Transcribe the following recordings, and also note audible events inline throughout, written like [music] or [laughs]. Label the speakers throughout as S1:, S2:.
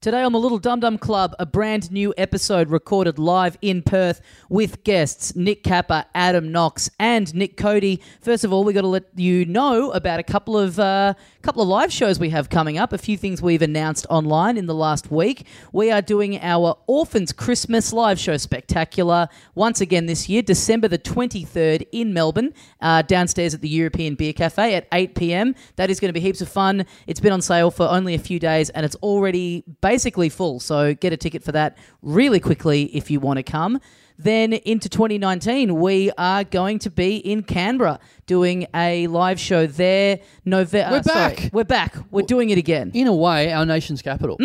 S1: Today on the Little Dum Dum Club, a brand new episode recorded live in Perth with guests Nick Kappa, Adam Knox, and Nick Cody. First of all, we got to let you know about a couple of uh, couple of live shows we have coming up. A few things we've announced online in the last week. We are doing our Orphans Christmas live show spectacular once again this year, December the twenty third in Melbourne, uh, downstairs at the European Beer Cafe at eight pm. That is going to be heaps of fun. It's been on sale for only a few days, and it's already basically full. So get a ticket for that really quickly if you want to come. Then into 2019, we are going to be in Canberra doing a live show there. November.
S2: We're back.
S1: we're back. We're doing it again.
S2: In a way, our nation's capital.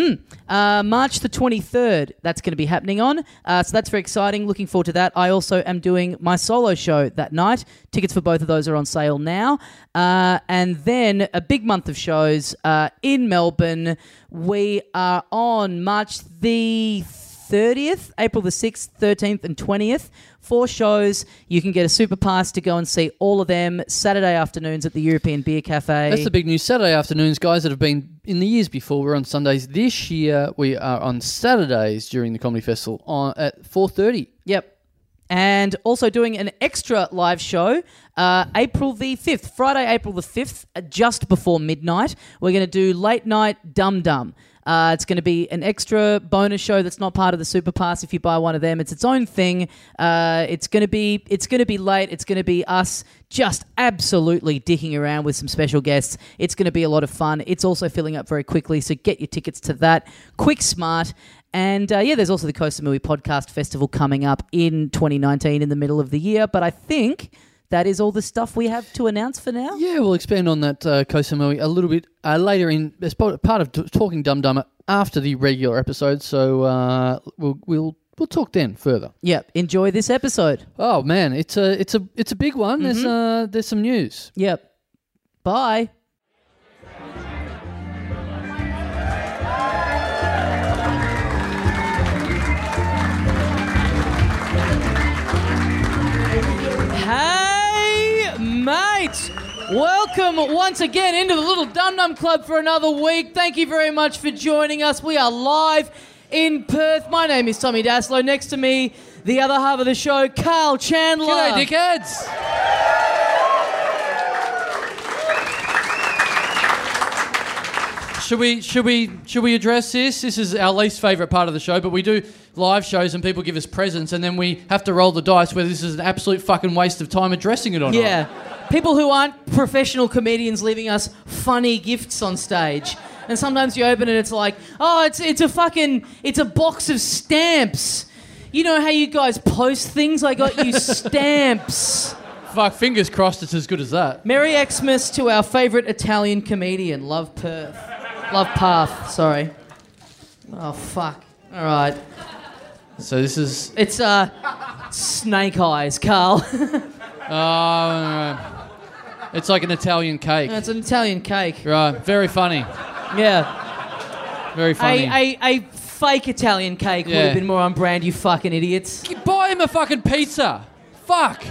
S1: Uh, March the 23rd, that's going to be happening on. Uh, so that's very exciting. Looking forward to that. I also am doing my solo show that night. Tickets for both of those are on sale now. Uh, and then a big month of shows uh, in Melbourne. We are on March the 30th, April the 6th, 13th, and 20th. Four shows. You can get a super pass to go and see all of them Saturday afternoons at the European Beer Cafe.
S2: That's the big news. Saturday afternoons, guys that have been in the years before, we're on Sundays. This year, we are on Saturdays during the comedy festival on, at four thirty.
S1: Yep. And also doing an extra live show uh, April the 5th, Friday, April the 5th, uh, just before midnight. We're going to do Late Night Dum Dum. Uh, it's going to be an extra bonus show that's not part of the Super Pass. If you buy one of them, it's its own thing. Uh, it's going to be it's going to be late. It's going to be us just absolutely dicking around with some special guests. It's going to be a lot of fun. It's also filling up very quickly, so get your tickets to that. Quick, smart, and uh, yeah, there's also the Costa Mui Podcast Festival coming up in 2019 in the middle of the year. But I think that is all the stuff we have to announce for now.
S2: Yeah, we'll expand on that uh, Kosamui a little bit uh, later in as part part of t- talking Dum Dum after the regular episode. So uh, we'll we'll we'll talk then further.
S1: Yep. Enjoy this episode.
S2: Oh man, it's a it's a it's a big one. There's uh, there's some news.
S1: Yep. Bye. Hey, mates! Welcome once again into the Little Dum Dum Club for another week. Thank you very much for joining us. We are live in Perth. My name is Tommy Daslow. Next to me, the other half of the show, Carl Chandler.
S2: G'day, dickheads. Should we should we should we address this? This is our least favourite part of the show, but we do live shows and people give us presents, and then we have to roll the dice whether this is an absolute fucking waste of time addressing it or not.
S1: Yeah. People who aren't professional comedians leaving us funny gifts on stage. And sometimes you open it and it's like, oh, it's, it's a fucking, it's a box of stamps. You know how you guys post things? I got you stamps.
S2: Fuck, fingers crossed it's as good as that.
S1: Merry Xmas to our favourite Italian comedian. Love Perth. Love Path, sorry. Oh, fuck. All right.
S2: So this is
S1: It's, uh, Snake Eyes, Carl. [laughs]
S2: uh, it's like an Italian cake.
S1: it's an Italian cake.
S2: Right. Very funny.
S1: Yeah.
S2: Very funny.
S1: A, a, a fake Italian cake would
S2: Yeah.
S1: have been more on brand, you fucking idiots.
S2: Buy him a fucking pizza. Fuck.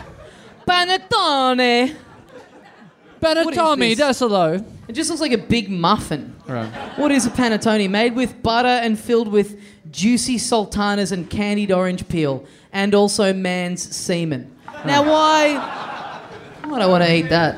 S1: Panettone!
S2: Tommy,
S1: this?
S2: that's a low.
S1: It just looks like a big muffin.
S2: Right.
S1: What is a panettone? Made with butter and filled with juicy sultanas and candied orange peel, and also man's semen. Now, why? Why do I want to eat that?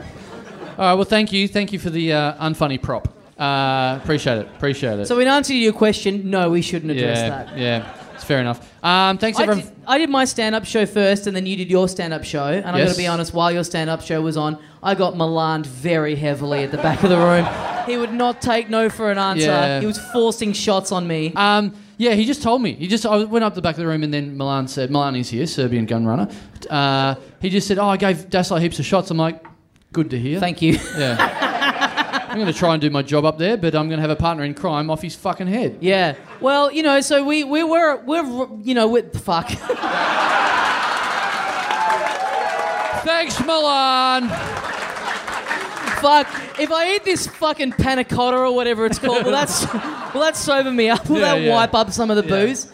S2: All right. Well, thank you. Thank you for the uh, unfunny prop. Uh, appreciate it. Appreciate it.
S1: So, in answer to your question, no, we shouldn't
S2: yeah.
S1: address that.
S2: Yeah. It's fair enough. Um, thanks
S1: I
S2: everyone.
S1: did, I did my stand-up show first, and then you did your stand-up show. And I'm
S2: Yes.
S1: going to be honest, while your stand-up show was on, I got malaned very heavily at the back of the
S2: [laughs]
S1: room. He would not take no for an answer.
S2: Yeah.
S1: He was forcing shots on me.
S2: Um, yeah, he just told me. He just I went up the back of the room and then Milan said, Milan is here, Serbian gun runner. Uh, he just said, oh, I gave Dasla heaps of shots. I'm like, good to hear.
S1: Thank you. [laughs]
S2: Yeah. I'm going to try and do my job up there, but I'm going to have a partner in crime off his fucking head.
S1: yeah. Well, you know, so we we were we're you know we fuck. [laughs]
S2: Thanks, Milan.
S1: fuck. If I eat this fucking panna cotta or whatever it's called, will that, s- will that sober me up? Will
S2: Yeah,
S1: that
S2: yeah.
S1: wipe up some of the
S2: Yeah.
S1: booze?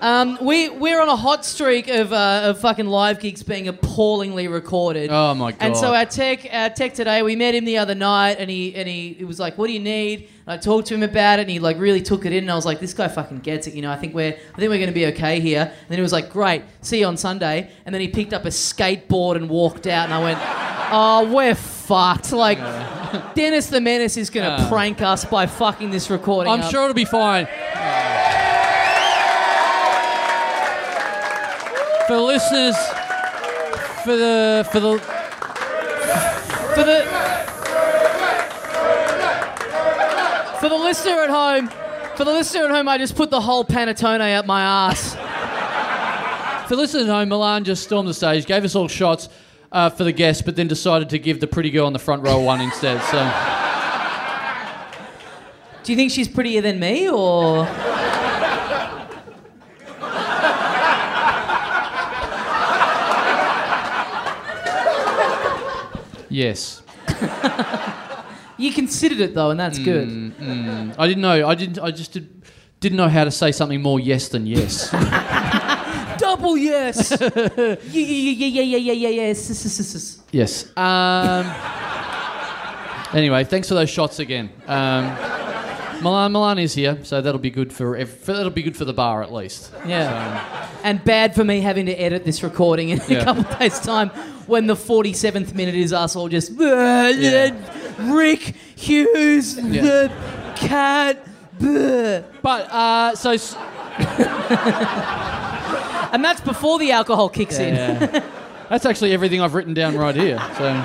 S1: Um, we we're on a hot streak of, uh, of fucking live gigs being appallingly recorded.
S2: Oh, my God.
S1: And so our tech our tech today, we met him the other night, and he and he, he was like, "What do you need?" And I talked to him about it, and he like really took it in. And I was like, "This guy fucking gets it." You know, I think we're I think we're gonna be okay here. And then he was like, "Great, see you on Sunday." And then he picked up a skateboard and walked out, and I
S2: [laughs]
S1: went, "Oh, we're fucked." Like. Dennis the Menace is going to
S2: Yeah.
S1: prank us by fucking this recording.
S2: I'm
S1: up.
S2: sure it'll be fine. For listeners, for the for the
S1: For the for the listener at home, for the listener at home, I just put the whole panettone up my ass.
S2: For listeners at home, Milan just stormed the stage, gave us all shots uh, for the guests, but then decided to give the pretty girl on the front row one instead. So
S1: Do you think she's prettier than me, or
S2: yes,
S1: you considered it though, and that's
S2: Hmm.
S1: good.
S2: I didn't know. I didn't. I just did, didn't know how to say something more yes than yes.
S1: Double yes. [laughs] yeah, yeah, yeah, yeah, yeah, yeah, yeah, yes, yes, yes, yes, yes.
S2: yes. Um, anyway, thanks for those shots again. Um, Milan, Milan is here, so that'll be good for, ev- for that'll be good for the bar at least.
S1: Yeah. And bad for me having to edit this recording in
S2: Yeah.
S1: a couple of days' time when the 47th minute is us all just Rick Hughes, the cat. bleh."
S2: But uh, so s-
S1: And that's before the alcohol kicks in.
S2: Yeah. [laughs] That's actually everything I've written down right here. [laughs] So.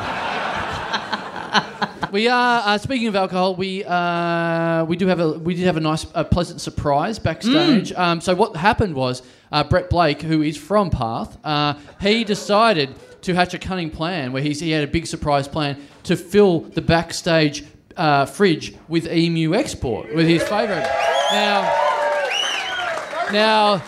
S2: We are uh, speaking of alcohol. We uh, we do have a we did have a nice a pleasant surprise backstage. Um, so what happened was uh, Brett Blake, who is from Path, uh, he decided to hatch a cunning plan where he's, he had a big surprise plan to fill the backstage uh, fridge with emu export with his favourite. Now. Now,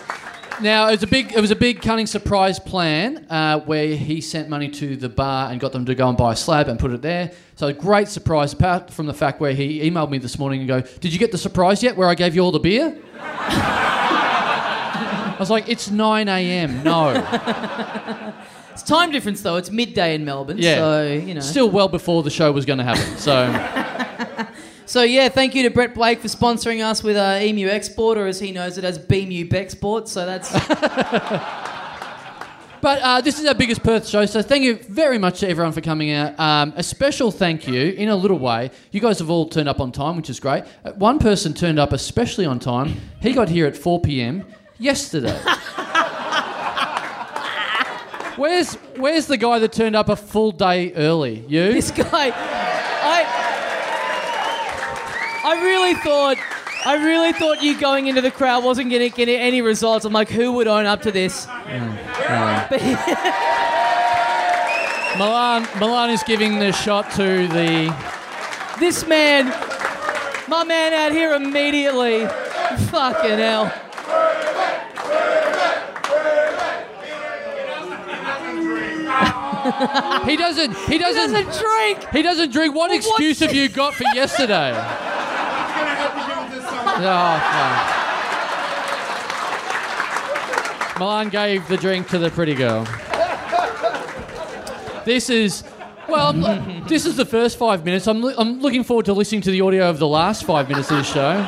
S2: now it was a big, it was a big cunning surprise plan uh, where he sent money to the bar and got them to go and buy a slab and put it there. So a great surprise, apart from the fact where he emailed me this morning and go, "Did you get the surprise yet? Where I gave you all the beer?" [laughs] I was like, "It's 9 a.m. No,
S1: It's time difference though. It's midday in Melbourne,
S2: yeah,
S1: so you know.
S2: still well before the show was going to happen." So.
S1: so yeah, thank you to Brett Blake for sponsoring us with uh, EMU Export, or as he knows it as BMU Bexport. So that's [laughs]
S2: But uh, this is our biggest Perth show, so thank you very much to everyone for coming out. Um, a special thank you, in a little way. You guys have all turned up on time, which is great. Uh, One person turned up especially on time. He got here at 4 p.m. yesterday. [laughs] where's Where's the guy that turned up a full day early? You?
S1: this guy. I I really thought. I really thought you going into the crowd wasn't going to get any results. I'm like, who would own up to this?
S2: Milan Milan is giving the shot to the.
S1: [laughs] This man, my man out here immediately. Fucking hell.
S2: He doesn't. He
S1: He
S2: doesn't.
S1: doesn't drink.
S2: He doesn't drink. What
S1: Well, what's
S2: excuse have
S1: it-
S2: you got for yesterday? Oh, no. Oh, Milan gave the drink to the pretty girl. This is, well, I'm lo- this is the first five minutes. I'm, lo- I'm looking forward to listening to the audio of the last five minutes of the show.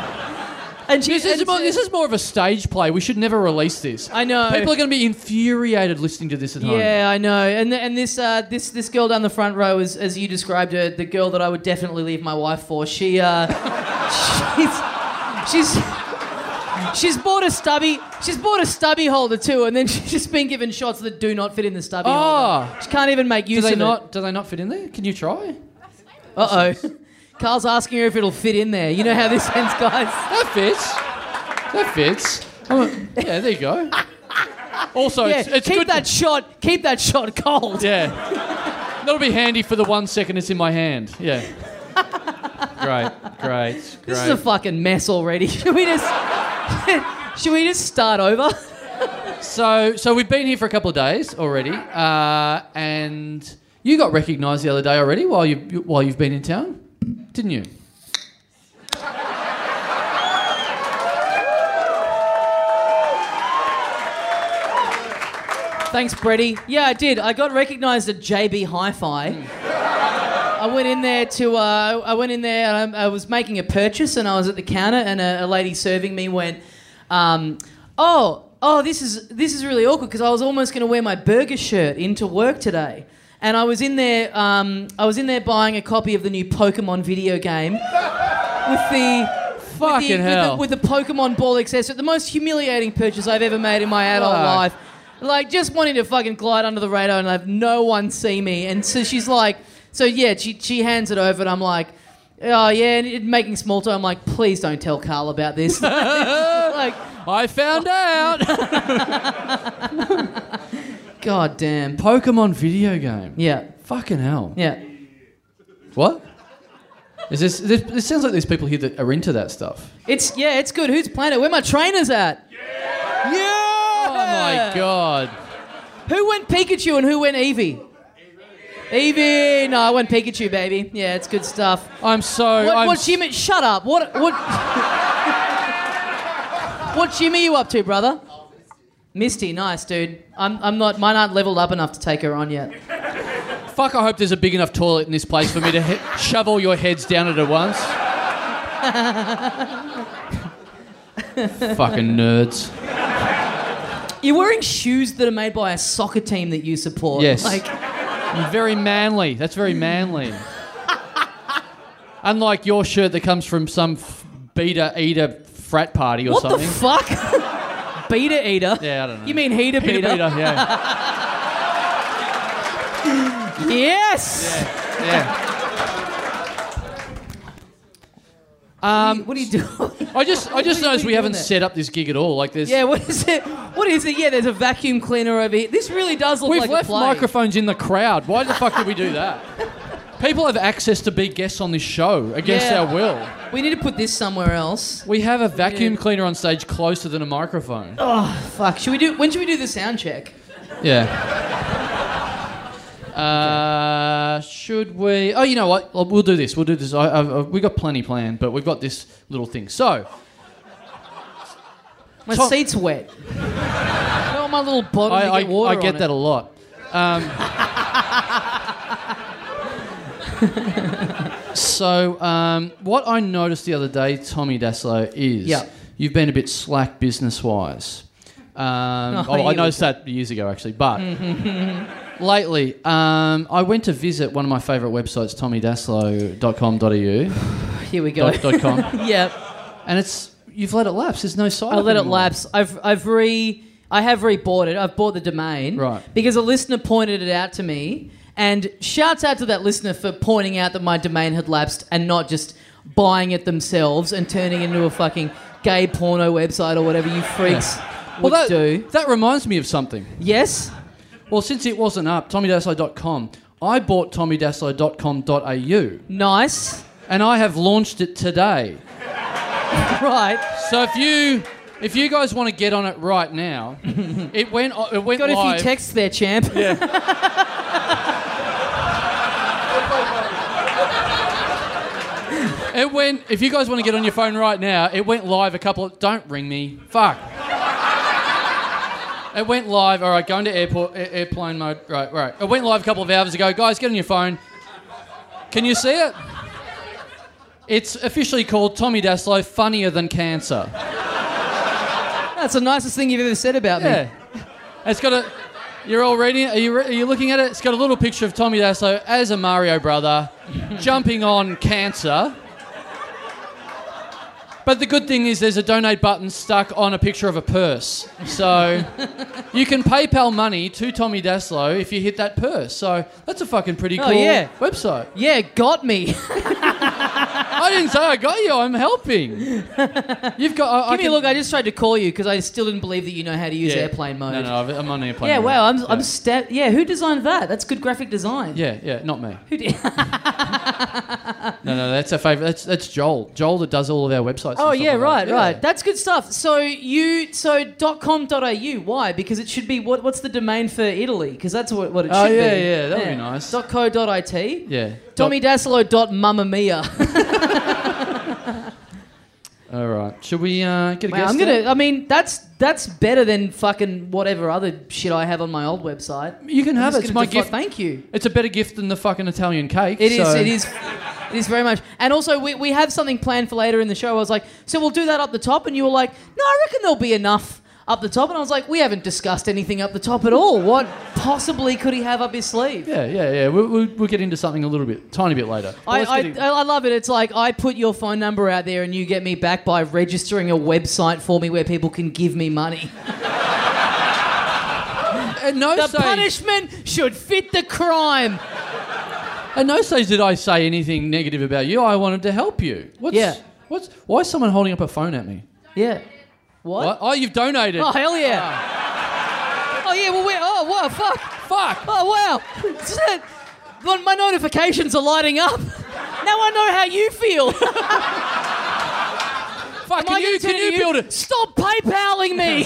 S1: And she,
S2: This is,
S1: and
S2: more,
S1: she-
S2: this is more of a stage play. We should never release this.
S1: I know.
S2: People are going to be infuriated listening to this at home.
S1: Yeah, I know. And th- and this uh, this this girl down the front row is, as you described her, the girl that I would definitely leave my wife for. She uh, [laughs] she's she's. She's bought a stubby. She's bought a stubby holder too, and then [laughs] she's just been given shots that do not fit in the stubby
S2: Oh.
S1: holder. She can't even make
S2: Do
S1: use
S2: they
S1: of
S2: not? Do they not fit in there? Can you try?
S1: it. Uh oh. Carl's asking her if it'll fit in there. You know how this ends, guys.
S2: That fits. That fits. I'm a- yeah, there you go.
S1: [laughs]
S2: Also,
S1: Yeah,
S2: Oh, it's, it's
S1: keep
S2: good.
S1: that shot. Keep that shot cold.
S2: yeah, that'll be handy for the one second it's in my hand. Yeah. great, great, great.
S1: This is a fucking mess already. [laughs] Should we just? should we just start over? [laughs]
S2: so, so we've been here for a couple of days already, uh, and you got recognised the other day already while you you- while you've been in town, didn't you?
S1: Thanks, Brady. Yeah, I did. I got recognised at JB Hi-Fi. I went in there to. Uh, I went in there and I, I was making a purchase, and I was at the counter, and a, a lady serving me went, um, "Oh, oh, this is this is really awkward because I was almost going to wear my burger shirt into work today." And I was in there. Um, I was in there buying a copy of the new Pokemon video game with the. with the-
S2: Fucking
S1: with the,
S2: hell.
S1: With the, Pokemon ball accessory, the most humiliating purchase I've ever made in my adult
S2: Fuck.
S1: life. Like just wanting to fucking glide under the radar and have no one see me. And so she's like, so yeah, she she hands it over and I'm like, oh yeah, and it, making small talk. I'm like, please don't tell Carl about this. [laughs] like,
S2: I found out.
S1: god damn.
S2: [laughs] Pokemon video game.
S1: Yeah,
S2: Fucking hell.
S1: yeah.
S2: What? Is this, this? It sounds like there's people here that are into that stuff.
S1: It's yeah, it's good. Who's playing it? Where my trainers at?
S2: Yeah. Oh my god.
S1: Who went Pikachu and who went Eevee? Eevee. No, I went Pikachu, baby. Yeah, it's good stuff.
S2: I'm so.
S1: What,
S2: I'm
S1: what Jimmy? Shut up. What? What? what Jimmy you up to, brother? Misty, nice dude. I'm, I'm not. Mine aren't leveled up enough to take her on yet.
S2: Fuck, I hope there's a big enough toilet in this place for me to he- shove all your heads down it at once. Fucking nerds.
S1: You're wearing shoes that are made by a soccer team that you support.
S2: Yes.
S1: Like,
S2: You're very manly. That's very manly. Unlike your shirt that comes from some f- beta eater frat party or
S1: what
S2: something.
S1: the fuck? [laughs] Beta eater.
S2: Yeah, I don't know.
S1: You mean heater
S2: Peter
S1: beater?
S2: Peter, yeah.
S1: Yes.
S2: yeah.
S1: Um, what are you doing?
S2: I just I
S1: What
S2: just
S1: are you
S2: noticed we
S1: doing
S2: haven't
S1: there?
S2: set up this gig at all. Like there's
S1: yeah. What is it? What is it? Yeah. There's a vacuum cleaner over here. This really does look
S2: We've
S1: like
S2: left
S1: a play.
S2: microphones in the crowd. Why the fuck did we do that? People have access to be guests on this show against
S1: Yeah.
S2: our will.
S1: We need to put this somewhere else.
S2: We have a vacuum cleaner on stage closer than a microphone.
S1: Fuck. Should we do? When should we do the sound check?
S2: Yeah. Uh, should we? Oh, you know what? Well, We'll do this. We'll do this. I, I've, I've, we got plenty planned, but we've got this little thing. So,
S1: My
S2: Tom-
S1: seat's wet. Not my little bottle
S2: I,
S1: to
S2: I,
S1: get water
S2: I get
S1: on it.
S2: that a lot. Um, [laughs] so, um, what I noticed the other day, Tommy Daslow, is
S1: Yeah.
S2: you've been a bit slack business wise.
S1: [laughs]
S2: Um,
S1: Oh,
S2: oh,
S1: here
S2: I
S1: we
S2: noticed that years ago, actually,
S1: [laughs]
S2: but lately, um, I went to visit one of my favourite websites, tommydaslow.com.au.
S1: [laughs] Here we go.
S2: dot, dot com,
S1: [laughs] yeah,
S2: and it's you've let it lapse. There's no site.
S1: I
S2: up
S1: let it
S2: anymore.
S1: lapse. I've I've re I have rebought it. I've bought the domain
S2: Right.
S1: because a listener pointed it out to me, and shouts out to that listener for pointing out that my domain had lapsed and not just buying it themselves and turning it into a fucking gay porno website or whatever you freaks would
S2: Well, that,
S1: do.
S2: that reminds me of something.
S1: Yes.
S2: Well, since it wasn't up, TommyDaslow.com, I bought TommyDaslow.com.au
S1: Nice. [laughs]
S2: and I have launched it today.
S1: Right.
S2: So if you if you guys want to get on it right now, [laughs] it went it went
S1: Got a
S2: live.
S1: few texts there, champ.
S2: it went if you guys want to get on your phone right now, it went live a couple of don't ring me. Fuck. It went live. All right, going to airport air- airplane mode. Right, right. It went live a couple of hours ago. Guys, get on your phone. Can you see it? It's officially called Tommy Daslow funnier than cancer.
S1: [laughs] That's the nicest thing you've ever said about me.
S2: Yeah. It's got a. You're all reading it? Are you, re- are you looking at it? It's got a little picture of Tommy Dasso as a Mario brother [laughs] jumping on cancer. But the good thing is there's a donate button stuck on a picture of a purse.
S1: [laughs]
S2: So you can PayPal money to Tommy Daslow if you hit that purse. So that's a fucking pretty
S1: Oh,
S2: cool
S1: yeah.
S2: website.
S1: Yeah, got me. [laughs]
S2: I didn't say I got you. I'm helping. You've got. I, I
S1: Give me a
S2: can-
S1: look. I just tried to call you because I still didn't believe that you know how to use
S2: Yeah.
S1: airplane mode.
S2: No, no, I've- I'm on airplane
S1: yeah,
S2: mode.
S1: wow. I'm, I'm sta- Yeah, who designed that? That's good graphic design.
S2: Yeah, yeah, not me.
S1: Who [laughs] did-
S2: No, no, that's our favorite. That's that's Joel. Joel that does all of our websites. and
S1: oh
S2: stuff
S1: yeah,
S2: like
S1: right,
S2: that. Yeah.
S1: right. That's good stuff. So you so .com.au. Why? Because it should be what? What's the domain for Italy? Because that's what, what it
S2: Oh,
S1: should be.
S2: yeah, yeah, that would be nice.
S1: .co.it.
S2: yeah. [laughs]
S1: Tommy Dasilo dot Mamma Mia.
S2: All right. Should we uh, get a
S1: Wow,
S2: guess?
S1: I'm gonna. I mean, that's that's better than fucking whatever other shit I have on my old website.
S2: You can
S1: I'm
S2: have
S1: just
S2: it. It's
S1: gonna
S2: my
S1: default-
S2: gift.
S1: Thank you.
S2: It's a better gift than the fucking Italian cake.
S1: It is.
S2: so-
S1: It is. It is very much. And also, we, we have something planned for later in the show. I was like, so we'll do that up the top, and you were like, no, I reckon there'll be enough up the top. And I was like, we haven't discussed anything up the top at all. What possibly could he have up his sleeve?
S2: Yeah, yeah, yeah. We'll, we'll, we'll get into something a little bit, tiny bit later. Well,
S1: I,
S2: let's
S1: I, uh,
S2: get it-
S1: I love it. It's like I put your phone number out there and you get me back by registering a website for me where people can give me
S2: [laughs]
S1: money.
S2: at no
S1: The
S2: stage,
S1: punishment should fit the crime.
S2: at no stage did I say anything negative about you. I wanted to help you. What's,
S1: Yeah.
S2: What's why is someone holding up a phone at me?
S1: Yeah. What?
S2: What? Ah. Oh, you've donated.
S1: Oh, hell yeah. Oh, yeah, well, we Oh, wow, fuck.
S2: Fuck.
S1: Oh, wow. [laughs] Shit. My my notifications are lighting up. Now I know how you feel.
S2: [laughs] Fuck. Can you can you build it?
S1: Stop PayPaling
S2: [laughs]
S1: me.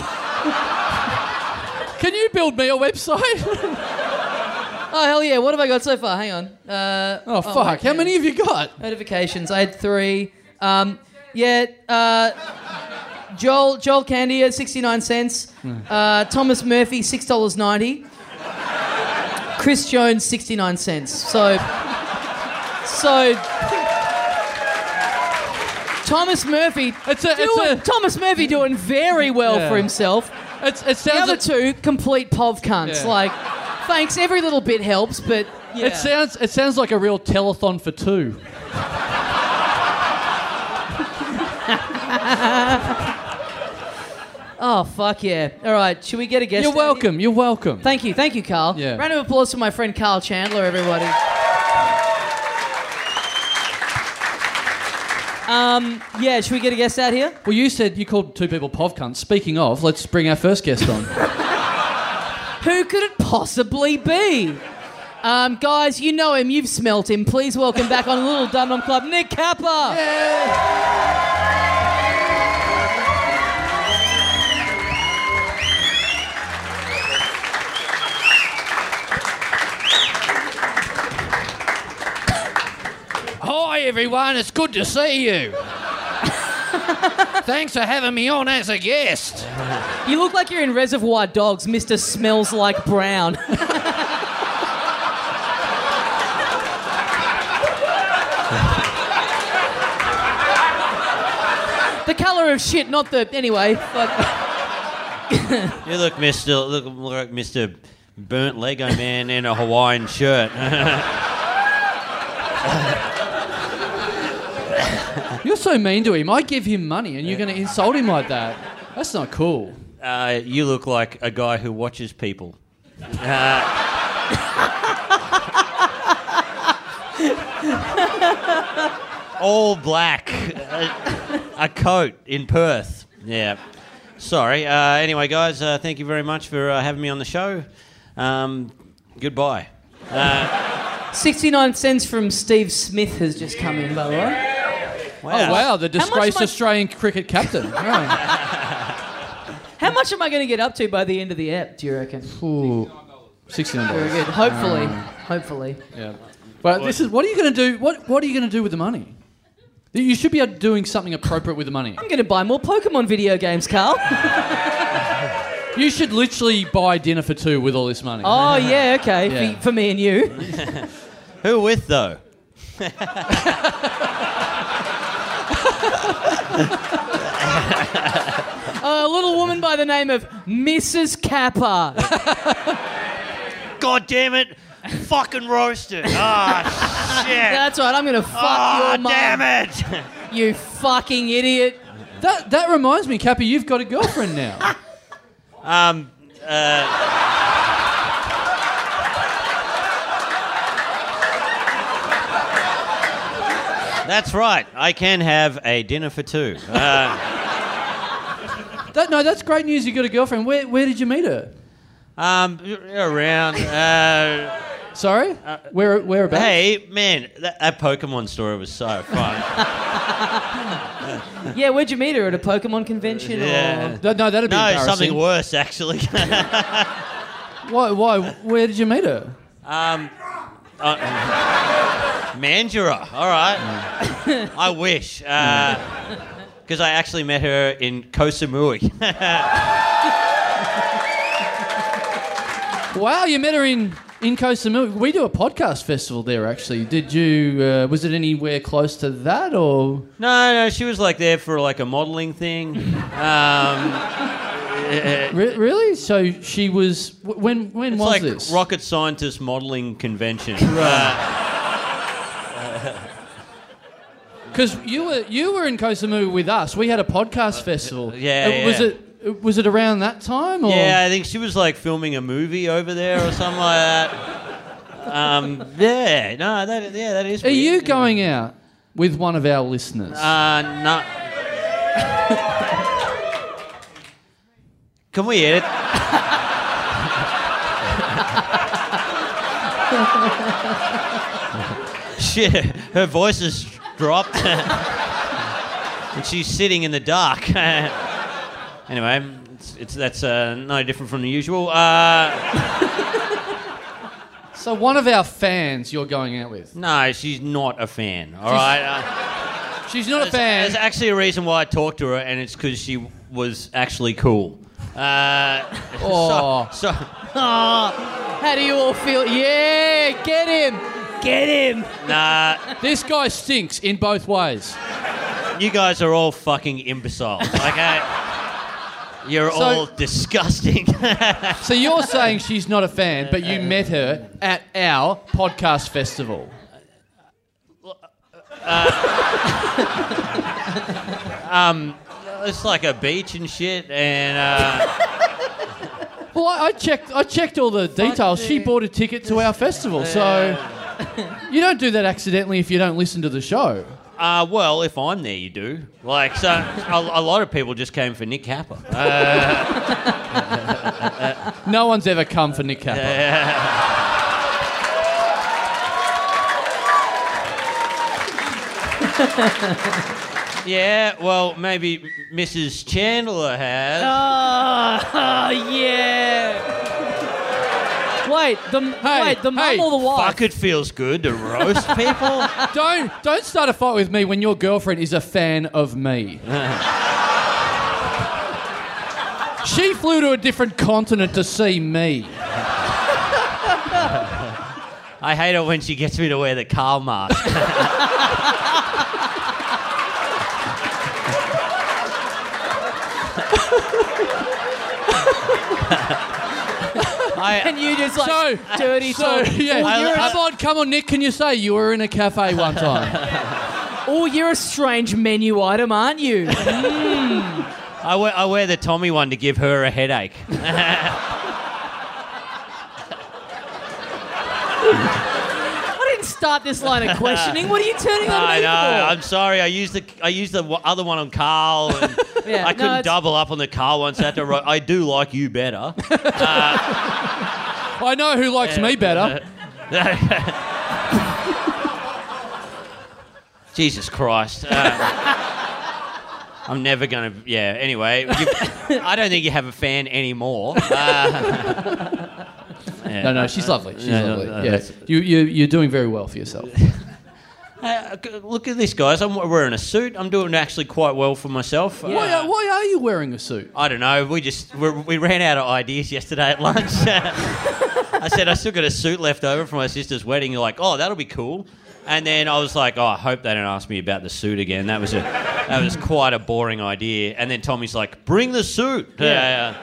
S2: Can you build me a website? [laughs]
S1: oh, hell yeah. What have I got so far? Hang on. Uh,
S2: oh
S1: wait,
S2: fuck. How
S1: hang on.
S2: many have you got?
S1: Notifications. I had three. Um, yeah. Uh, Joel Joel Candy at sixty nine cents.
S2: Hmm.
S1: Uh, Thomas Murphy six dollars ninety. Chris Jones sixty nine cents. So so. Thomas Murphy.
S2: It's a- it's
S1: doing-
S2: a-
S1: Thomas Murphy doing very well
S2: Yeah.
S1: for himself.
S2: It's, it
S1: The
S2: sounds.
S1: other two complete pov cunts.
S2: Yeah.
S1: Like, thanks. Every little bit helps, but
S2: It sounds. It sounds like a real telethon for two.
S1: oh fuck yeah! All right, should we get a guess?
S2: You're
S1: Andy?
S2: welcome. You're welcome.
S1: Thank you, thank you, Carl.
S2: Yeah.
S1: Round of applause for my friend Carl Chandler, everybody. Um, yeah, should we get a guest out here?
S2: Well, you said you called two people pov cunts. Speaking of, let's bring our first
S1: [laughs]
S2: guest on.
S1: Who could it possibly be? Um, guys, you know him, you've smelt him. Please welcome back on Little Dum Dum Club, Nick Kappa.
S2: Hi, everyone. It's good to see
S1: [laughs]
S2: you. Thanks for having me on as a guest.
S1: You look like you're in Reservoir Dogs, Mr. Smells Like Brown. [laughs] the colour of shit, not the. Anyway, but
S3: You look, Mister, look like Mister Burnt Lego Man in a Hawaiian shirt.
S2: You're so mean to him. I give him money, and you're going to insult him like that. That's not cool.
S3: uh, you look like a guy who watches people. Uh, [laughs] all black, a, a coat in Perth. Yeah. Sorry. Uh, anyway, guys, uh, thank you very much for uh, having me on the show. Um, goodbye.
S1: 69 cents from Steve Smith has just come in, by the way.
S2: Oh wow, the
S1: How much
S2: disgraced
S1: am I-
S2: Australian cricket
S3: [laughs]
S2: captain. Right.
S1: How much am I going to get up to by the end of the app, do you reckon?
S2: Ooh, Sixty-nine
S1: Very
S2: dollars.
S1: good. Hopefully. Hopefully.
S2: Yeah. But this is what are you going to do? What What are you going to do with the money? You should be doing something appropriate with the money.
S1: I'm going to buy more Pokemon video games, Carl.
S2: You should literally buy dinner for two with all this money.
S1: Oh, yeah, okay.
S2: Yeah.
S1: For, for me and you.
S3: Who with though?
S1: A little woman by the name of Mrs. Kappa.
S3: God damn it! Fucking roasted. Ah, shit.
S1: That's right, I'm gonna fuck
S3: Ah,
S1: your mum.
S3: damn it.
S1: You fucking idiot.
S2: That That reminds me, Cappy, you've got a girlfriend now.
S3: [laughs] Um, uh... That's right. I can have a dinner for two. Uh,
S2: that, no, that's great news. You got a girlfriend. Where Where did you meet her?
S3: um, around. Uh,
S2: Sorry. Where Whereabouts?
S3: hey, man, that, that Pokemon story was
S1: [laughs]
S3: so fun.
S1: Yeah, where'd you meet her? At a Pokemon convention?
S3: Yeah.
S2: Th- no, that'd be
S3: No,
S2: embarrassing.
S3: something worse actually. [laughs]
S2: Why? Why? Where did you meet her?
S1: Mm.
S3: Mandura. All right. I wish. Uh, because I actually met her in Koh Samui. [laughs]
S2: Wow, you met her in in Koh Samui. We do a podcast festival there, actually. Did you? Uh, was it anywhere close to that, or
S3: no, no, she was like there for like a modeling thing. Um,
S2: re- really? So she was. wh- When when
S3: it's
S2: was
S3: like
S2: this?
S3: rocket scientist modeling convention.
S2: Because you were you were in Koh Samui with us. We had a podcast festival.
S3: yeah,
S2: Uh,
S3: yeah.
S2: Was it was it around that time? Or?
S3: Yeah, I think she was like filming a movie over there or something like that. Um, yeah, no, that yeah, that is.
S2: Are
S3: weird.
S2: you going out with one of our listeners?
S3: Uh, no. Can we edit? Shit, her voice has dropped. and she's sitting in the dark. anyway, it's, it's, that's uh, no different from the usual. Uh,
S2: so one of our fans you're going out with.
S3: no, she's not a fan, all
S2: She's-
S3: right? Uh,
S2: She's not a
S3: There's-
S2: fan.
S3: There's actually a reason why I talked to her, and it's because she was actually cool. Uh, [laughs]
S2: Aw.
S3: So, so-
S1: How do you all feel? Yeah, get him. Get him.
S3: nah,
S2: This guy stinks in both ways.
S3: you guys are all fucking imbeciles. Okay, you're
S2: So-
S3: all disgusting. [laughs]
S2: So you're saying she's not a fan, but you met her at our podcast festival.
S3: it's like a beach and shit, and uh,
S2: Well, I, I checked. I checked all the details. She bought a ticket to our festival, so you don't do that accidentally if you don't listen to the show.
S3: uh, well, if I'm there, you do. Like, so a, a lot of people just came for Nick Capper. Uh,
S2: No one's ever come for Nick Capper.
S3: yeah, well, maybe Mrs. Chandler has.
S1: Oh, yeah. Wait, the
S2: Hey,
S1: wait, the
S2: hey,
S1: mum or the wife?
S3: Fuck, it feels good to roast people.
S2: Don't don't start a fight with me when your girlfriend is a fan of me. she flew to a different continent to see me.
S3: I hate it when she gets me to wear the
S1: [laughs]
S3: Carl mask. I,
S1: And you just like
S2: So
S1: dirty
S2: So
S1: talk.
S2: yeah,
S1: Oh, you're,
S2: come on, come on, Nick. Can you say you were in a cafe one time?
S1: oh, you're a strange menu item, aren't you? [laughs]
S3: I, wear, I wear the Tommy one to give her
S1: [laughs]
S3: a headache.
S1: I didn't start this line of questioning. What are you turning on
S3: I
S1: me
S3: know. Oh, I'm
S1: for?
S3: sorry. I used the I used the w- other one on Carl. And
S1: [laughs] Yeah,
S3: I
S1: no,
S3: couldn't
S1: it's-
S3: double up on the Carl one, so I had to write, I do like you better.
S2: I know who likes me better.
S3: [laughs] Jesus Christ. Uh, [laughs] I'm never going to. Yeah, anyway. you- [laughs] I don't think you have a fan anymore. Uh, [laughs] yeah.
S2: [laughs] No, no, she's lovely. She's
S3: No, no,
S2: lovely.
S3: no,
S2: yeah,
S3: that's-
S2: you, you you're doing very well for yourself.
S3: Uh, g- look at this, guys. I'm wearing a suit. I'm doing actually quite well for myself. Uh,
S2: Why, are- why are you wearing a suit?
S3: I don't know. We just we we ran out of ideas yesterday at lunch. [laughs] I said I still got a suit left over from my sister's wedding. You're like, oh, that'll be cool. And then I was like, oh, I hope they don't ask me about the suit again. That was a that was quite a boring idea. And then Tommy's like, bring the suit. Yeah.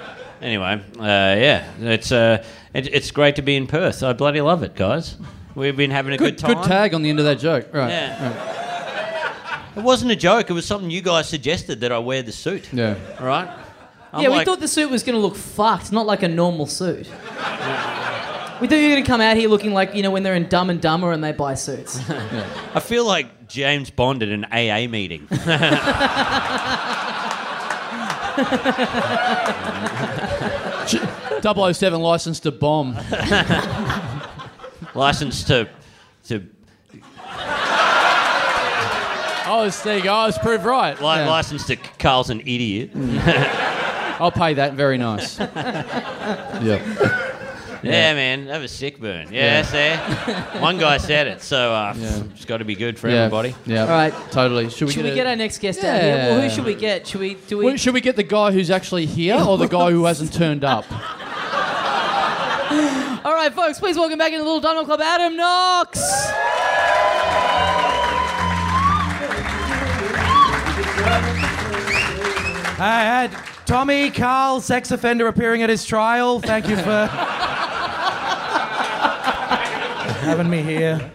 S3: anyway, uh, yeah, it's uh, it, it's great to be in Perth. I bloody love it, guys. We've been having a good,
S2: Good,
S3: time.
S2: good tag on the end of that joke. Right.
S3: Yeah. It wasn't a joke. It was something you guys suggested that I wear the suit.
S2: Yeah.
S3: All right. I'm
S1: yeah, we
S3: like-
S1: thought the suit was going to look fucked, not like a normal suit. we thought you were going to come out here looking like, you know, when they're in Dumb and Dumber and they buy suits.
S3: I feel like James Bond at an AA meeting.
S2: Ch- 007 license to [laughs] bomb.
S3: License to, to li-
S2: I was thinking, I was Oh, proved right. Yeah.
S3: license to Carl's an idiot.
S2: [laughs] I'll pay that. Very nice. yeah.
S3: Yeah, man, that was sick burn. Yeah, see? One guy said it, so uh, it's got to be good for
S2: yeah.
S3: everybody.
S2: Yeah.
S1: All right.
S2: Totally. Should we
S1: Should
S2: get,
S1: we
S2: a-
S1: get our next guest out here? Well, who
S2: Yeah.
S1: should we get? Should we? Do we?
S2: Well, Should we get the guy who's actually here or the guy who hasn't turned up?
S1: All right, folks, please welcome back in the Little Donald Club, Adam Knox.
S4: I had Tommy Carl, sex offender, appearing at his trial. Thank you for having me here.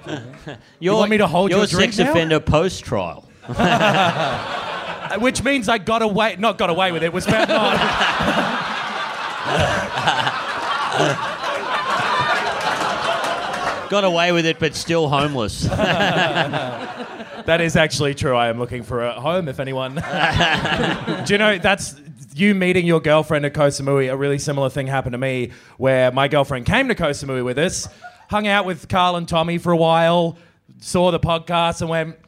S3: You're,
S4: want me to hold
S3: you're
S4: your
S3: a
S4: drink
S3: sex
S4: now?
S3: offender post trial.
S4: Uh, Which means I got away, not got away with it, was found not.
S3: Got away with it, but still homeless.
S4: [laughs] That is actually true. I am looking for a home if [laughs] anyone. Do you know, that's. You meeting your girlfriend at Koh Samui, a really similar thing happened to me where my girlfriend came to Koh Samui with us, hung out with Carl and Tommy for a while, saw the podcast, and went,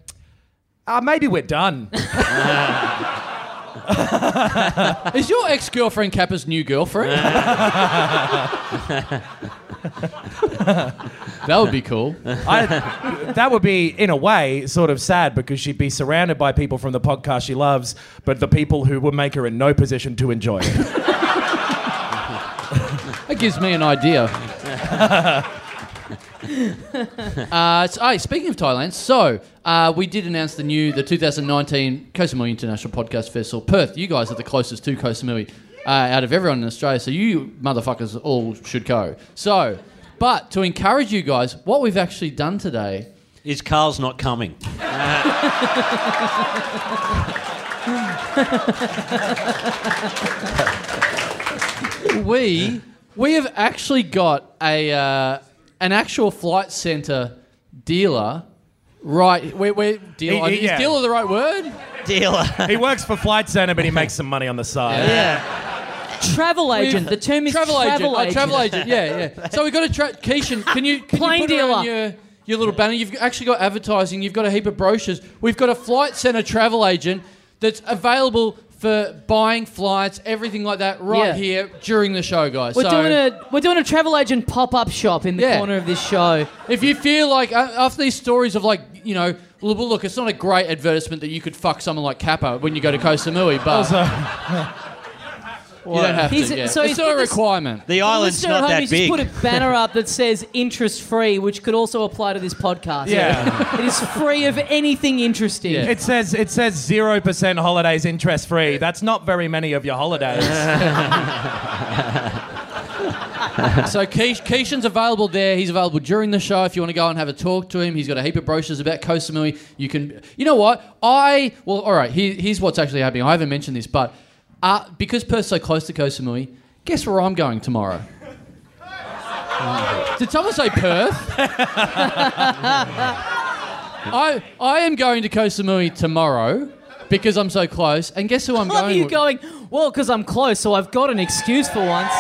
S4: uh, maybe we're done.
S2: Is your ex girlfriend Kappa's new girlfriend? that would be cool.
S4: I, that would be, in a way, sort of sad because she'd be surrounded by people from the podcast she loves, but the people who would make her in no position to enjoy it.
S2: That gives me an idea. uh, so, hey, speaking of Thailand, so uh, we did announce the new, the 2019 Koh Samui International Podcast Festival, Perth. You guys are the closest to Koh Samui uh, out of everyone in Australia, so you motherfuckers all should go. So, but to encourage you guys, what we've actually done today
S3: Is Carl's not coming?
S2: we we have actually got a uh, an actual flight center dealer. Right, we're, we're dealer.
S4: He- he- yeah.
S2: Is dealer the right word?
S3: Dealer.
S4: he works for Flight Center, but he makes some money on the side.
S1: Travel agent.
S2: We've-
S1: The term is travel,
S2: agent. Oh, travel agent. Yeah, yeah. So we got a tra- Keishan. Can you can
S1: Plane
S2: you put
S1: dealer.
S2: around Your, your little banner. You've actually got advertising. You've got a heap of brochures. We've got a flight center travel agent that's available for buying flights, everything like that, right
S1: Yeah.
S2: here during the show, guys.
S1: We're
S2: so
S1: doing a we're doing a travel agent pop up shop in the
S2: Yeah.
S1: corner of this show.
S2: if you feel like uh, after these stories of like you know, well, look, it's not a great advertisement that you could fuck someone like Kappa when you go to Koh Samui, but [laughs]
S4: Also-
S2: you don't have to.
S1: He's-
S2: yeah.
S1: so
S2: it's
S1: he's
S2: not a
S1: put this-
S2: requirement.
S3: [laughs] The island's
S1: Listener at
S3: not
S1: home,
S3: that
S1: he's
S3: big.
S1: Just put a banner up that says interest free, which could also apply to this podcast.
S4: Yeah.
S1: it is free of anything interesting.
S2: Yeah.
S4: It says it says zero percent holidays interest free. That's not very many of your holidays.
S2: So Keish, Keishan's available there. He's available during the show. If you want to go and have a talk to him, he's got a heap of brochures about Koh Samui. You can, you know what? I well, all right. Here, here's what's actually happening. I haven't mentioned this, but uh, because Perth's so close to Koh Samui, guess where I'm going tomorrow? Did someone say Perth? I I am going to Koh Samui tomorrow because I'm so close. And guess who I'm
S1: I love
S2: going?
S1: you
S2: with?
S1: going, well, because I'm close, so I've got an excuse for once.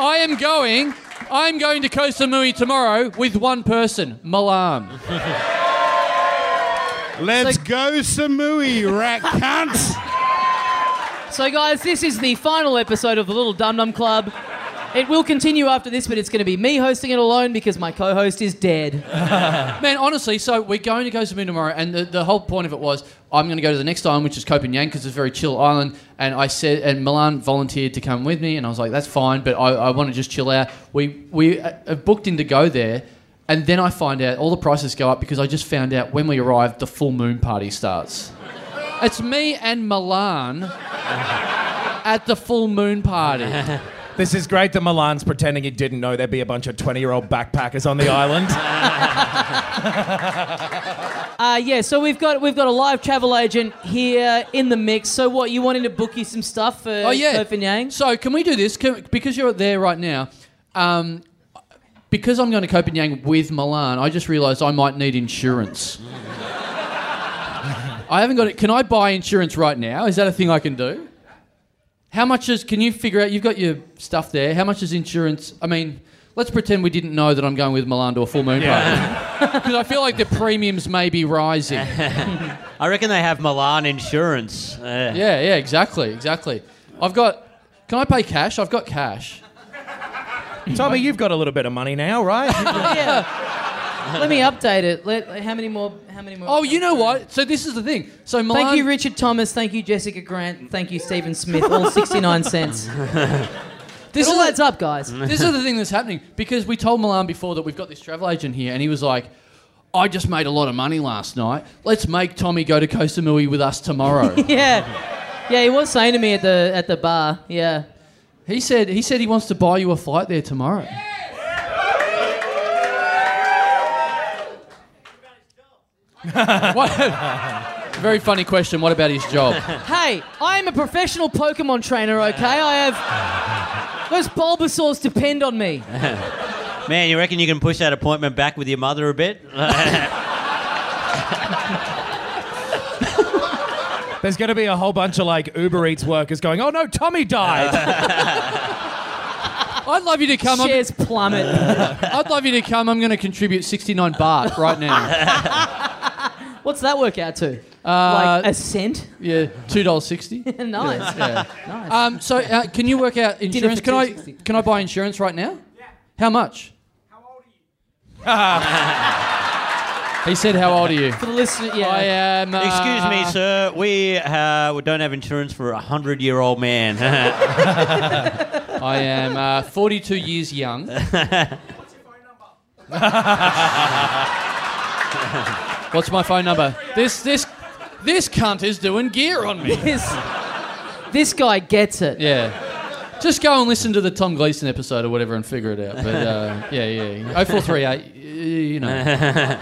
S2: I am going. I'm going to Koh Samui tomorrow with one person, Malam.
S5: Let's go Samui, rat cunts.
S1: So, guys, this is the final episode of the Little Dum Dum Club. It will continue after this, but it's going to be me hosting it alone because my co host is dead.
S2: Man, honestly, so we're going to Koh Samui tomorrow, and the, the whole point of it was I'm going to go to the next island, which is Copenhagen, because it's a very chill island. And I said, and Milan volunteered to come with me, and I was like, that's fine, but I, I want to just chill out. We we uh, uh, booked in to go there, and then I find out all the prices go up because I just found out when we arrived, the full moon party starts. It's me and Milan at the full moon party.
S4: this is great that Milan's pretending he didn't know there'd be a bunch of twenty year old backpackers on the island.
S1: Uh, yeah, so we've got we've got a live travel agent here in the mix. So, what, you wanting to book you some stuff for
S2: Oh yeah,
S1: Copenhagen?
S2: So can we do this? Can, because you're there right now. Um, because I'm going to Copenhagen with Milan, I just realised I might need insurance. I haven't got it. Can I buy insurance right now? Is that a thing I can do? How much is? Can you figure out? You've got your stuff there. How much is insurance? I mean, let's pretend we didn't know that I'm going with Milan to a full moon party because I feel like the premiums may be rising.
S3: I reckon they have Milan insurance. Uh,
S2: Yeah, yeah, exactly, exactly. I've got. Can I pay cash? I've got cash.
S6: Tommy, you've got a little bit of money now, right?
S1: Oh, yeah.
S2: [laughs]
S1: Let me update it. Let, how many more? How many more?
S2: Oh, you know what? So this is the thing. So Milan,
S1: Thank you, Richard Thomas. Thank you, Jessica Grant. Thank you, Stephen Smith. All 69
S2: [laughs]
S1: cents.
S2: This
S1: It all
S2: is-
S1: adds up, guys.
S2: this is the thing that's happening because we told Milan before that we've got this travel agent here, and he was like, "I just made a lot of money last night. Let's make Tommy go to Koh Samui with us tomorrow."
S1: [laughs] Yeah. Yeah, he was saying to me at the at the bar. Yeah.
S2: he said he said he wants to buy you a flight there tomorrow. what? Very funny question. What about his job?
S1: Hey, I am a professional Pokemon trainer, okay? I have those Bulbasaurs depend on me.
S3: Man, you reckon you can push that appointment back with your mother a bit?
S6: There's going to be a whole bunch of like Uber Eats workers going, oh no, Tommy died.
S2: I'd love you to come. I'm-
S1: Shares plummet.
S2: I'd love you to come. I'm going to contribute 69 baht right now.
S1: What's that work out to?
S2: Uh,
S1: like a cent? [laughs]
S2: Yeah, two dollars sixty.
S1: nice.
S2: Yeah.
S1: Nice.
S2: Um, so, uh, can you work out insurance? Can I
S1: $2.60.
S2: can I buy insurance right now? Yeah. How much? How old are you? [laughs] he said, "How old are you?"
S1: For the listener, yeah.
S2: [laughs] I am. Uh,
S3: Excuse me, sir. We, uh, we don't have insurance for a hundred-year-old man. [laughs]
S2: I am uh, 42 years [laughs] young. [laughs] What's my phone number? This this this cunt is doing gear on me.
S1: This, this guy gets it.
S2: Yeah. Just go and listen to the Tom Gleason episode or whatever and figure it out. But uh,
S1: [laughs]
S2: yeah, yeah. 0438, y- you know.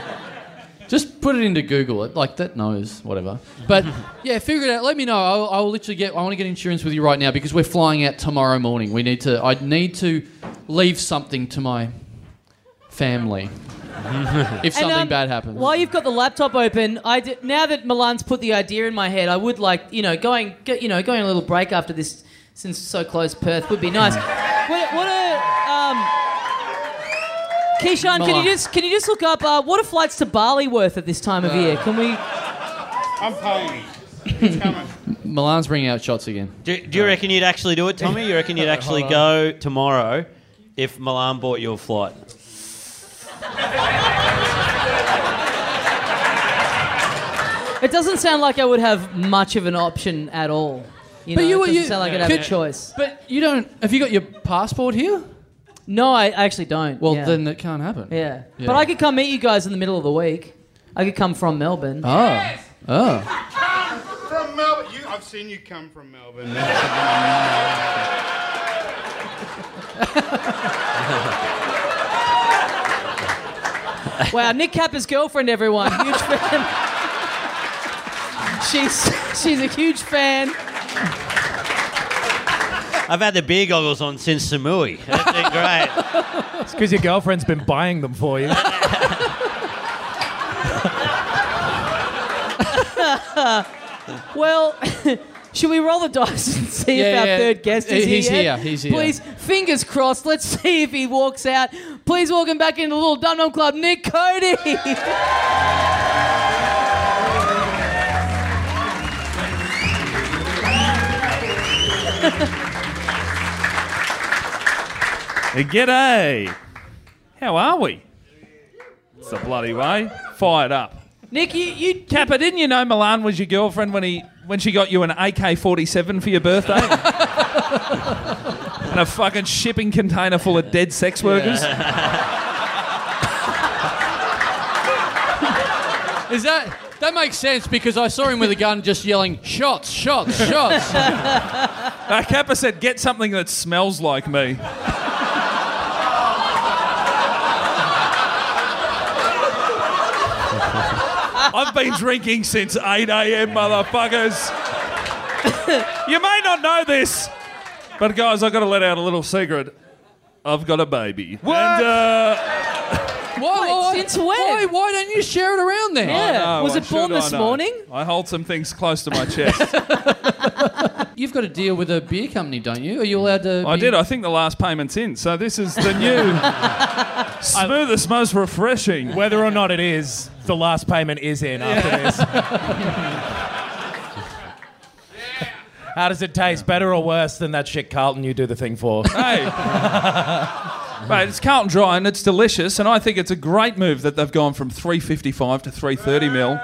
S1: [laughs]
S2: Just put it into Google. It like that knows whatever. But yeah, figure it out. Let me know. I'll, I'll literally get. I want to get insurance with you right now because we're flying out tomorrow morning. We need to. I need to leave something to my
S1: [laughs]
S2: family if something
S1: And, um,
S2: bad happens.
S1: While you've got the laptop open, I d- now that Milan's put the idea in my head, I would like you know going go, you know going a little break after this since it's so close Perth would be nice.
S2: Mm.
S1: what, what a um, Keyshawn, can
S2: Milan.
S1: you just can you just look up uh, what are flights to Bali worth at this time of
S2: Uh.
S1: year? Can we?
S5: I'm paying. It's coming.
S2: Milan's bringing out shots again.
S3: Do, do you reckon you'd actually do it, Tommy? You reckon you'd actually go tomorrow if Milan bought your flight?
S1: It doesn't sound like I would have much of an option at all. You
S2: But
S1: know,
S2: you-
S1: it doesn't
S2: you-
S1: sound like I'd have a
S2: could-
S1: choice.
S2: But you don't. Have you got your passport here?
S1: No, I actually don't.
S2: Well,
S1: yeah.
S2: then that can't happen.
S1: yeah.
S2: Yeah.
S1: But I could come meet you guys in the middle of the week. I could come from Melbourne.
S2: Oh. Oh.
S5: From Melbourne. You, I've seen you come from Melbourne.
S1: Wow, Nick Capper's girlfriend,
S2: [laughs]
S1: everyone. Huge fan. she's she's a huge fan.
S3: I've had the beer goggles on since Samui. That's been great.
S6: it's because your girlfriend's been buying them for you.
S1: Well, [laughs] should we roll the dice and see if
S2: Yeah,
S1: our
S2: yeah.
S1: third guest is
S2: He- he's
S1: here? yet?
S2: here, he's here.
S1: Please, fingers crossed. Let's see if he walks out. Please welcome back into the Little Dum Dum Club, Nick Cody. [laughs]
S4: G'day. How are we? It's a bloody way. Fired up.
S1: Nick, you, you
S4: Kappa, didn't you know Milan was your girlfriend when he when she got you an AK-47 for your birthday? [laughs] and a fucking shipping container full of dead sex workers?
S2: Is that that makes sense because I saw him with a gun just yelling shots, shots,
S1: [laughs]
S2: shots.
S4: Uh, Kappa said, get something that smells like me. I've been drinking since 8 a.m., motherfuckers. you may not know this, but guys, I've got to let out a little secret. I've got a baby. What? And, uh,
S2: why, why,
S1: since when?
S2: Why, why don't you share it around then?
S1: yeah.
S4: no,
S1: was
S4: I
S1: it born
S4: should, I
S1: this
S4: know.
S1: morning?
S4: I hold some things close to my chest.
S2: You've got to deal with a beer company, don't you? Are you allowed to?
S4: I
S2: be-
S4: did. I think the last payment's in. So this is the
S6: [laughs]
S4: new, smoothest, most refreshing.
S6: Whether or not it is, the last payment is in after
S4: [laughs]
S6: this.
S4: [laughs]
S6: How does it taste? Better or worse than that shit Carlton you do the thing for?
S4: Hey, Mate, it's Carlton Dry and it's delicious, and I think it's a great move that they've gone from 355 to 330 mil.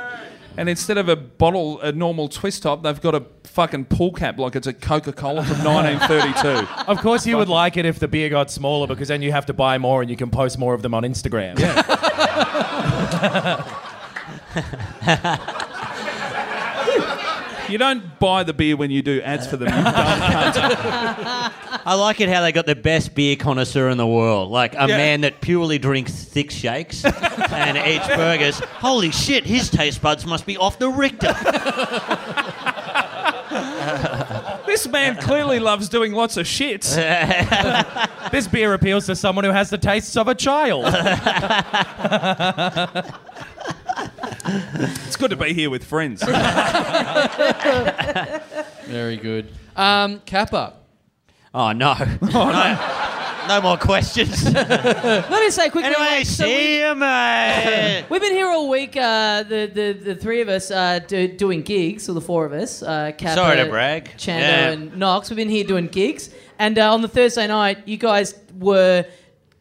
S4: And instead of a bottle, a normal twist top, they've got a fucking pull cap like it's a Coca Cola
S6: [laughs]
S4: from 1932.
S6: Of course, you would like it if the beer got smaller because then you have to buy more and you can post more of them on Instagram. Yeah.
S4: you don't buy the beer when you do ads for them.
S6: [laughs]
S4: You don't.
S3: I like it how they got the best beer connoisseur in the world, like a
S4: Yeah.
S3: man that purely drinks thick shakes and eats burgers. Holy shit, his taste buds must be off the Richter.
S4: [laughs] This man clearly loves doing lots of shits.
S6: this beer appeals to someone who has the tastes of
S4: [laughs]
S6: a child.
S4: It's good to be here with friends.
S2: Very good. Um, Kappa.
S3: Oh no. no. No more questions.
S1: Let us say quickly.
S3: anyway,
S1: like, so we-
S3: see you, mate.
S1: We've been here all week, uh, the, the the three of us uh, do, doing gigs, or the four of us. Uh, Kappa,
S3: Sorry to brag.
S1: Chando
S3: Yeah.
S1: and Knox. We've been here doing gigs, and uh, on the Thursday night, you guys were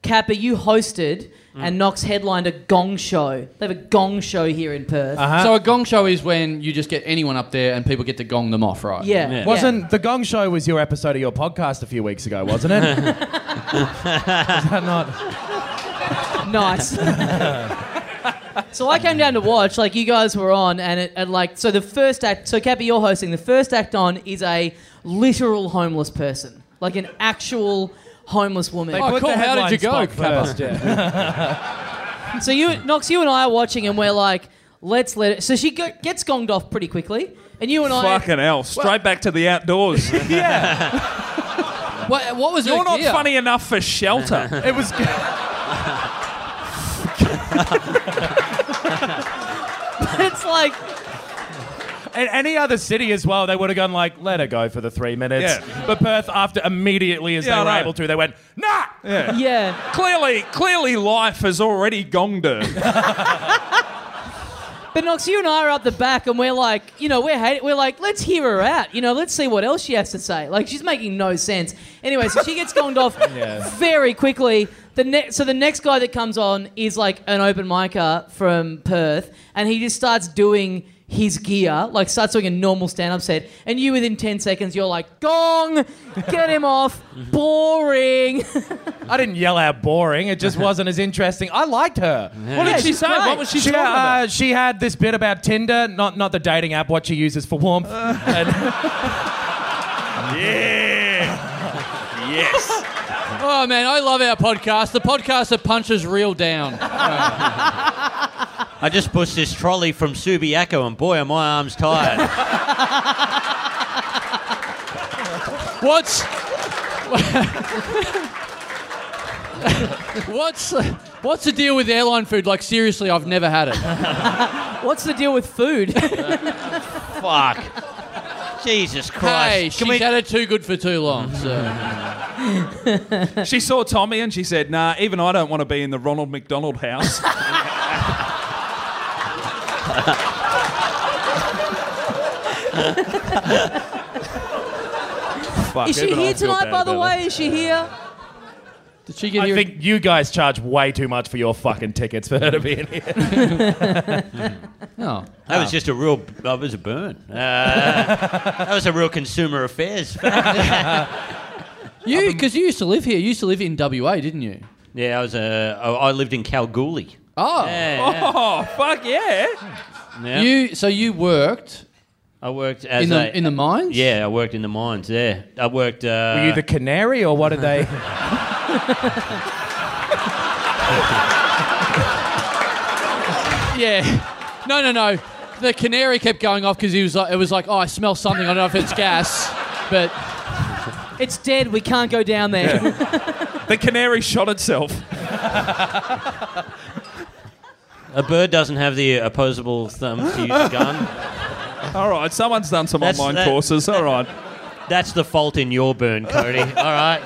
S1: Kappa. You hosted,
S3: Mm.
S1: and Knox headlined a gong show. They have a gong show here in Perth.
S4: Uh-huh.
S2: So a gong show is when you just get anyone up there and people get to gong them off, right?
S1: Yeah, yeah.
S6: Wasn't the Gong Show was your episode of your podcast a few weeks ago, wasn't
S4: [laughs]
S6: it? Is that not?
S1: Nice. [laughs] so I came down to watch, like you guys were on, and it and like so the first act. So Cappy, you're hosting. The first act on is a literal homeless person, like an actual homeless woman.
S2: Oh, cool. How did you go, Kappa?
S1: So you, Knox, you and I are watching, and we're like, let's let it. So she go, gets gonged off pretty quickly, and you and I.
S4: Fucking hell. Straight back to the [laughs] outdoors. yeah.
S2: What, what was
S4: You're
S2: her
S4: not
S2: gear?
S4: funny enough for [laughs] shelter.
S6: It was.
S1: [laughs] It's like
S6: In [laughs] any other city as well, they would have gone like, let her go for the three minutes.
S4: Yeah.
S6: But Perth, after immediately as
S4: Yeah, I
S6: they were
S4: know.
S6: able to, they went, nah!
S4: Yeah.
S1: yeah,
S4: Clearly, clearly, life has already gonged her. [laughs]
S1: but Knox, you and I are up the back, and we're like, you know, we're hate, we're like, let's hear her out, you know, let's see what else she has to say. Like she's making no sense. Anyway, so she gets gonged
S4: [laughs]
S1: off very quickly. The ne- so the next guy that comes on is like an open micer from Perth, and he just starts doing his gear, like starts doing a normal stand-up set, and you within ten seconds you're like, gong, get him
S4: [laughs]
S1: off, boring. [laughs]
S6: I didn't yell out boring. It just wasn't as interesting. I liked her.
S4: What did she
S1: she's
S4: say?
S1: great.
S4: What was she,
S6: She,
S4: talking about?
S6: uh, she had this bit about Tinder, not not the dating app, what she uses for warmth. And-
S2: Oh man, I love our podcast. The podcast that punches real down.
S3: I just pushed this trolley from Subiaco, and boy, are my arms
S2: [laughs]
S3: tired.
S2: What's What's what's the deal with airline food? Like seriously, I've never had it.
S1: What's the deal with food?
S3: Fuck. Jesus Christ.
S2: Hey, she's had it too good for too long. So.
S4: She saw Tommy and she said, "Nah, even I don't want to be in the Ronald McDonald house." [laughs] Fuck,
S1: Is she
S4: even I
S1: here
S4: feel
S1: tonight,
S4: bad
S1: by the
S4: about
S1: way? Is she here?
S2: Did she get
S6: I
S2: here?
S6: think you guys charge way too much for your fucking tickets for her to be in here.
S2: oh.
S3: That was just a real. That was a burn. Uh, that was a real
S2: [laughs]
S3: consumer affairs.
S2: You because you used to live here. You used to live in WA, didn't you?
S3: yeah, I was a. I I lived in Kalgoorlie.
S2: Oh,
S3: Yeah,
S4: it. Oh fuck yeah!
S3: yeah.
S2: you so you worked
S3: I worked as
S2: in the
S3: a,
S2: in the mines.
S3: Yeah, I worked in the mines. There, I worked. Uh,
S6: Were you the canary or what did they?
S2: yeah. [laughs] No, no, no. The canary kept going off because he was like, it was like, oh, I smell something. I don't know if it's gas, [laughs] but
S1: It's dead. We can't go down
S4: [laughs]
S1: there.
S4: The canary shot itself.
S3: a bird doesn't have the opposable thumb to use a
S2: [laughs]
S3: gun.
S4: All right, someone's done some
S3: That's-
S4: online
S3: that-
S4: courses. All [laughs] right,
S3: That's the fault in your burn,
S2: [laughs]
S3: Cody. All right.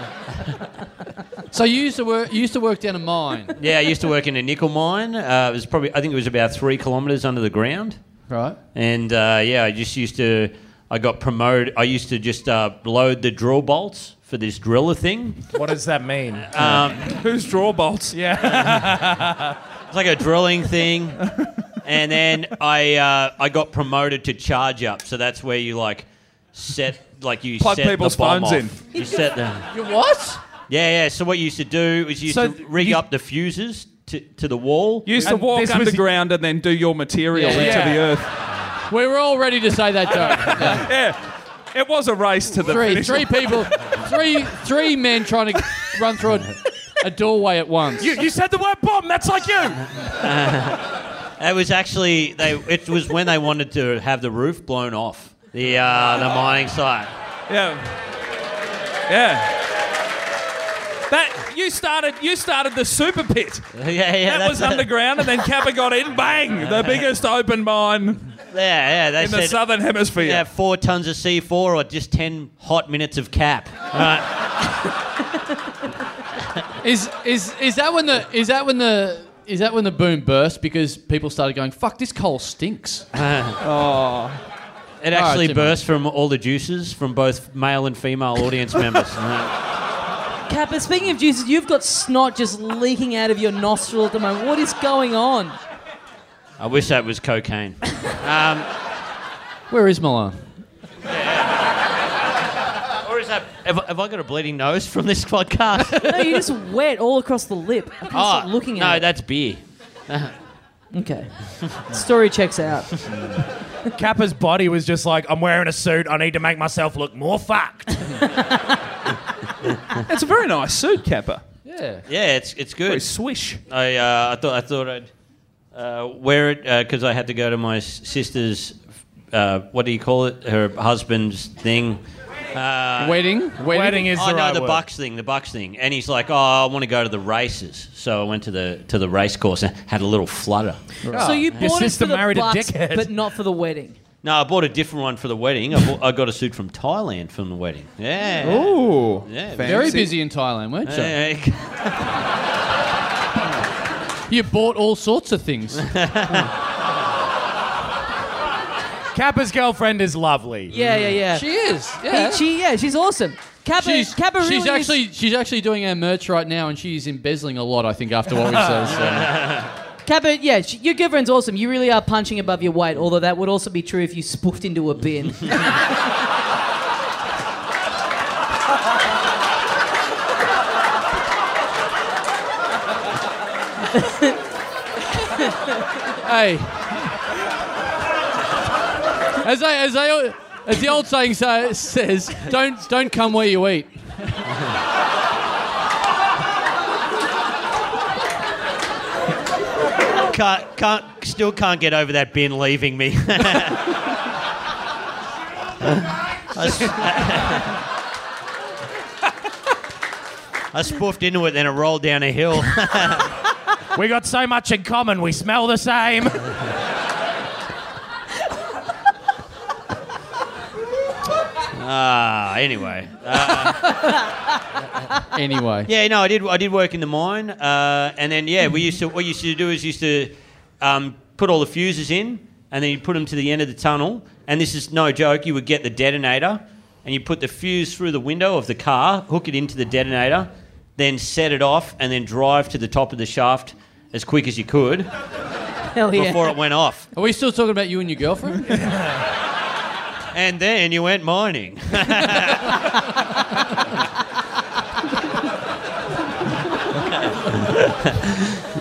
S2: So you used to work. You used to work down a mine,
S3: Yeah, I used to work in a nickel mine. Uh, it was probably. I think it was about three kilometers under the ground.
S2: right?
S3: And uh, yeah, I just used to. I got promoted. I used to just uh, load the drill bolts for this driller thing.
S6: What does that mean?
S4: Who's draw bolts? Yeah.
S3: It's like a drilling
S4: [laughs]
S3: thing. And then I uh, I got promoted to charge up, so that's where you like set like you
S4: Plug
S3: set the
S4: people's
S3: bomb
S4: phones
S3: off.
S4: in.
S3: You set them.
S2: You what?
S3: Yeah, yeah. So what you used to do is you used
S6: So
S3: to rig
S6: you-
S3: up the fuses to, to the wall.
S4: You used to
S6: And
S4: walk
S6: this was-
S4: underground and then do your material
S2: Yeah.
S4: into
S6: Yeah.
S4: the earth.
S2: We were all ready to say that joke.
S4: It was a race to the
S2: three,
S4: finish.
S2: three people, three, three men trying to run through a, a doorway at once.
S6: You, you said the word bomb. That's like you.
S3: It was actually they. It was when they wanted to have the roof blown off the uh, the mining site. [laughs]
S4: Yeah. Yeah. That you started you started the super pit.
S3: Yeah, yeah.
S4: that was
S3: that's it.
S4: underground and then Kappa got
S3: [laughs]
S4: in, bang! The biggest open mine
S3: Yeah, yeah. They
S4: in
S3: said
S4: the southern hemisphere.
S3: "You have four tons of C four or just ten hot minutes of cap.
S2: Is is is that when the is that when the is that when the boom burst because people started going fuck this coal stinks?
S3: It actually
S2: Jimmy.
S3: burst from all the juices from both male and female audience members.
S1: Kappa, speaking of juices, you've got snot just leaking out of your nostril at the moment. What is going on?
S3: I wish that was cocaine.
S2: Where is Milan?
S3: Or is that? Have, I- have I got a bleeding nose from this [laughs] podcast?
S1: No, you're just wet all across the lip. I can't stop looking
S3: Oh, Ah, no,
S1: at
S3: that's beer.
S1: it. Okay. Story checks out.
S6: Kappa's body was just like, I'm wearing a suit. I need to make myself look more fucked.
S4: It's a very nice suit, Kappa.
S2: Yeah.
S3: Yeah, it's it's good.
S4: Very swish.
S3: I, uh, I thought I thought I'd uh, wear it because I had to go to my s- sister's. Uh, what do you call it? Her husband's thing.
S2: Uh, wedding, wedding.
S6: Wedding is
S3: oh
S6: the
S3: no,
S6: right
S3: the
S6: word.
S3: Bucks thing, the Bucks thing. And he's like, "Oh, I want to go to the races." So I went to the to the race course and had a little flutter.
S1: So you
S6: Your
S1: bought it
S6: sister
S1: for the
S6: married a
S1: bucks,
S6: dickhead.
S1: but not for the wedding.
S3: No, I bought a different one for the wedding. I, bought, I got a suit from Thailand from the wedding. Yeah.
S4: Ooh.
S3: Yeah,
S2: Very busy in Thailand, weren't you?
S3: Yeah.
S2: You bought all sorts of things.
S6: Kappa's girlfriend is lovely.
S1: Yeah, yeah, yeah.
S2: she is.
S1: He-
S2: Yeah.
S1: she, yeah, she's awesome. Kappa,
S2: She's,
S1: Kappa really
S2: she's
S1: is-
S2: actually she's actually doing our merch right now, and she's embezzling a lot. I think after what we said, so.
S1: Kappa, yeah, she, your girlfriend's awesome. You really are punching above your weight, although that would also be true if you spoofed into a bin. [laughs]
S2: hey, as I as I as the old saying sa says, don't don't come where you eat.
S3: Can't, can't, still can't get over that bin leaving me. I, s- I spoofed into it, then it rolled down a hill.
S6: We got so much in common. We smell the same.
S3: Ah, anyway. Uh,
S2: Anyway,
S3: yeah, no, I did. I did work in the mine, uh, and then yeah, we used to. What you used to do is you used to um, put all the fuses in, and then you put them to the end of the tunnel. And this is no joke. You would get the detonator, and you put the fuse through the window of the car, hook it into the detonator, then set it off, and then drive to the top of the shaft as quick as you could
S1: Hell yeah.
S3: before it went off.
S2: are we still talking about you and your girlfriend?
S3: And then you went mining.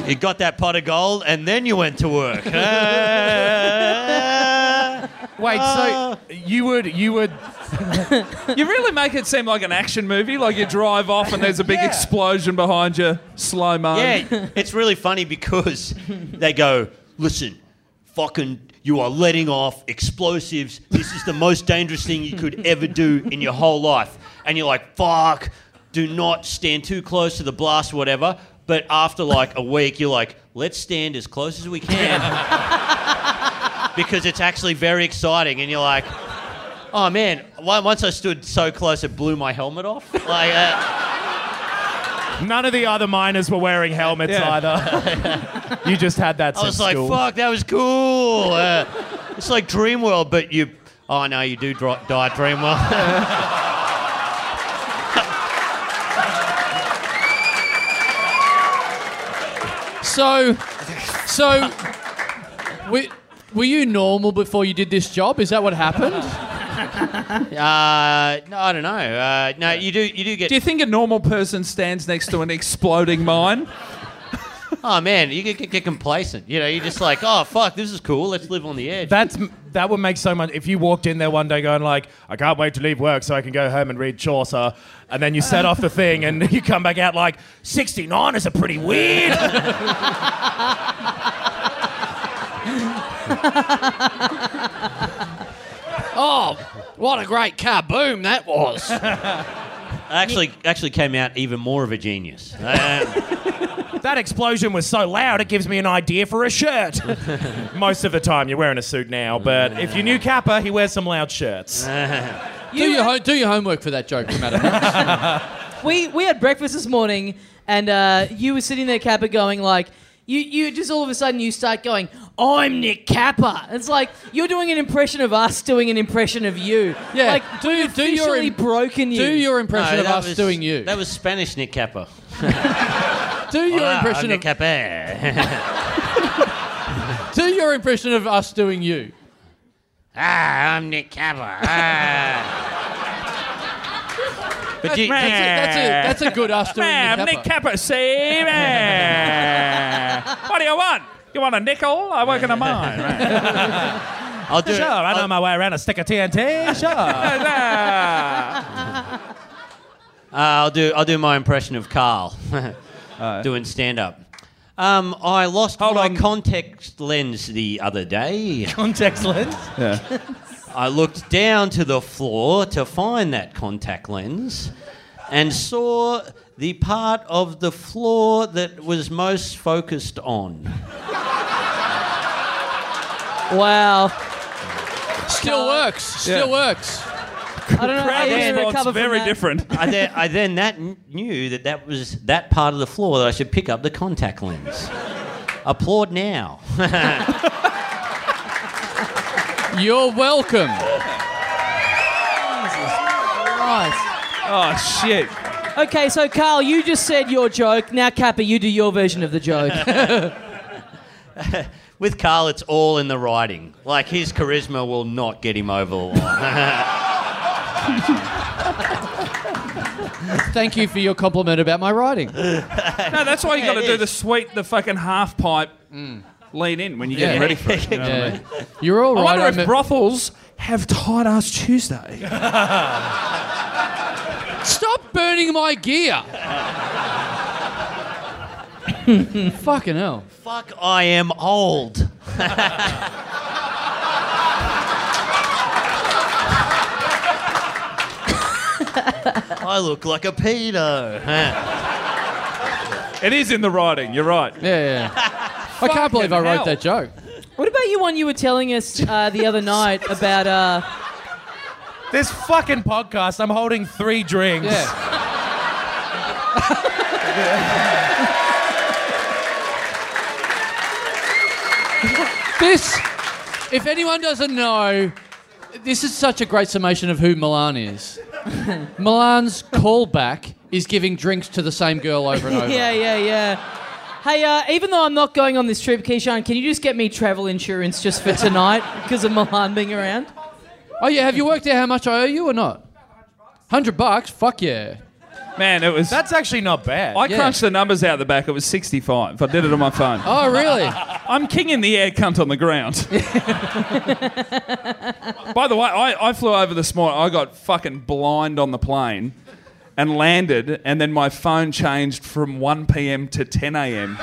S3: you got that pot of gold, and then you went to work. Ah.
S6: Wait,
S3: Uh,
S6: so you would you would
S4: You really make it seem like an action movie, like you drive off and there's a
S3: [laughs]
S4: big explosion behind you, slow mo.
S3: yeah, [laughs] it's really funny because they go, listen, fucking. You are letting off explosives. This is the most dangerous thing you could ever do in your whole life. And you're like, fuck, do not stand too close to the blast, or whatever. But after like a week, you're like, let's stand as close as we can [laughs] because it's actually very exciting. And you're like, oh man, on- once I stood so close, it blew my helmet off. Like, uh,
S6: none of the other miners were wearing helmets
S4: Yeah.
S6: either.
S4: [laughs]
S6: you just had that.
S3: I was like, fuck, that was cool. Uh, it's like Dreamworld, but you. Oh, no, you do dri die at Dreamworld.
S2: So, so, we, were you normal before you did this job? Is that what happened?
S3: [laughs] Uh, no, I don't know. Uh, no, you do. You do get.
S4: Do you think a normal person stands next to an exploding mine?
S3: oh man, you get, get, get complacent. You know, you're just like, oh fuck, this is cool. Let's live on the edge.
S6: That's that would make so much. If you walked in there one day going like, I can't wait to leave work so I can go home and read Chaucer, and then you set off the thing and [laughs] you come back out like, 69 is a pretty weird.
S4: [laughs]
S2: Oh, what a great kaboom that was!
S3: I actually, actually came out even more of a [laughs] genius. Uh,
S6: that explosion was so loud it gives me an idea for
S4: [laughs]
S6: a shirt. Most of the time you're wearing a suit now, but if you knew Kappa, he wears some loud shirts.
S2: do your ho- do your homework for that joke, no matter.
S1: we we had breakfast this morning, and uh, you were sitting there, Kappa, going like, you you just all of a sudden you start going, I'm Nick Kappa. It's like you're doing an impression of us doing an impression of you.
S2: Yeah,
S1: [laughs] like
S2: do-
S1: we've
S2: do your
S1: officially
S2: im-
S1: broken you.
S2: do your impression
S3: no,
S2: of
S3: that
S2: us
S3: was-
S2: doing you.
S3: That was Spanish Nick Kappa.
S2: do your
S3: Hola,
S2: impression
S3: I'm
S2: of
S3: Nick Kappa. [laughs]
S2: do your impression of us doing you.
S3: ah, I'm Nick Kappa. Ah. But you,
S2: That's a, that's a, that's a good us doing
S6: Ma'am,
S2: you.
S6: Nick
S2: Kappa.
S6: Kappa,
S4: [laughs]
S6: see ma'am. What do you want? You want a nickel? I work in
S4: [laughs]
S6: a mine.
S3: I'll do
S6: Sure,
S3: it.
S6: I
S4: Uh,
S6: know my way around a stick of TNT. Sure.
S3: Uh, I'll do. I'll do my impression of Carl [laughs] doing stand up. Um, I lost my
S4: on.
S3: contact lens the other day.
S6: Context lens.
S3: I looked down to the floor to find that contact lens, and saw the part of the floor that was most focused
S2: [laughs]
S3: on.
S1: wow.
S2: Still works. Still works.
S1: I don't know how
S4: Crowd
S1: you're gonna
S4: response
S1: recover from
S4: very
S1: that.
S4: different.
S3: I then, I then that kn- knew that that was that part of the floor that I should pick up the contact lens. Applaud now.
S2: You're welcome.
S1: Right.
S4: [laughs] Oh shit!
S1: Okay, so Carl, you just said your joke. Now Kappa, you do your version of the
S2: [laughs]
S1: joke.
S3: With Carl, it's all in the writing. Like his charisma will not get him over the line.
S2: Thank you for your compliment about my writing.
S4: No, that's why you got to
S3: it
S4: do
S3: is.
S4: the sweet, the fucking half pipe. Mm. Lean in when you get ready
S3: [laughs]
S4: for it. you know what I mean?
S2: Yeah. You're all
S4: I
S2: right.
S4: wonder
S2: I
S4: if
S2: me-
S4: brothels have tight ass Tuesday.
S2: Stop burning my
S4: [laughs]
S2: gear. Fucking hell.
S3: Fuck, I am old. [laughs] I look like a pedo.
S4: it is in the writing. You're right.
S2: Yeah, yeah. I can't believe I wrote that joke.
S1: what about you one you were telling us uh, the other night
S2: [laughs]
S1: about? Uh,
S6: This fucking podcast, I'm holding three drinks.
S2: Yeah. this, if anyone doesn't know, this is such a great summation of who Milan is. Milan's callback is giving drinks to the same girl over and over.
S1: [laughs] Yeah, yeah, yeah. Hey, uh, even though I'm not going on this trip, Keyshawn, can you just get me travel insurance just for
S2: [laughs]
S1: tonight because of Milan being around?
S2: Oh yeah, have you worked out how much I owe you or not? Hundred bucks? Fuck yeah.
S4: Man, it was.
S6: That's actually not bad.
S4: I
S2: yeah.
S4: crunched the numbers out the back. It was 65. I did it on my phone.
S2: Oh really?
S4: I'm king in the air, cunt on the ground. By the way, I, I flew over this morning. I got fucking blind on the plane and landed, and then my phone changed from 1 p.m. to 10 a.m.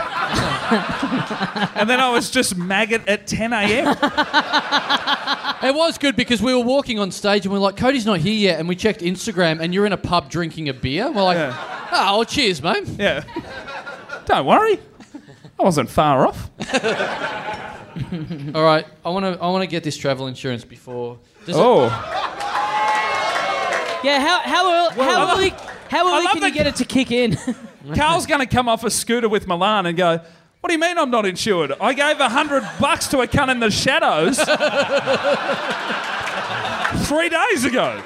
S4: and then I was just maggot at 10 a.m.
S2: It was good because we were walking on stage and we are like, Cody's not here yet. And we checked Instagram and you're in a pub drinking a beer. We're like, oh, well, cheers, mate.
S4: [laughs] Yeah. Don't worry. I wasn't far off.
S2: All right, I want to I wanna get this travel insurance before. Does it-
S4: Oh.
S1: Yeah, how how early,
S4: Well,
S1: how
S4: I
S1: early, how early
S4: love
S1: can you
S4: that-
S1: get it to kick
S2: [laughs]
S1: in? [laughs]
S4: Carl's going to come off a scooter with Milan and go, What do you mean I'm not insured? I gave a hundred bucks to a cunt in the shadows [laughs] three days ago.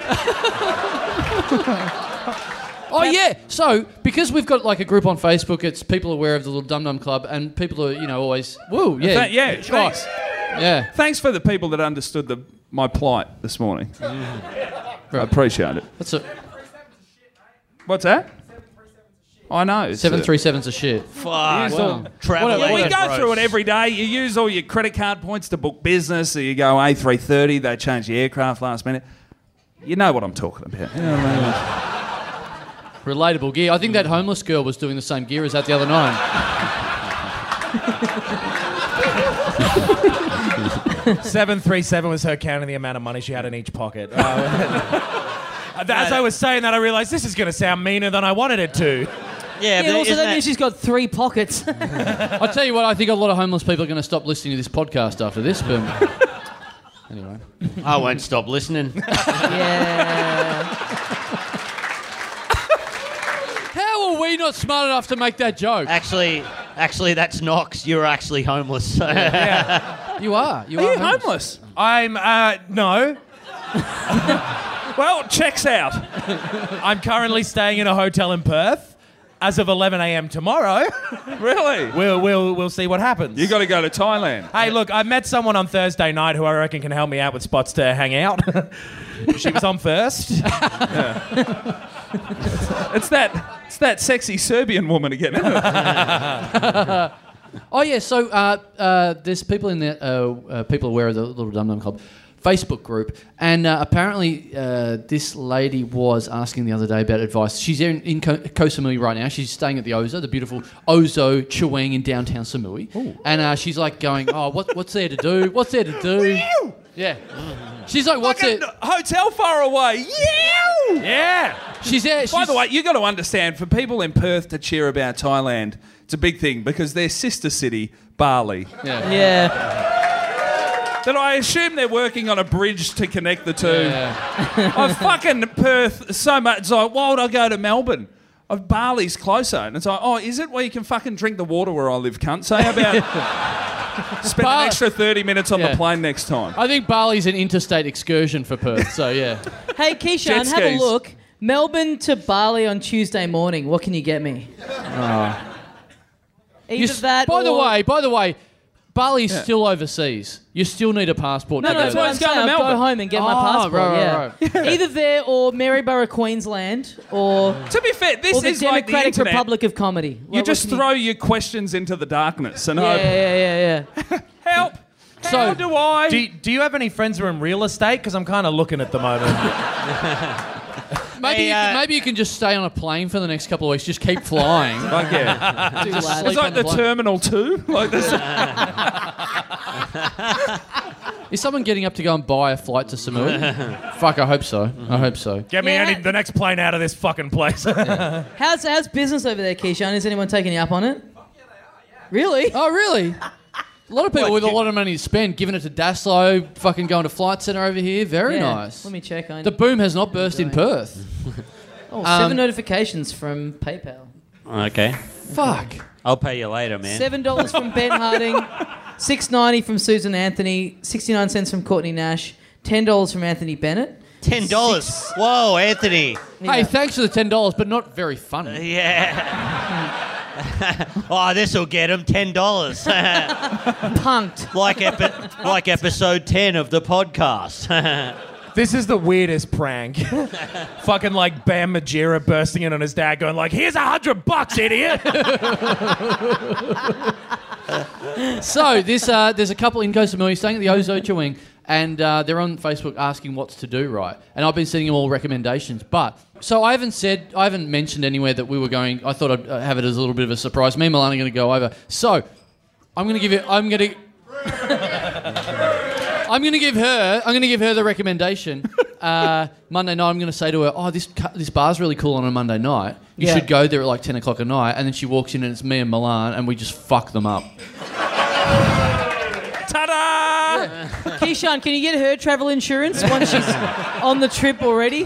S2: Oh yeah. So because we've got like a group on Facebook, it's people aware of the little Dum Dum Club, and people are you know always woo yeah
S4: Tha- yeah,
S2: Oh,
S4: thanks.
S2: yeah.
S4: Thanks for the people that understood the, my plight this
S2: [laughs]
S4: morning. I appreciate it.
S2: That's a
S4: What's that? I know. it's
S2: seven
S4: a-
S2: three sevens of shit.
S3: Fuck.
S2: Wow.
S3: Travel
S2: What a-
S4: Yeah, we
S3: agent
S4: go
S3: roast.
S4: through it every day. You use all your credit card points to book business. So you go A330. They change the aircraft last minute. You know what I'm talking about. You know what I mean?
S2: Relatable gear. I think that homeless girl was doing the same gear as that the other night.
S6: 737 was her counting the amount of money she had in each pocket. [laughs] Uh, [laughs] As I was saying that, I realized this is going to sound meaner than I wanted it to.
S1: Yeah,
S3: Yeah, but
S1: also
S3: isn't
S1: that
S3: that-
S1: means she's got three pockets.
S2: [laughs] I tell you what, I think a lot of homeless people are going to stop listening to this podcast after this. But anyway,
S3: I won't stop listening.
S1: yeah.
S2: how are we not smart enough to make that joke?
S3: actually, actually, that's Knox. You're actually homeless. [laughs] So.
S2: You are. You are,
S4: Are
S6: [laughs]
S4: you homeless?
S6: I'm, uh, no. [laughs]
S4: Well, checks out.
S6: I'm currently staying in a hotel in Perth. As of 11 a.m. tomorrow, [laughs]
S4: Really?
S6: we'll, we'll, we'll see what happens.
S4: You got to go to Thailand.
S6: Hey, look, I met someone on Thursday night who I reckon can help me out with spots to hang out. [laughs] she was
S4: [laughs]
S6: on first.
S4: It's that. It's that sexy Serbian woman again. Isn't it?
S2: Oh yeah, so uh, uh, there's people in the uh, uh, people aware of the Little Dum Dum Club Facebook group, and uh, apparently uh, this lady was asking the other day about advice. She's in, in Ko- Koh Samui right now. She's staying at the Ozo, the beautiful Ozo Chewang in downtown Samui, and uh, she's like going, "Oh, what, what's there to do? What's there to do?" yeah, she's like, "What's it?"
S4: Hotel far away. Yeah. Yeah.
S2: She's there.
S4: By
S2: she's-
S4: the way, you got to understand for people in Perth to cheer about Thailand, it's a big thing because their sister city, Bali.
S2: yeah.
S1: Yeah.
S4: Then I assume they're working on a bridge to connect the two.
S2: yeah.
S4: I fucking Perth so much. It's like, why would I go to Melbourne? Oh, Bali's closer, and it's like, oh, is it? Well, you can fucking drink the water where I live, cunt. Say about spend
S2: Bali-
S4: an extra thirty minutes on
S2: Yeah.
S4: the plane next time.
S2: I think Bali's an interstate excursion for Perth, so yeah.
S1: Hey, Keyshawn,
S4: Jet
S1: have a
S4: skis.
S1: look. Melbourne to Bali on Tuesday morning. What can you get me? Either
S2: Oh. You s-
S1: that.
S2: by the
S1: or-
S2: way, by the way, Bali's still overseas. You still need a passport.
S1: No,
S2: to
S1: no,
S2: go
S1: that's what
S2: there.
S1: I'm saying. I'll go
S4: Melbourne.
S1: home and get my
S2: Oh,
S1: passport.
S2: right, right,
S1: yeah. Either there or Maryborough, Queensland, or,
S4: To be fair, this
S1: or the
S4: is like the
S1: Democratic
S4: internet.
S1: Republic of Comedy.
S4: You just throw your questions into the darkness and
S1: Yeah,
S4: hope,
S1: yeah, yeah, yeah.
S4: help.
S2: So-
S4: How do I?
S6: Do, do you have any friends who are in real estate? Because I'm kind of looking at the moment.
S2: Maybe,
S3: Hey,
S2: you can,
S3: uh,
S2: maybe you can just stay on a plane for the next couple of weeks. Just keep
S1: [laughs]
S2: flying.
S4: Fuck yeah.
S1: Too
S2: Just
S1: loud.
S2: sleep
S4: [laughs] It's like
S2: on the
S4: the
S2: plane.
S4: terminal two. Like this.
S2: Is someone getting up to go and buy a flight to
S1: [laughs]
S2: Samui? Fuck, I hope so.
S1: Mm-hmm.
S2: I hope so.
S6: [laughs] Get me
S1: Yeah.
S6: any, the next plane out of this fucking place.
S1: How's, how's business over there, Keyshawn? Is anyone taking you up on it? Really?
S2: Oh, really? A lot of people with a lot of money to spend, giving it to Daslo, fucking going to Flight Centre over here. Very
S1: Yeah.
S2: nice.
S1: Let me check. I
S2: the boom has not burst in
S1: doing?
S2: Perth.
S1: oh,
S4: um,
S1: seven notifications from PayPal.
S3: okay,
S2: Fuck.
S3: I'll pay you later, man.
S1: Seven dollars from
S4: [laughs]
S1: Ben Harding, six ninety from Susan Anthony, sixty nine cents from Courtney Nash, ten dollars from Anthony Bennett.
S3: Ten dollars. Whoa, Anthony.
S2: Hey, thanks for the ten dollars, but not very funny.
S3: Yeah. [laughs] oh, this will get him ten dollars. [laughs]
S1: [laughs] Punked.
S3: like epi- like episode ten of the podcast.
S6: [laughs]
S3: [laughs]
S6: this is the weirdest prank. [laughs] fucking like Bam Majera bursting in on his dad, going like, "Here's a hundred bucks, idiot." [laughs]
S2: So this, uh, there's a couple in Koh Samui staying at the Ozocha Wing, and uh, they're on Facebook asking what's to do right. And I've been sending them all recommendations, but so I haven't said, I haven't mentioned anywhere that we were going. I thought I'd uh, have it as a little bit of a surprise. Me and Milan are going to go over. So I'm going to give you, I'm going to. I'm going to give her. I'm going to give her the recommendation. Uh, Monday night, I'm going to say to her, "Oh, this cu- this bar's really cool on a Monday night. You
S1: Yeah.
S2: should go there at like ten o'clock at night." And then she walks in, and it's me and Milan, and we just fuck them up.
S4: Ta-da!
S1: Keyshawn, can you get her travel insurance once
S4: [laughs]
S1: she's on the trip already?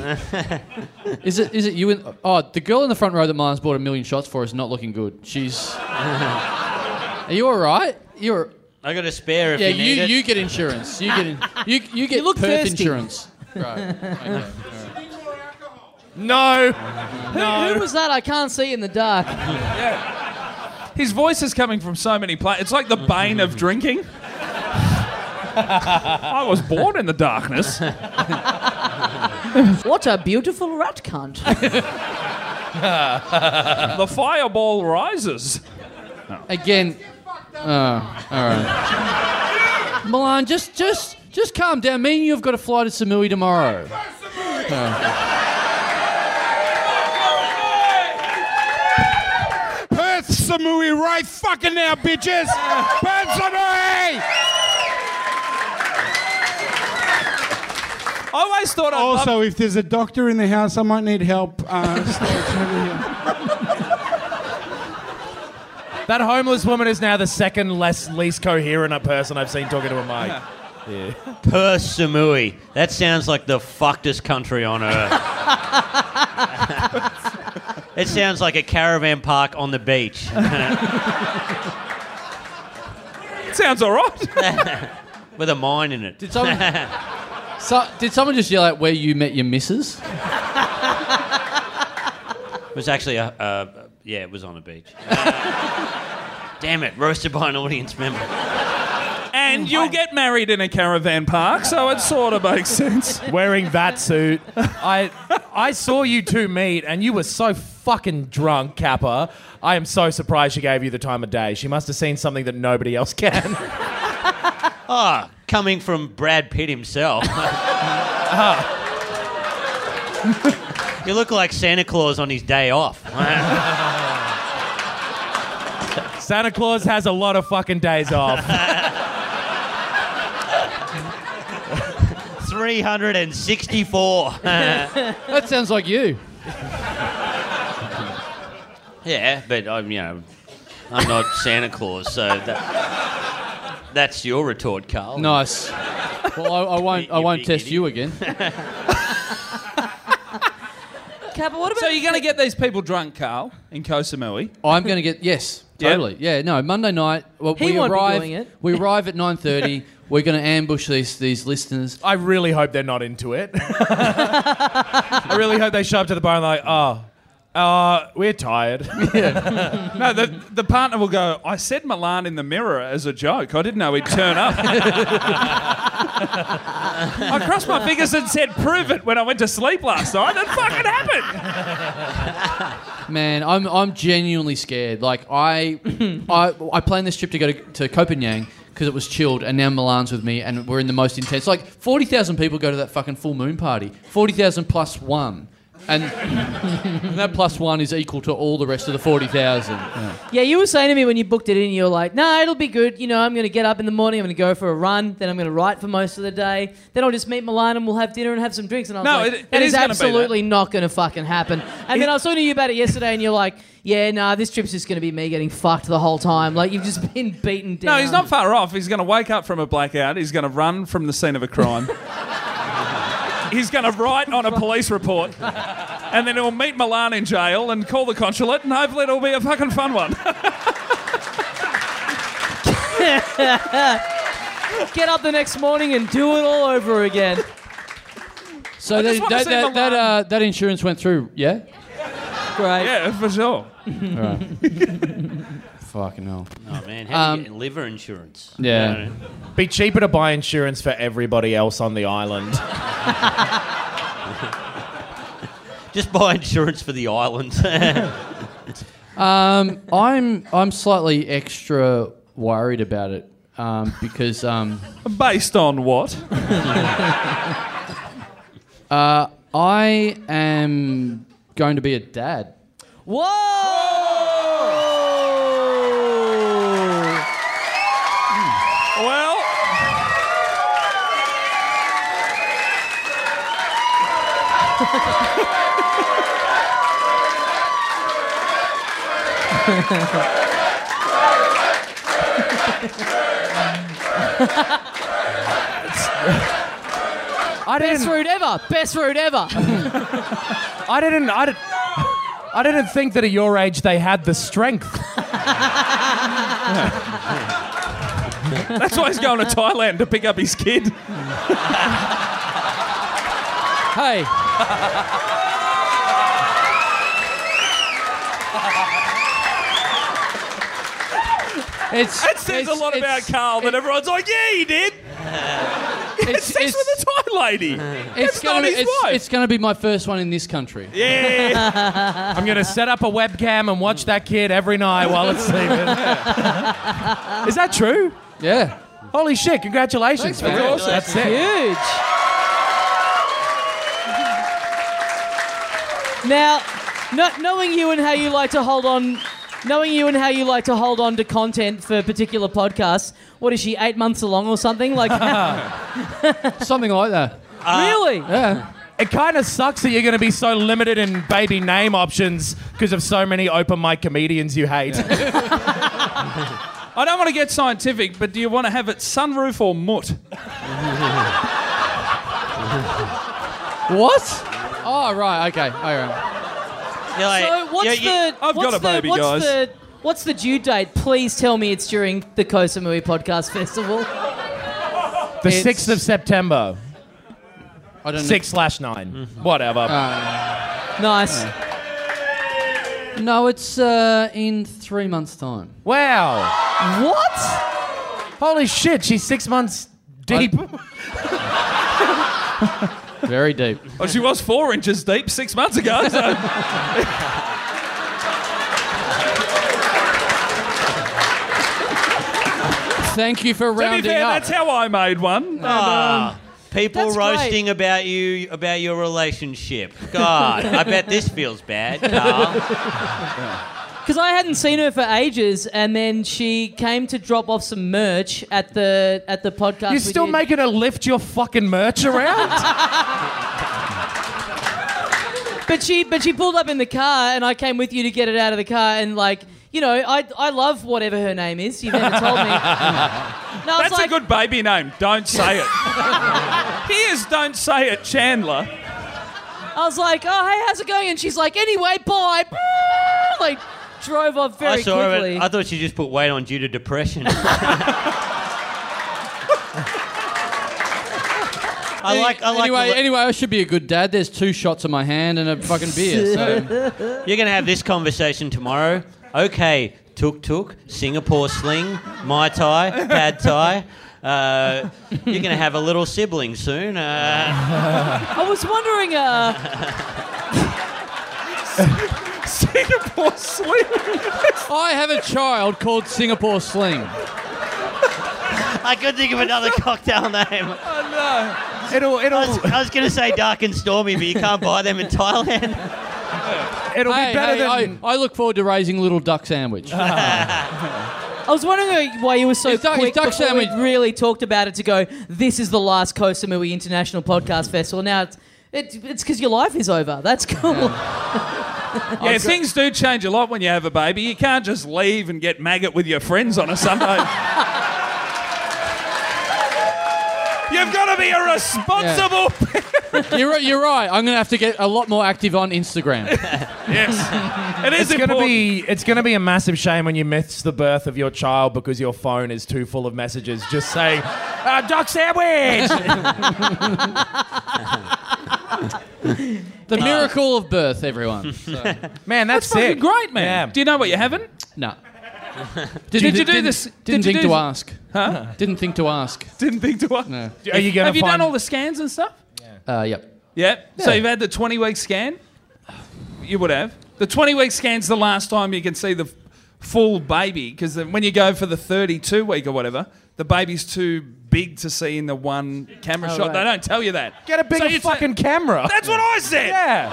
S2: Is it is it you in oh the girl in the front row that Milan's bought a million shots for is not looking good. She's [laughs] Are you alright? You're
S3: I got a spare if
S2: Yeah,
S3: you need
S2: you,
S3: it.
S2: you get insurance. You get in, you you get
S1: You look
S2: Perth
S1: thirsty.
S2: insurance. Right. Okay.
S5: More alcohol.
S6: No.
S1: Who, who was that? I can't see in the dark.
S4: His voice is coming from so many places. It's like the bane of drinking. I was born in the darkness.
S1: What a beautiful rat cunt.
S4: The fireball rises.
S2: Again. Oh, all right. Milan, just, just, just calm down. Me and you have got to fly to Samui tomorrow.
S5: Perth Samui right fucking now, bitches! Perth Samui!
S4: I always thought I loved
S5: Also, if there's a doctor in the house, I might need help. Uh, [laughs] storage over here.
S6: That homeless woman is now the second less least coherent a person I've seen talking to a mic.
S3: Per Samui. That sounds like the fuckedest country
S2: [laughs]
S3: on earth. it sounds like a caravan park on the beach.
S4: sounds all right.
S3: with a mine in [laughs] it.
S2: Did someone, so, did someone just yell out where you met your missus?
S3: It was actually a, uh, yeah, it was on a beach. [laughs] Damn it, roasted by an audience member.
S4: And you'll get married in a caravan park, so it sort of makes sense.
S6: [laughs] Wearing that suit. I I saw you two meet and you were so fucking drunk, Kappa. I am so surprised she gave you the time of day. She must have seen something that nobody else can. [laughs]
S3: Ah, coming from Brad Pitt [laughs] himself. you look like Santa Claus on his day [laughs] off.
S6: Santa Claus has a lot of fucking days off.
S3: 364.
S2: That sounds like you.
S3: yeah, but I'm, you know, I'm not Santa Claus, so that, that's your retort, Carl.
S2: Nice. Well, I, I won't. I
S3: You
S2: won't
S3: big
S2: test
S3: idiot.
S2: you again.
S1: [laughs] Kappa, what about
S4: So you're going to get these people drunk, Carl, in Koh Samui.
S2: I'm going to
S1: [laughs]
S2: get yes,
S4: Yeah.
S2: totally. Yeah, no, Monday night. Well,
S1: He
S2: we
S1: won't be
S2: arrive.
S1: doing it.
S2: We arrive at
S1: [laughs]
S2: nine thirty. We're going to ambush these these listeners.
S6: I really hope they're not into it. I really hope they show up to the bar and like, oh, uh, we're tired.
S4: No, the, the partner will go, I said Milan in the mirror as a joke. I didn't know he'd turn up. I crossed my fingers and said, prove it when I went to sleep last night. That fucking happened.
S2: Man, I'm I'm genuinely scared. Like
S1: [laughs]
S2: I I I planned this trip to go to, to Copenhagen because it was chilled, and now Milan's with me, and we're in the most intense. Like forty thousand people go to that fucking full moon party. Forty thousand plus one. And, [laughs] and that plus one is equal to all the rest of the 40,000.
S1: Yeah, you were saying to me when you booked it in, you were like, "No, it'll be good. You know, I'm going to get up in the morning. I'm going to go for a run. Then I'm going to write for most of the day. Then I'll just meet Milan and we'll have dinner and have some drinks." And I was
S4: No,
S1: like,
S4: it- it
S1: "That
S4: is
S1: is
S4: gonna be
S1: absolutely not going to fucking happen." And then I was talking to you about it yesterday, and you're like, "Yeah, nah, this trip's just going to be me getting fucked the whole time. Like you've just been beaten down."
S4: No, he's not far off. He's going to wake up from a blackout. He's going to run from the scene of a crime. He's going to write on a police report. And then he'll meet Milan in jail and call the consulate, and hopefully it'll be a fucking fun one. [laughs]
S1: Get up the next morning and do it all over
S4: [laughs]
S1: again.
S2: So
S4: just
S2: that,
S4: wanna
S2: that,
S4: see
S2: that, that,
S4: Milan.
S2: uh, that insurance went through, yeah?
S1: Great.
S4: yeah, for sure.
S2: Fucking hell.
S3: Oh, man, how do you
S2: Um,
S3: get liver insurance?
S2: Yeah.
S3: You know?
S6: Be cheaper to buy insurance for everybody else on the island.
S3: Just buy insurance for the island. [laughs]
S2: Um, I'm I'm slightly extra worried about it um, because um,
S4: Based on what?
S2: I am going to be a dad.
S1: Whoa!
S4: Well,
S6: I
S1: Best
S6: didn't.
S1: route ever. Best route ever.
S6: I didn't. I didn't. I didn't think that at your age they had the strength.
S4: that's why he's going to Thailand to pick up his kid.
S2: Hey, It's,
S4: That says a
S2: it's-
S4: lot about
S2: it's-
S4: Carl that everyone's like, yeah, he
S6: [laughs]
S4: did. It's
S2: It's,
S4: sex with a Thai lady. That's
S2: gonna,
S4: not his
S2: it's,
S4: wife.
S2: it's gonna be my first one in this country.
S4: yeah.
S6: I'm going to set up a webcam and [laughs] watch that kid every night while [laughs] it's sleeping. Is that true?
S2: Yeah.
S6: Holy shit, congratulations.
S2: Thanks, man.
S6: That's awesome. That's it.
S1: Huge. now, no, knowing you and how you like to hold on, knowing you and how you like to hold on to content for particular podcasts. What is she eight months along or something?
S4: [laughs]
S1: Like, [laughs]
S2: Something like that.
S1: really?
S4: Uh,
S2: Yeah.
S6: It kind of sucks that you're going to be so limited in baby name options because of so many open mic comedians you hate.
S4: I don't want to get scientific, but do you want to have it sunroof or mutt?
S2: What? Oh right. Okay. um, All right.
S3: You're like-
S1: So
S3: yeah,
S1: what's
S3: you-
S1: the?
S4: I've got
S1: what's
S4: a baby,
S1: the, what's
S4: guys.
S1: The, what's the due date? Please tell me it's during the Kosamui Podcast
S4: [laughs]
S1: Festival.
S6: The
S2: It's-
S6: 6th of September,
S2: I don't
S6: 6 slash 9. Whatever.
S1: Nice.
S2: know. No, it's uh, in three months' time.
S6: wow.
S1: What?
S6: Holy shit, she's six months deep.
S2: Very deep.
S4: Oh, she was four inches deep six months ago.
S6: [laughs]
S4: So.
S2: Thank you for
S4: to be
S2: rounding
S4: fair,
S2: up.
S4: that's how I made one.
S6: Ah.
S3: ah, People
S1: um, That's great.
S3: roasting about you about your relationship. God, I bet this feels bad, Carl.
S1: Because I hadn't seen her for ages, and then she came to drop off some merch at the at the podcast.
S6: You're
S1: we
S6: still
S1: did.
S6: making her lift your fucking merch around?
S1: But she but she pulled up in the car, and I came with you to get it out of the car, and like. You know, I, I love whatever her name is. You've never
S4: [laughs]
S1: told me. No, I was
S4: That's
S1: like,
S4: a good baby name. Don't say it. Here's Don't Say It, Chandler. [laughs]
S1: I was like, oh hey, how's it going? And she's like, anyway, bye. [laughs] Like, drove off very
S3: I saw her.
S1: quickly.
S3: and I thought she just put weight on due to depression. I like. I like. the
S2: anyway,
S3: look-
S2: anyway, I should be a good dad. There's two shots of my hand and a fucking beer.
S4: [laughs]
S2: So
S3: You're going to have this conversation tomorrow. Okay, tuk tuk, Singapore sling, Mai Tai, Pad Thai. Uh, you're going to have a little sibling soon. Uh,
S1: I was wondering, uh,
S4: Singapore Slim.
S2: I have a child called Singapore Sling.
S3: I could think of another cocktail name.
S6: it'll
S3: I
S6: [laughs] it'll
S3: was, I was going to say dark and stormy, but you can't buy them in Thailand.
S6: it'll
S2: Hey,
S6: be better
S2: hey,
S6: than
S2: I, I look forward to raising little duck
S4: [laughs]
S2: sandwich.
S1: I was wondering why you were so
S2: His duck- his
S1: quick
S2: duck
S1: before we
S2: sandwich-
S1: really talked about it to go. This is the last Kosamui International Podcast Festival. Now it's it, it's because your life is over. That's cool.
S4: Yeah, things do change a lot when you have a baby. You can't just leave and get maggot with your friends on a Sunday. You've got to be a responsible.
S2: you're, right- you're right. I'm gonna have to get a lot more active on
S4: [laughs]
S2: Instagram.
S4: Yes, it is
S6: it's
S4: important.
S6: gonna be it's gonna be a massive shame when you miss the birth of your child because your phone is too full of messages just saying uh, duck sandwich.
S2: The miracle of birth,
S4: [laughs]
S2: everyone.
S6: [laughs] Man, that's,
S4: fucking
S6: sick.
S4: great, man.
S6: Yeah.
S4: Do you know what you haven't?
S2: No.
S4: Did you do this-
S2: Didn't
S4: did you
S2: think
S4: do
S2: to
S4: this-
S2: ask. Huh? Didn't think to ask.
S4: Didn't think to ask.
S2: No.
S6: Are you gonna
S4: Have you
S6: find
S4: done all the scans and stuff?
S2: Uh, yep.
S4: Yeah. So you've had the 20 week scan? You would have. The 20 week scan's the last time you can see the f- full baby because when you go for the 32 week or whatever, the baby's too big to see in the one camera shot. They don't tell you that.
S6: Oh, get a
S4: So
S6: bigger
S4: you say-
S6: fucking camera?
S4: That's what I said.
S6: yeah.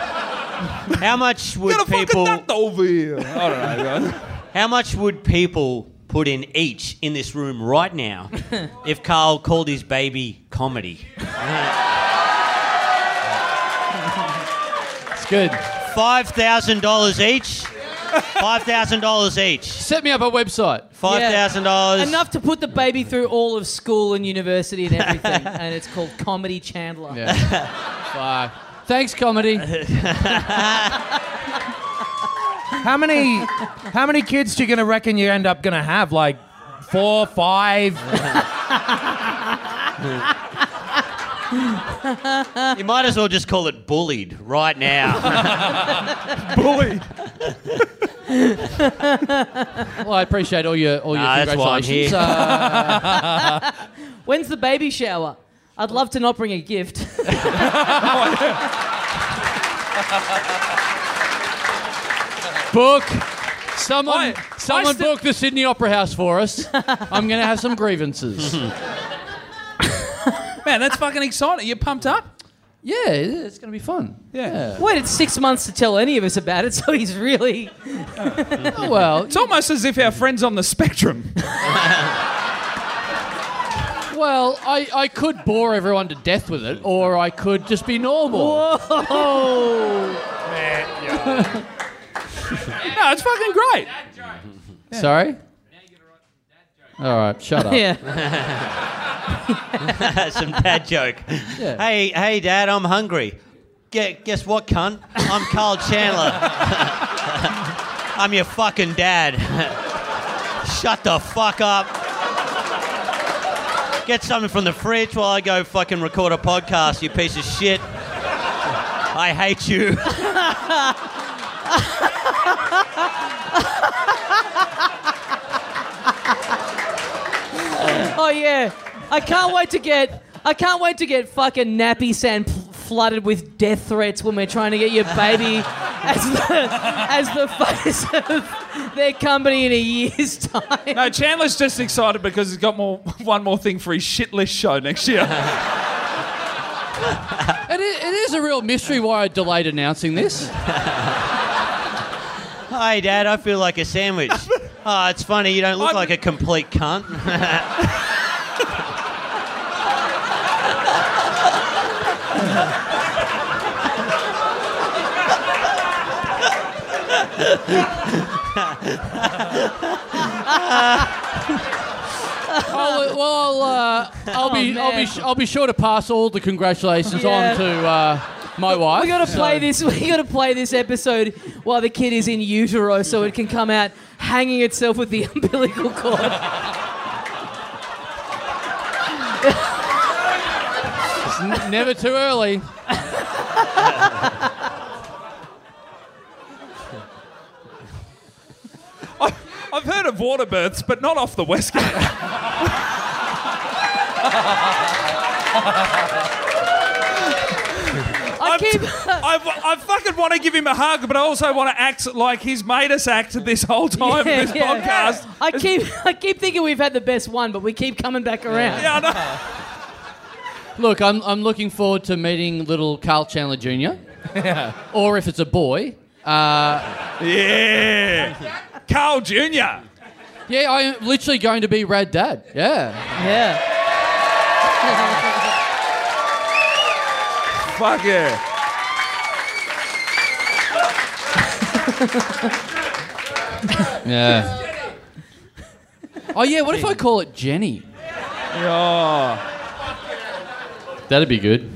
S3: How much would
S4: Got a fucking
S3: people?
S4: duck over here. I don't know, guys.
S3: How much would people put in each in this room right now if Carl called his baby comedy?
S2: It's good.
S3: Five thousand dollars each. Five thousand dollars each.
S2: Set me up a website.
S3: Five thousand dollars.
S1: Enough to put the baby through all of school and university and
S2: [laughs]
S1: everything, and it's called Comedy Chandler.
S2: Yeah. Fuck. Thanks, comedy.
S6: How many how many kids do you gonna reckon you end up gonna have? Like four, [laughs] five?
S3: You might as well just call it bullied right now.
S4: Bully.
S2: Well, I appreciate all your all your
S3: Nah, that's why I'm
S2: congratulations.
S3: here.
S2: Uh,
S1: When's the baby shower? I'd love to not bring a gift.
S2: book. Someone,
S4: I-
S2: someone
S4: I still-
S2: book the Sydney Opera House for us. I'm going to have some grievances.
S4: Man, that's fucking exciting. You're pumped up?
S2: yeah, it- it's going to be fun. Yeah.
S1: [laughs] Waited six months to tell any of us about it, so he's really.
S2: [laughs]
S1: [laughs]
S2: Oh, well,
S4: It's almost as if our friend's on the spectrum. [laughs]
S2: well, I, I could bore everyone to death with it, or I could just be normal.
S1: Oh!
S4: No, it's fucking great.
S2: [laughs] Sorry. All right, shut up.
S1: [laughs] Yeah.
S3: [laughs] Some dad joke. Hey, hey, Dad, I'm hungry. Gue- guess what, cunt? I'm Carl Chandler. [laughs] I'm your fucking dad. [laughs] Shut the fuck up. Get something from the fridge while I go fucking record a podcast, you piece of shit. I hate you. [laughs]
S1: Oh yeah. I can't wait to get. I can't wait to get fucking nappy sand pl- flooded with death threats when we're trying to get your
S2: [laughs]
S1: baby as the as the face of their company in a year's [laughs] time.
S4: No, Chandler's just excited because he's got more [laughs] one more thing for his shit list show next year. [laughs]
S2: It, is, it is a real mystery why I delayed announcing this.
S3: Hey, Dad, I feel like a sandwich. Oh, it's funny, you don't look
S4: I'm-
S3: like a complete cunt.
S2: I'll, Oh, well,
S1: [laughs]
S2: I'll, uh, I'll be, I'll be,
S1: Oh, man.
S2: sh- I'll be sure to pass all the congratulations
S1: Yeah.
S2: on to uh, my wife.
S1: We gotta
S2: so-
S1: play this. [laughs] We gotta play this episode while the kid is in utero, so it can come out hanging itself with the [laughs] umbilical cord.
S2: It's n- never too early.
S4: I've heard of water births, but not off the West Coast.
S1: I keep. [laughs]
S4: [laughs] I, w- I fucking want to give him a hug, but I also want to act like he's made us act this whole time in this podcast.
S1: I keep [laughs] I keep thinking we've had the best one, but we keep coming back around.
S4: Yeah, I know.
S2: Look, I'm, I'm looking forward to meeting little Carl Chandler Jr.
S1: [laughs]
S2: Or if it's a boy.
S4: Yeah. Carl Jr.
S2: Yeah, I am literally going to be Rad Dad. Yeah.
S1: Yeah.
S4: Fuck yeah.
S2: Yeah. oh, yeah, what if I call it Jenny?
S1: Oh.
S4: Yeah.
S2: That'd be good.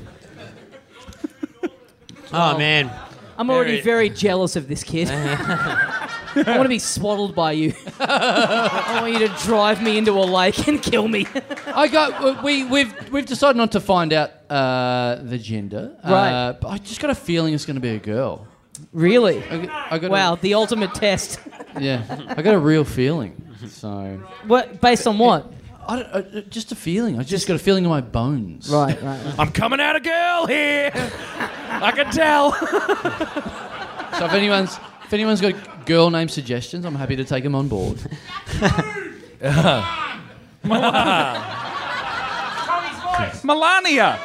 S3: Oh, man.
S1: I'm already very jealous of this
S4: [laughs]
S1: kid. I want to be swaddled by you. I want you to drive me into a lake and kill me. [laughs]
S2: I got we we've we've decided not to find out uh, the gender.
S1: Right.
S2: Uh, but I just got a feeling it's going to be a girl.
S4: [laughs]
S1: really?
S2: I got, I got
S1: Wow, the ultimate test.
S2: A, yeah. I got a real feeling. So
S1: What? Based on what?
S2: I don't, uh, just a feeling. I just got a feeling in my bones.
S1: Right, right.
S4: I'm coming out a girl here. I can tell. [laughs]
S2: So if anyone's if anyone's got girl name suggestions, I'm happy to take them on
S4: [laughs]
S2: board.
S4: Melania.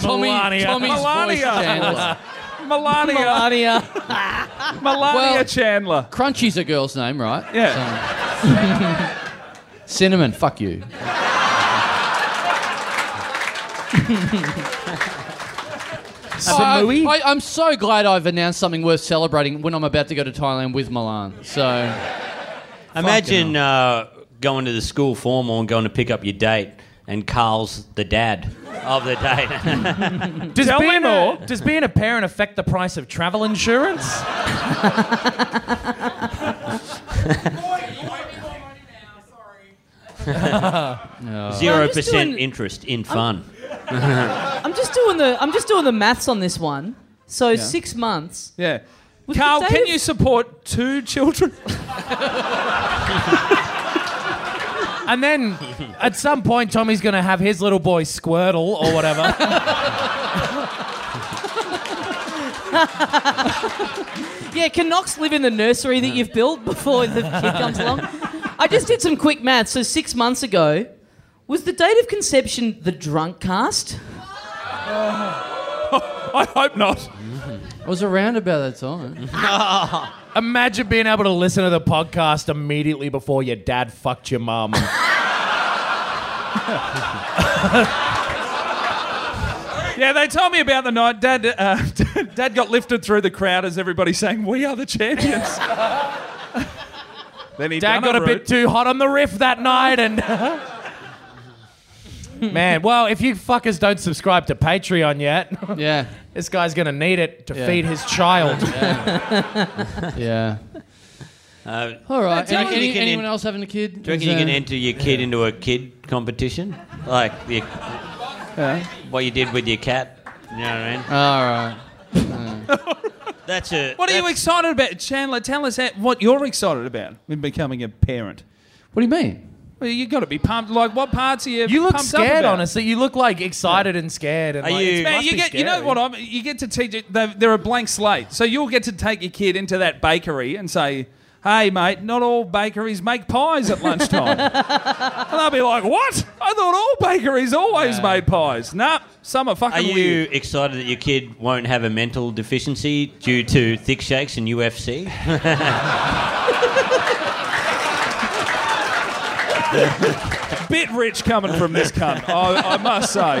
S2: Tommy,
S4: Melania.
S2: Tommy's voice
S4: Melania.
S2: Chandler.
S4: Melania.
S1: Melania.
S4: Melania
S2: Well-
S4: Chandler.
S2: Crunchy's a girl's name, right?
S4: Yeah.
S2: So- Cinnamon, fuck you. I,
S4: Samui?
S2: I, am so glad I've announced something worth celebrating when I'm about to go to Thailand with Milan. So
S3: Imagine uh, going to the school formal and going to pick up your date, and Carl's the dad of the date.
S6: Does
S4: Tell me
S6: being
S4: more.
S6: A, does being a parent affect the price of travel insurance?
S1: Well, I'm
S3: Zero
S1: just
S3: percent
S1: doing-
S3: interest in fun.
S1: I'm just doing the I'm just doing the maths on this one. So six months.
S4: Yeah. Carl,
S1: Dave-
S4: can you support two children?
S6: And then at some point, Tommy's going to have his little boy Squirtle or whatever.
S1: Yeah, can Knox live in the nursery that you've built before the kid comes along? I just did some quick math. So six months ago, was the date of conception the drunk cast?
S4: I hope not.
S2: I was around about that time.
S6: Imagine being able to listen to the podcast immediately before your dad fucked your mum.
S4: Yeah, they told me about the night. Dad, uh, [laughs] Dad got lifted through the crowd as everybody sang, "We are the champions." [laughs] then he
S6: Dad got a bit too hot on the riff that night, and [laughs] man, well, if you fuckers don't subscribe to Patreon yet, [laughs]
S2: Yeah,
S6: this guy's gonna need it to
S2: Yeah.
S6: feed his child.
S2: yeah.
S3: Uh, do
S2: All right.
S3: Do you
S2: Any,
S3: reckon you
S2: any-
S3: can
S2: anyone
S3: en-
S2: else having a kid?
S3: you reckon you can enter your kid into a kid competition? Like the, what you did with your cat? You know what I mean?
S2: All right.
S3: That's a.
S4: What are you
S3: that's-
S4: excited about, Chandler? Tell us that- what you're excited about in becoming a parent.
S2: What do you mean?
S4: Well, you got to be pumped. Like, what parts are you?
S6: You look
S4: pumped
S6: scared,
S4: up about?
S6: honestly. You look like excited and scared. And
S3: Are
S6: like,
S3: you-
S6: it
S4: Man,
S6: must
S4: you
S6: be
S4: get. You know
S6: scary.
S4: what? I'm, you get to teach. It, they're they're a blank slate, so you'll get to take your kid into that bakery and say. Hey mate, not all bakeries make pies at [laughs] lunchtime. and they'll be like, "What? I thought all bakeries always made pies." Nah, some are
S3: Are
S4: fucking
S3: you
S4: weird.
S3: excited that your kid won't have a mental deficiency due to thick shakes and UFC?
S4: bit rich coming from this cunt, I, I must say.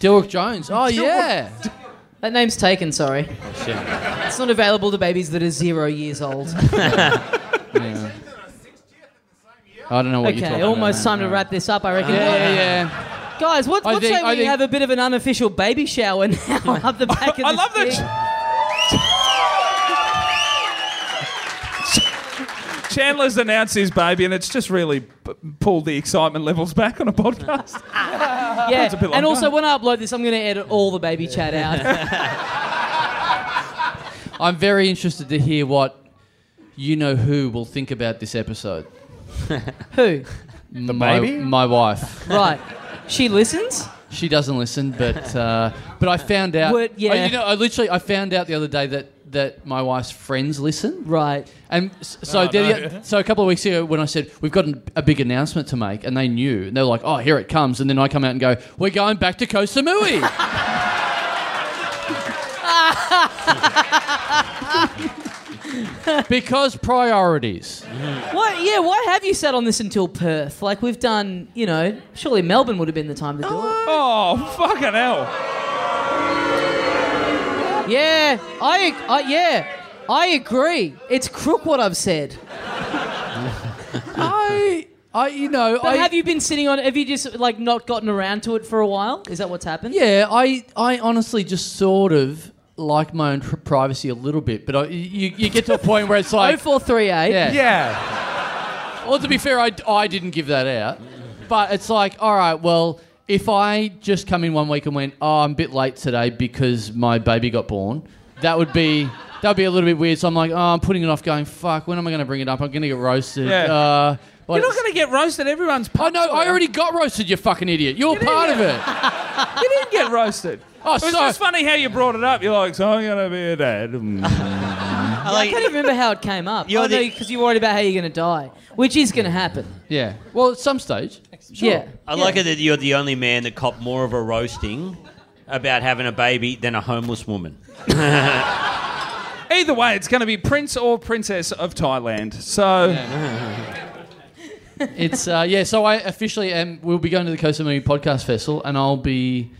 S2: Dilwork Jones. Oh yeah.
S1: That name's taken. Sorry, it's not available to babies that are zero years old. [laughs]
S2: Yeah. I don't know what you're
S1: Okay,
S2: talking
S1: almost
S2: about.
S1: time to wrap this up. I reckon.
S2: Yeah,
S1: What-
S2: yeah, yeah.
S1: Guys, what,
S2: I
S1: what
S2: think-
S1: say
S2: I
S1: we
S2: think-
S1: have a bit of an unofficial baby shower now [laughs] up the back of
S4: I
S1: this
S4: love that
S1: gig?
S4: Ch- Chandler's announced his baby, and it's just really p- pulled the excitement levels back on a podcast. [laughs]
S1: Yeah,
S4: bit
S1: and
S4: longer.
S1: also when I upload this, I'm going to edit all the baby chat out.
S2: I'm very interested to hear what you know who will think about this episode.
S1: Who?
S2: The
S6: baby?
S2: my wife.
S1: Right. She listens.
S2: She doesn't listen, but uh, but I found out.
S1: Would- yeah.
S2: I, you know, I literally I found out the other day that that my wife's friends listen.
S1: Right.
S2: And s- so, the- the- so a couple of weeks ago, when I said we've got an, a big announcement to make, and they knew, and they were like, "Oh, here it comes!" And then I come out and go, "We're going back to Koh
S1: [laughs]
S2: Samui." because priorities.
S1: Why? Yeah. Why have you sat on this until Perth? Like we've done. You know, surely Melbourne would have been the time to do it.
S4: Oh, fucking hell.
S1: Yeah. I. I yeah. I agree. It's crook what I've said.
S2: I, I, you know,
S1: But
S2: I
S1: have you been sitting on? Have you just like not gotten around to it for a while? Is that what's happened?
S2: Yeah, I, I honestly just sort of like my own tr- privacy a little bit, but I, you, you get to a point where it's
S1: [laughs] Oh
S2: like,
S1: four three eight.
S2: yeah.
S6: Yeah.
S2: Well, to be fair, I, I didn't give that out, but it's like, all right, well, if I just come in one week and went, oh, I'm a bit late today because my baby got born, that would be. That'd be a little bit weird. So I'm like, oh, I'm putting it off. Going, fuck. When am I going to bring it up? I'm going to get roasted.
S4: Yeah.
S2: Uh, but
S4: You're not going to get roasted. Everyone's
S2: I
S4: pumped.
S2: know. I
S4: for it.
S2: already got roasted. You fucking idiot. You're
S4: did,
S2: part of it.
S4: You didn't get [laughs] roasted.
S2: Oh,
S4: it was
S2: sorry.
S4: just funny how you brought it up. You're like, so I'm going to be a dad. Mm.
S3: I
S1: I can't
S3: like,
S1: even remember how it came up.
S3: You're
S1: oh,
S3: the-
S1: because you're worried about how you're going to die, which is going to happen.
S2: Yeah. Well, at some stage.
S1: Yeah.
S3: I like it that you're the only man that copped more of a roasting about having a baby than a homeless woman.
S4: [laughs] Either way, it's going to be prince or princess of Thailand. So,
S2: It's uh, yeah. So I officially am. We'll be going to the Koh Samui Podcast Festival, and I'll be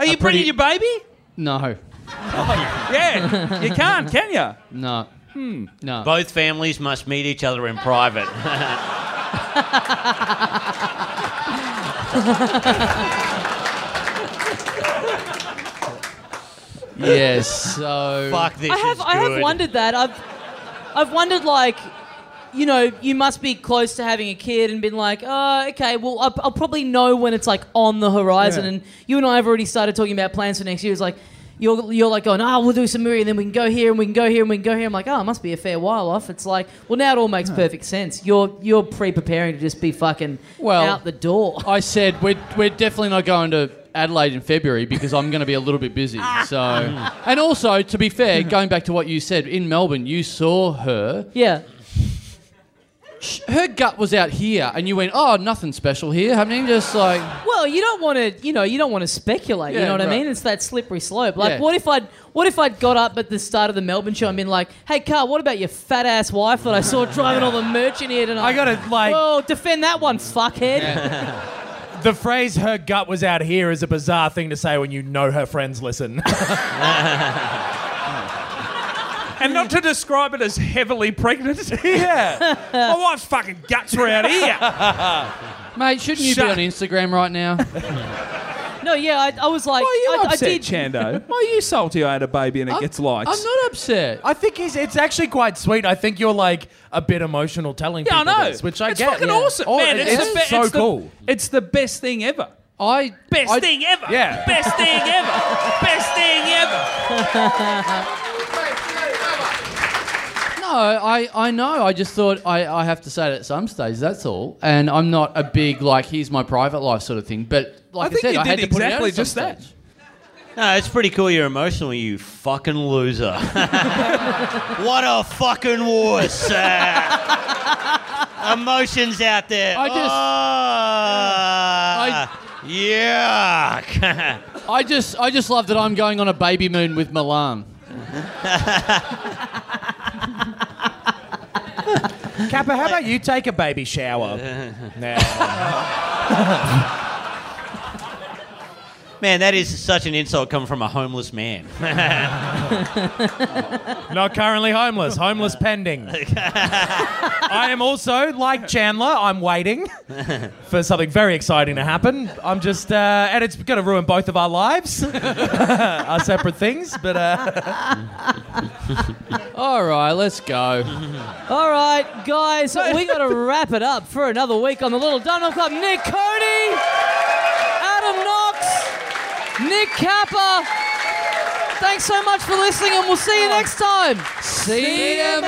S4: are you
S2: pretty-
S4: bringing your baby?
S2: no,
S4: [laughs] Yeah, you can't, can you?
S2: no, no.
S3: Both families must meet each other in private.
S2: yes. So
S3: Fuck this.
S1: I have
S3: is
S1: I have
S3: good.
S1: wondered that. I've I've wondered like you know, you must be close to having a kid and been like, oh, okay, well, I'll, I'll probably know when it's like on the horizon.
S6: Yeah.
S1: And you and I have already started talking about plans for next year. It's like, you're, you're like going, oh, we'll do some movie and then we can go here and we can go here and we can go here. I'm like, oh, it must be a fair while off. It's like, well, now it all makes perfect sense. You're you're pre preparing to just be fucking
S2: Well,
S1: out the door. [laughs]
S2: I said we're, we're definitely not going to Adelaide in February because I'm going to be a little bit
S4: [laughs]
S2: busy. So, and also to be fair, going back to what you said in Melbourne, you saw her.
S1: Yeah.
S2: Sh- Her gut was out here, and you went, "Oh, nothing special here happening." Just like
S1: Well, you don't want to, you know, you don't want to speculate. you
S2: Yeah,
S1: know what I
S2: right.
S1: mean? It's that slippery slope. Like,
S2: Yeah.
S1: what if I'd, what if I'd got up at the start of the Melbourne show and been like, "Hey, Carl, what about your fat ass wife that I saw driving all the merch in here tonight?"
S6: I gotta, like-
S1: well, defend that one, fuckhead.
S6: The phrase "her gut was out here" is a bizarre thing to say when you know her friends listen.
S4: And not to describe it as heavily pregnant. [laughs] yeah. My wife's fucking guts were out [laughs] here.
S2: Mate, shouldn't you
S4: Shut-
S2: be on Instagram right
S4: [laughs]
S2: now?
S1: No, yeah, I, I was like,
S4: Why are you
S1: I,
S4: upset,
S1: I did.
S4: Chando? Why are you salty I had a baby and it
S2: I'm-
S4: gets likes?
S2: I'm not upset.
S6: [laughs] I think he's, it's actually quite sweet. I think you're like a bit emotional telling
S4: yeah, I
S6: people
S4: know.
S6: this, which I
S4: it's
S6: get.
S4: fucking
S6: yeah.
S4: awesome,
S6: Oh,
S4: man.
S6: it-
S4: It's, the be-
S6: so
S4: it's the-
S6: cool.
S4: it's the best thing ever.
S2: I
S4: Best
S2: I-
S4: thing ever.
S6: Yeah.
S4: Best thing ever. Best thing ever.
S2: No, I, I know. I just thought I, I have to say it at some stage. That's all. And I'm not a big like here's my private life sort of thing. But like I,
S4: think
S2: said,
S4: you
S2: I had
S4: did
S2: to put it out
S4: exactly
S2: at some
S4: just that.
S2: stage.
S3: No, it's pretty cool you're emotional, you fucking loser. what a fucking wuss. Uh, emotions out there.
S2: I just-
S3: Ah, Yuck. [laughs]
S2: I just I just love that I'm going on a baby moon with Milan.
S6: Kappa, how about you take a baby shower? Nah.
S3: man, that is such an insult coming from a homeless man.
S6: Not currently homeless. Homeless pending. I am also like Chandler. I'm waiting for something very exciting to happen. I'm just, uh, and it's going to ruin both of our lives, [laughs] our separate things. But uh,
S2: All right, let's go.
S1: [laughs] All right,
S2: [laughs]
S1: guys, we got to wrap it up for another week on the Little Dunham Club. Nick Cody, Adam Knox, Nick Kappa. Thanks so much for listening, and we'll see you next time.
S2: See ya,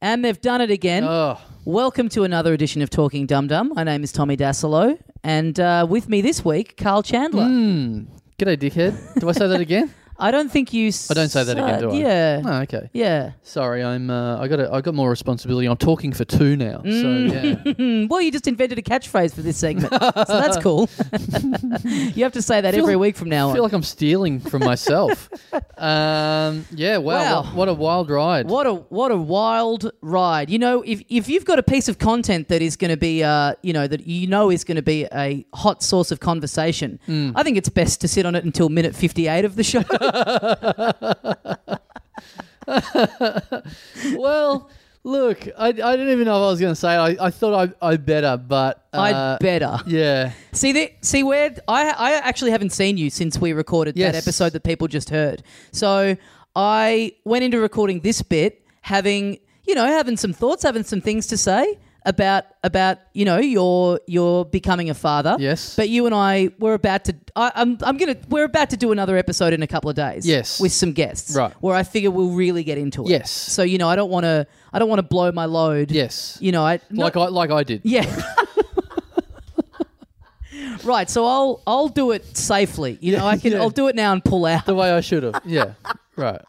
S1: And they've done it again.
S2: Oh,
S1: Welcome to another edition of Talking Dum Dum. My name is Tommy Dasilo, and uh, with me this week, Carl Chandler.
S2: Hmm. g'day, dickhead. Do I say
S1: [laughs]
S2: that again?
S1: I don't think you.
S2: I don't say that again, do I?
S1: Yeah.
S2: Oh, okay.
S1: Yeah.
S2: Sorry, I'm. Uh, I got. A, I got more responsibility. I'm talking for two now. So yeah.
S1: Mm, Well, you just invented a catchphrase for this segment, so that's cool. you have to say that
S2: Feel-
S1: every week from now
S2: I
S1: on.
S2: feel like I'm stealing
S1: [laughs]
S2: from myself. um, yeah.
S1: Wow.
S2: Wow. What, what a wild ride.
S1: What a what a wild ride! You know, if if you've got a piece of content that is going to be, uh, you know, that you know is going to be a hot source of conversation,
S2: Mm.
S1: I think it's best to sit on it until minute fifty-eight of the
S2: [laughs]
S1: show.
S2: well, look, I, I didn't even know if I was going to say it. I, I thought I, I better, but. Uh,
S1: I'd better
S2: Yeah.
S1: see the see where I I actually haven't seen you since we recorded
S2: Yes.
S1: that episode that people just heard. So I went into recording this bit having you know having some thoughts, having some things to say about about you know your your becoming a father.
S2: Yes.
S1: but you and I we're about to I, I'm I'm gonna we're about to do another episode in a couple of days.
S2: Yes.
S1: with some guests.
S2: Right.
S1: where I figure we'll really get into it.
S2: Yes.
S1: so you know I don't want to I don't want to blow my load.
S2: Yes.
S1: you know I
S2: like,
S1: not-
S2: I, like I did.
S1: yeah. right, so I'll I'll do it safely. You know, I can
S2: Yeah.
S1: I'll do it now and pull out.
S2: The way I should have. Yeah. right.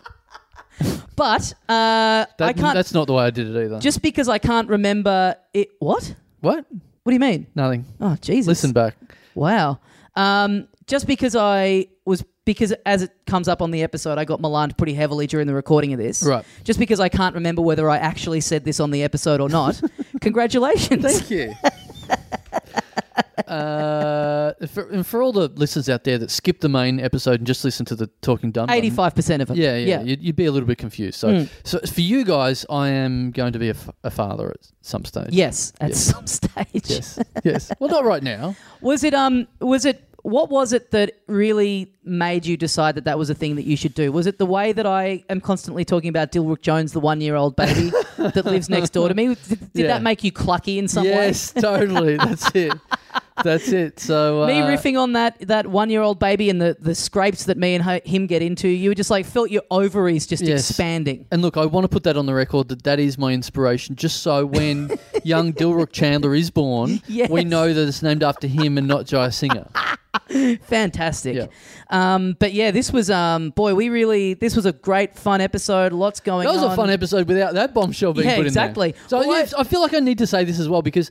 S1: But uh,
S2: That,
S1: I can't
S2: That's not the way I did it either.
S1: just because I can't remember it. What?
S2: What?
S1: What do you mean?
S2: Nothing.
S1: Oh Jesus!
S2: Listen back.
S1: Wow. Um, just because I was because as it comes up on the episode, I got malanded pretty heavily during the recording of this.
S2: Right.
S1: Just because I can't remember whether I actually said this on the episode or
S2: [laughs]
S1: not. congratulations.
S2: Thank you. uh, for, and for all the listeners out there that skip the main episode and just listen to the Talking Dumb Dumb,
S1: Eighty-five Hmm. percent of them.
S2: Yeah, yeah. You'd, you'd be a little bit confused. So, so for you guys, I am going to be a, f- a father at some stage.
S1: Yes, at
S2: Yes.
S1: some stage.
S2: Yes. yes. Well, not right now.
S1: Was it um was it What was it that really made you decide that that was a thing that you should do? Was it the way that I am constantly talking about Dilrook Jones, the one-year-old
S2: [laughs]
S1: baby that lives next door to me? Did, did
S2: Yeah.
S1: that make you clucky in some way?
S2: yes, totally. That's
S1: [laughs]
S2: it. That's it. So uh,
S1: me riffing on that that one year old baby and the, the scrapes that me and her, him get into, you were just like felt your ovaries just
S2: Yes.
S1: expanding.
S2: And look, I want to put that on the record that that is my inspiration, just so when
S1: [laughs]
S2: young Dilrook Chandler is born,
S1: Yes.
S2: we know that it's named after him and not
S1: [laughs]
S2: Jaya Singer.
S1: Fantastic.
S2: Yeah.
S1: Um, but yeah, this was um, boy, we really this was a great fun episode. Lots going.
S2: That was a
S1: on.
S2: fun episode without that bombshell being
S1: Yeah,
S2: put in
S1: exactly.
S2: there. So
S1: Well,
S2: yeah, I, feel like I need to say this as well because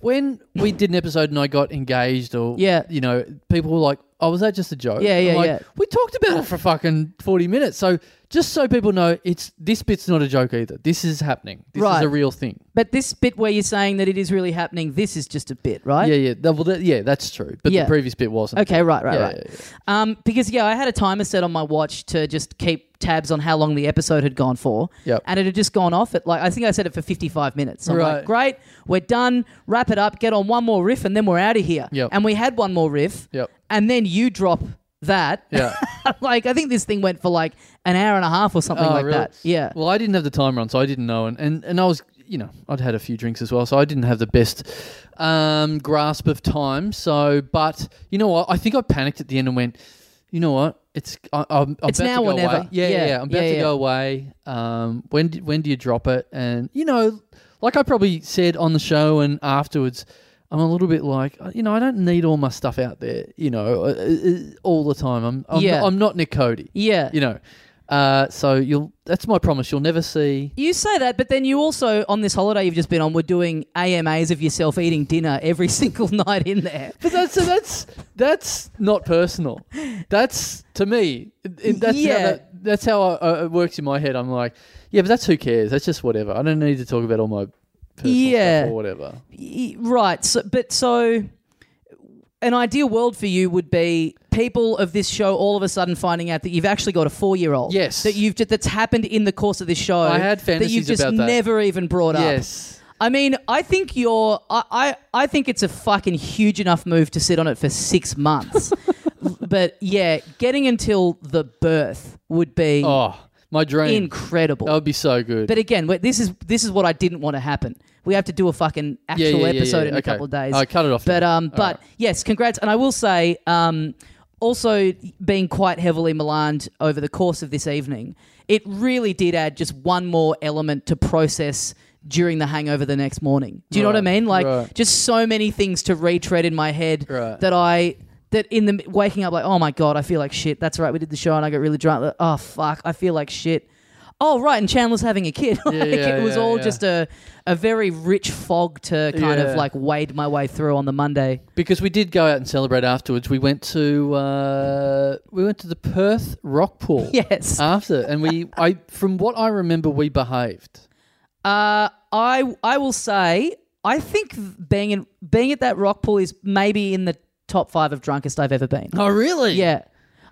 S2: when we did an episode and I got engaged or,
S1: Yeah.
S2: you know, people were like, oh, was that just a joke?
S1: Yeah,
S2: I'm
S1: yeah,
S2: like,
S1: yeah.
S2: We talked about it for fucking 40 minutes. So just so people know, it's this bit's not a joke either. This is happening. This is
S1: Right.
S2: a real thing.
S1: But this bit where you're saying that it is really happening, this is just a bit, right?
S2: yeah, yeah. That, well, that, yeah, that's true. But
S1: Yeah.
S2: the previous bit wasn't.
S1: Okay, right, right,
S2: Yeah,
S1: right.
S2: yeah, yeah.
S1: Um, because yeah, I had a timer set on my watch to just keep tabs on how long the episode had gone for.
S2: Yep.
S1: And it had just gone off at like I think I said it for fifty five minutes. So I'm
S2: Right.
S1: like, great, we're done, wrap it up, get on one more riff and then we're out of here.
S2: Yep.
S1: And we had one more riff.
S2: Yep.
S1: And then you drop that.
S2: Yeah.
S1: [laughs] like I think this thing went for like an hour and a half or something
S2: Oh,
S1: like
S2: really?
S1: that. Yeah.
S2: Well, I didn't have the timer on, so I didn't know, and and, and I was, you know, I'd had a few drinks as well, so I didn't have the best um, grasp of time. So, but you know what? I think I panicked at the end and went, you know what? It's I, I'm, I'm
S1: It's
S2: about
S1: now
S2: to go
S1: or never.
S2: away. Yeah, yeah,
S1: Yeah,
S2: yeah, I'm about
S1: yeah,
S2: to
S1: yeah.
S2: go away. Um, when do, when do you drop it? And you know, like I probably said on the show and afterwards. I'm a little bit like, uh, you know, I don't need all my stuff out there, you know, uh, uh, uh, all the time. I'm, I'm,
S1: Yeah.
S2: I'm not Nick Cody
S1: yeah.
S2: you know. Uh, so you'll that's my promise. You'll never see.
S1: You say that, but then you also on this holiday you've just been on, we're doing AMAs of yourself eating dinner every [laughs] single night in there.
S2: But that's so that's that's not personal. That's to me. it- it- that's
S1: Yeah.
S2: how that, that's how I, I, it works in my head. I'm like, yeah, but that's who cares. That's just whatever. I don't need to talk about all my personal
S1: Yeah.
S2: stuff or whatever.
S1: Y- right so but so an ideal world for you would be people of this show all of a sudden finding out that you've actually got a four-year-old
S2: Yes.
S1: that you've ju- that's happened in the course of this show
S2: I had
S1: that you've
S2: fantasies
S1: just
S2: about that.
S1: never even brought up
S2: Yes.
S1: i mean i think you're I, I i think it's a fucking huge enough move to sit on it for six
S2: [laughs]
S1: months but yeah getting until the birth would be
S2: Oh, my dream.
S1: incredible
S2: that would be so good.
S1: but again, wait, this is this is what I didn't want to happen. We have to do a fucking actual
S2: Yeah, yeah, yeah, yeah,
S1: episode
S2: yeah.
S1: in a
S2: Okay.
S1: couple of days.
S2: All right, cut it off
S1: But
S2: then.
S1: um,
S2: All
S1: but
S2: right.
S1: yes, congrats, and I will say um, also being quite heavily maligned over the course of this evening, it really did add just one more element to process during the hangover the next morning. Do you know what I
S2: Right,
S1: mean? Like
S2: right.
S1: just so many things to retread in my head
S2: Right.
S1: that I. That in the waking up, like, oh my god, I feel like shit. That's right, we did the show and I got really drunk. Like, oh fuck, I feel like shit oh right and chandler's having a kid [laughs] like,
S2: yeah,
S1: it was
S2: yeah,
S1: all
S2: yeah.
S1: just a, a very rich fog to kind
S2: Yeah.
S1: of like wade my way through on the monday
S2: because we did go out and celebrate afterwards. We went to uh, we went to the Perth Rock Pool.
S1: [laughs] yes uh,
S2: After and we, I from what I remember, we behaved.
S1: Uh, i i will say i think being in being at that rock pool is maybe in the top five of drunkest i've ever been
S2: Oh, really?
S1: yeah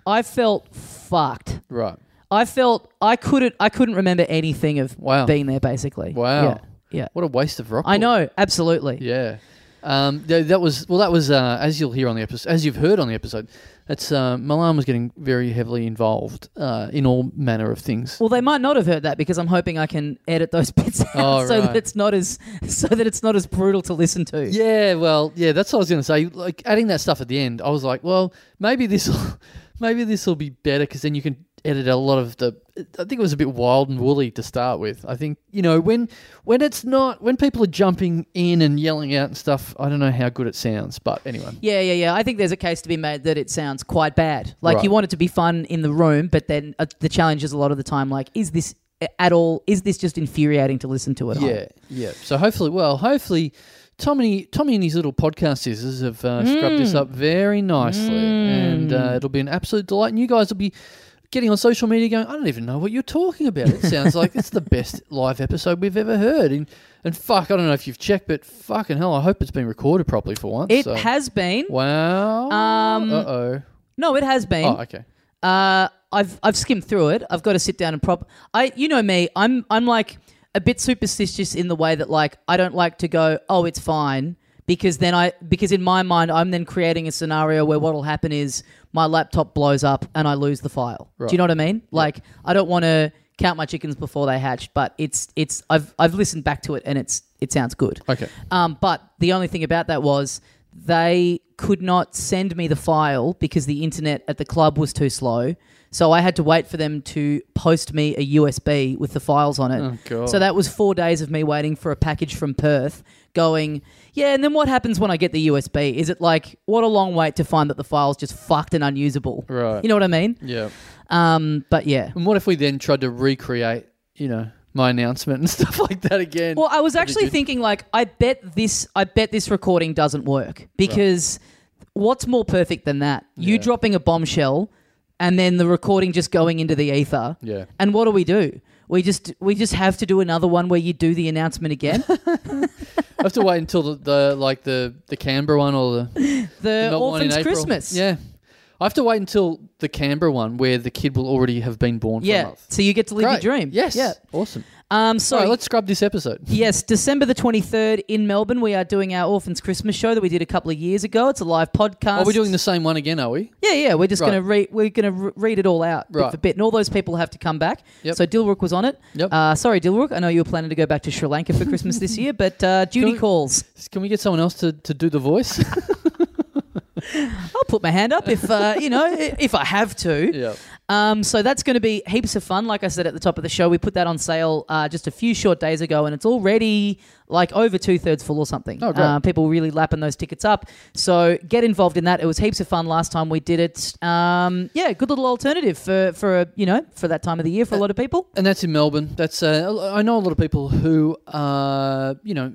S1: i felt fucked
S2: Right.
S1: i felt i couldn't i couldn't remember anything of
S2: Wow.
S1: being there basically
S2: Wow.
S1: yeah, yeah.
S2: What a waste of rock.
S1: i
S2: pool.
S1: know absolutely
S2: Yeah. Um, th- that was well. That was uh, as you'll hear on the episode, as you've heard on the episode. That's uh, Milan was getting very heavily involved uh, in all manner of things.
S1: Well, they might not have heard that because I'm hoping I can edit those [laughs] bits out
S2: Oh,
S1: so that
S2: right.
S1: it's not as so that it's not as brutal to listen to.
S2: Yeah, well, yeah, that's what I was going to say. Like adding that stuff at the end, I was like, well, maybe this, will [laughs] maybe this will be better because then you can edit a lot of the. I think it was a bit wild and woolly to start with. I think you know when when it's not when people are jumping in and yelling out and stuff. I don't know how good it sounds, but anyway.
S1: yeah, yeah, yeah. I think there's a case to be made that it sounds quite bad. Like
S2: Right.
S1: you want it to be fun in the room, but then uh, the challenge is a lot of the time like, is this uh, at all? Is this just infuriating to listen to at all?
S2: Yeah, yeah. So hopefully, well, hopefully, Tommy, Tommy and his little podcast scissors have uh, scrubbed
S1: Mm.
S2: this up very nicely, and uh, it'll be an absolute delight. And you guys will be getting on social media going, I don't even know what you're talking about. It sounds like it's the best live episode we've ever heard. And and fuck, I don't know if you've checked, but fucking hell, I hope it's been recorded properly for once.
S1: It
S2: so.
S1: has been.
S2: Wow.
S1: Um,
S2: Uh oh.
S1: No, it has been.
S2: Oh, okay.
S1: Uh, I've I've skimmed through it. I've got to sit down and prop. I you know me. I'm I'm like a bit superstitious in the way that like I don't like to go. Oh, it's fine because then I because in my mind I'm then creating a scenario where what'll happen is my laptop blows up and I lose the file. Do you know what I mean? Like I don't want to count my chickens before they hatch, but it's it's I've I've listened back to it and it's it sounds good.
S2: Okay.
S1: Um, but the only thing about that was they could not send me the file because the internet at the club was too slow. So I had to wait for them to post me a USB with the files on it.
S2: Oh, God.
S1: So that was four days of me waiting for a package from Perth going, yeah, and then what happens when I get the USB? Is it like, what a long wait to find that the file's just fucked and unusable?
S2: Right.
S1: You know what I mean?
S2: Yeah.
S1: Um, but yeah.
S2: And what if we then tried to recreate, you know, my announcement and [laughs] stuff like that again?
S1: Well, I was
S2: But it
S1: actually
S2: didn't.
S1: thinking like I bet this I bet this recording doesn't work because what's more perfect than that? You
S2: Yeah.
S1: dropping a bombshell and then the recording just going into the ether.
S2: Yeah.
S1: And what do we do? We just we just have to do another one where you do the announcement
S2: [laughs]
S1: again.
S2: I have to wait until the, the like the the Canberra one or the
S1: the
S2: not one in
S1: Orphan's
S2: April.
S1: Christmas.
S2: Yeah. I have to wait until the Canberra one where the kid will already have been born for a
S1: Yeah.
S2: month.
S1: So you get to live
S2: Great.
S1: your dream.
S2: Yes.
S1: Yeah.
S2: Awesome.
S1: Um so
S2: All right, let's scrub this episode.
S1: Yes, December the 23rd in Melbourne, we are doing our Orphans Christmas show that we did a couple of years ago. It's a live podcast.
S2: Are we doing the same one again, are we?
S1: Yeah, yeah. We're just
S2: Right.
S1: gonna read. We're gonna re- read it all out bit
S2: Right.
S1: for bit, and all those people have to come back.
S2: Yep.
S1: So Dilrook was on it.
S2: Yep.
S1: Uh, sorry, Dilrook. I know you were planning to go back to Sri Lanka for Christmas
S2: [laughs]
S1: this year, but uh, duty
S2: Don't-
S1: calls.
S2: Can we get someone else to, to do the voice?
S1: [laughs]
S2: [laughs]
S1: I'll put my hand up if uh, you know i- if I have to.
S2: yeah.
S1: Um, so that's going to be heaps of fun. Like I said at the top of the show, we put that on sale uh, just a few short days ago, and it's already like over two thirds full or something.
S2: Oh, great.
S1: Uh, people really lapping those tickets up. So get involved in that. It was heaps of fun last time we did it. Um, yeah, good little alternative for for a, you know for that time of the
S2: Uh,
S1: year for a lot of people.
S2: And that's in Melbourne. That's uh, I know a lot of people who uh, you know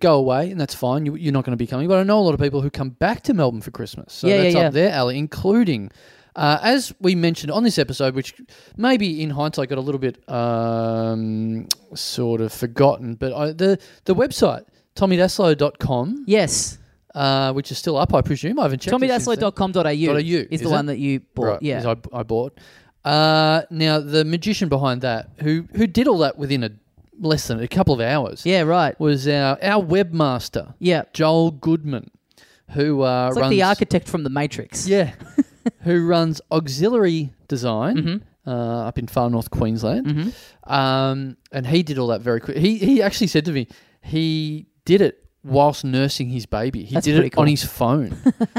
S2: go away, and that's fine. You, you're not going to be coming, but I know a lot of people who come back to Melbourne for Christmas. So
S1: Yeah, yeah,
S2: that's
S1: yeah.
S2: up there, Ali, including. Uh, as we mentioned on this episode, which maybe in hindsight got a little bit um, sort of forgotten, but I, the the website tommydaslow.com,
S1: Yes,
S2: uh, which is still up, I presume. I haven't checked. it since then.
S1: TommyDaslow.com.au
S2: .au,
S1: is,
S2: is
S1: the
S2: it?
S1: one that you bought.
S2: Right,
S1: yeah,
S2: is I, I bought. Uh, now the magician behind that, who who did all that within a less than a couple of hours,
S1: yeah, right.
S2: was our our webmaster,
S1: Yeah,
S2: Joel Goodman, who uh,
S1: it's like
S2: runs
S1: the architect from the Matrix.
S2: yeah,
S1: [laughs]
S2: who runs auxiliary design.
S1: Mm-hmm.
S2: Uh, up in far north Queensland, um, and he did all that very quick. He he actually said to me, he did it whilst nursing his baby. He
S1: That's
S2: did
S1: pretty
S2: it on
S1: cool. [laughs]
S2: his phone.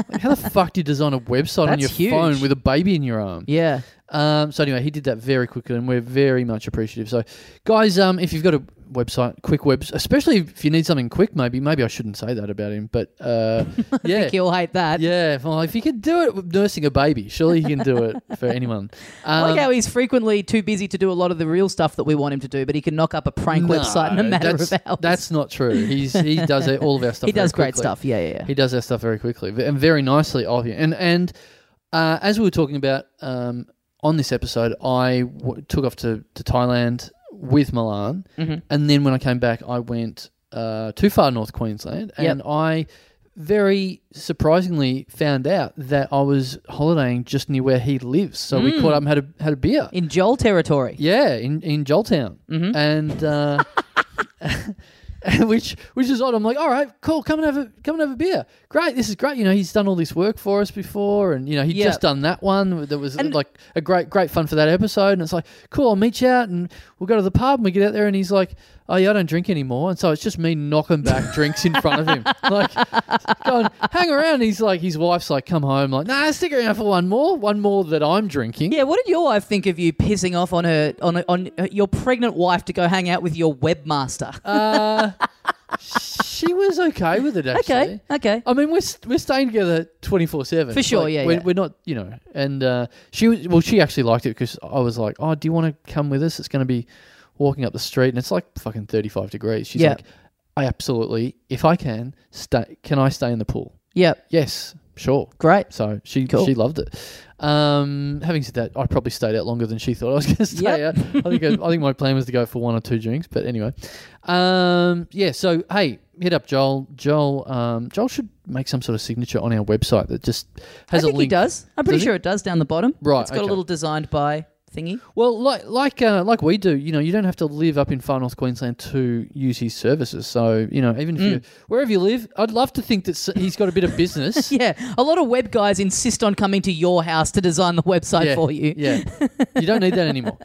S2: like, how the fuck do you design a website on your
S1: That's
S2: phone
S1: huge.
S2: with a baby in your arm?
S1: yeah.
S2: Um, so anyway, he did that very quickly, and we're very much appreciative. So, guys, um, if you've got a website, quick webs, especially if you need something quick, maybe maybe I shouldn't say that about him, but
S1: [laughs]
S2: uh, yeah,
S1: You'll hate that.
S2: yeah. Well, if he can do it with nursing a baby, surely he can do it
S1: [laughs]
S2: for anyone.
S1: I
S2: Um,
S1: like how he's frequently too busy to do a lot of the real stuff that we want him to do, but he can knock up a prank
S2: no,
S1: website in a matter
S2: that's,
S1: of hours. [laughs]
S2: That's not true. He's he does all of our stuff.
S1: he
S2: very
S1: does great
S2: quickly.
S1: stuff. Yeah, yeah, yeah.
S2: He does that stuff very quickly v- and very nicely of you. And and uh, as we were talking about um, on this episode, I w- took off to, to Thailand with Milan, and then when I came back, I went uh, too far north Queensland, and I very surprisingly found out that I was holidaying just near where he lives. So we caught up and had a had a beer.
S1: In Joel territory.
S2: Yeah, in in Joltown,
S1: Mm-hmm.
S2: and uh, [laughs] which which is odd. I'm like, all right, cool, come and have a come and have a beer. Great, this is great. You know, he's done all this work for us before, and you know, he'd
S1: Yeah.
S2: just done that one that was
S1: And-
S2: like a great great fun for that episode. And it's like, cool, I'll meet you out, and we'll go to the pub, and we get out there, and he's like. Oh yeah, I don't drink anymore, and so it's just me
S1: [laughs]
S2: knocking back drinks in front of him. Like, going, hang around. and He's like, his wife's like, come home. Like, nah, stick around for one more, one more that I'm drinking.
S1: Yeah, what did your wife think of you pissing off on her on on your pregnant wife to go hang out with your webmaster?
S2: Uh, she was okay with it actually.
S1: okay, okay.
S2: I mean, we're st- we're staying together twenty four seven
S1: For sure, yeah,
S2: We're,
S1: yeah.
S2: we're not, you know, and uh, she was well. She actually liked it because I was like, "Oh, do you want to come with us? It's going to be walking up the street, and it's like fucking thirty five degrees." She's
S1: Yeah.
S2: like, "I absolutely, if I can, stay. Can I stay in the pool?
S1: yeah,
S2: Yes, sure,
S1: great.
S2: so she
S1: Cool.
S2: she loved it. Um, having said that, I probably stayed out longer than she thought I was going to stay
S1: Yep.
S2: out. I think I, I think my plan was to go for one or two drinks, but anyway, um, yeah. So hey, hit up Joel. Joel um, Joel should make some sort of signature on our website that just
S1: I
S2: has a
S1: think
S2: link.
S1: he does. I'm pretty
S2: Does he?
S1: sure it does down the bottom.
S2: Right,
S1: It's got a
S2: okay.
S1: little designed by thingy?
S2: Well, like like uh, like we do, you know, you don't have to live up in Far North Queensland to use his services. So you know, even if
S1: Mm.
S2: you wherever you live, I'd love to think that s- he's got a bit of business.
S1: Yeah, a lot of web guys insist on coming to your house to design the website
S2: Yeah,
S1: for you.
S2: Yeah, you don't need
S1: [laughs]
S2: that anymore.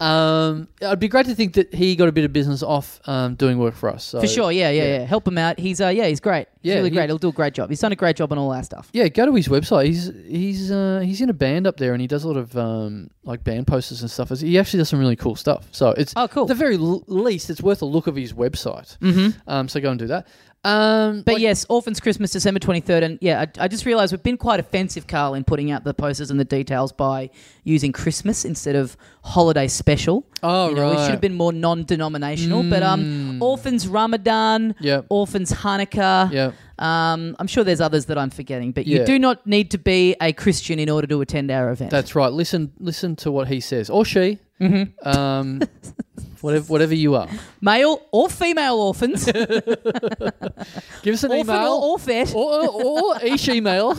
S2: Um, it'd be great to think that he got a bit of business off um, doing work for us. So,
S1: For sure, yeah, yeah, yeah, Help him out. He's uh, yeah, he's great. He's
S2: Yeah,
S1: really
S2: he-
S1: great. He'll do a great job. He's done a great job on all our stuff.
S2: Yeah, go to his website. He's he's uh, he's in a band up there, and he does a lot of um, like band posters and stuff. He actually does some really cool stuff. So it's
S1: Oh, cool.
S2: at The very l- least, it's worth a look of his website. Mm-hmm. Um, so go and do that. Um,
S1: But
S2: like-
S1: yes, Orphans Christmas, December 23rd. And yeah, I, I just realised we've been quite offensive, Carl, in putting out the posters and the details by using Christmas instead of holiday special.
S2: Oh,
S1: We
S2: right. Mm.
S1: should have been more non denominational. But um, Orphans Ramadan,
S2: Yep.
S1: Orphans Hanukkah.
S2: yeah,
S1: Um, I'm sure there's others that I'm forgetting, but you
S2: Yeah.
S1: do not need to be a Christian in order to attend our event.
S2: that's right. Listen, listen to what he says or she. Mm-hmm.
S1: [laughs]
S2: Um, whatever, whatever you are,
S1: Male or female
S2: [laughs]
S1: orphans, orphan
S2: give us an
S1: or
S2: email
S1: orphet.
S2: or, or [laughs] each email.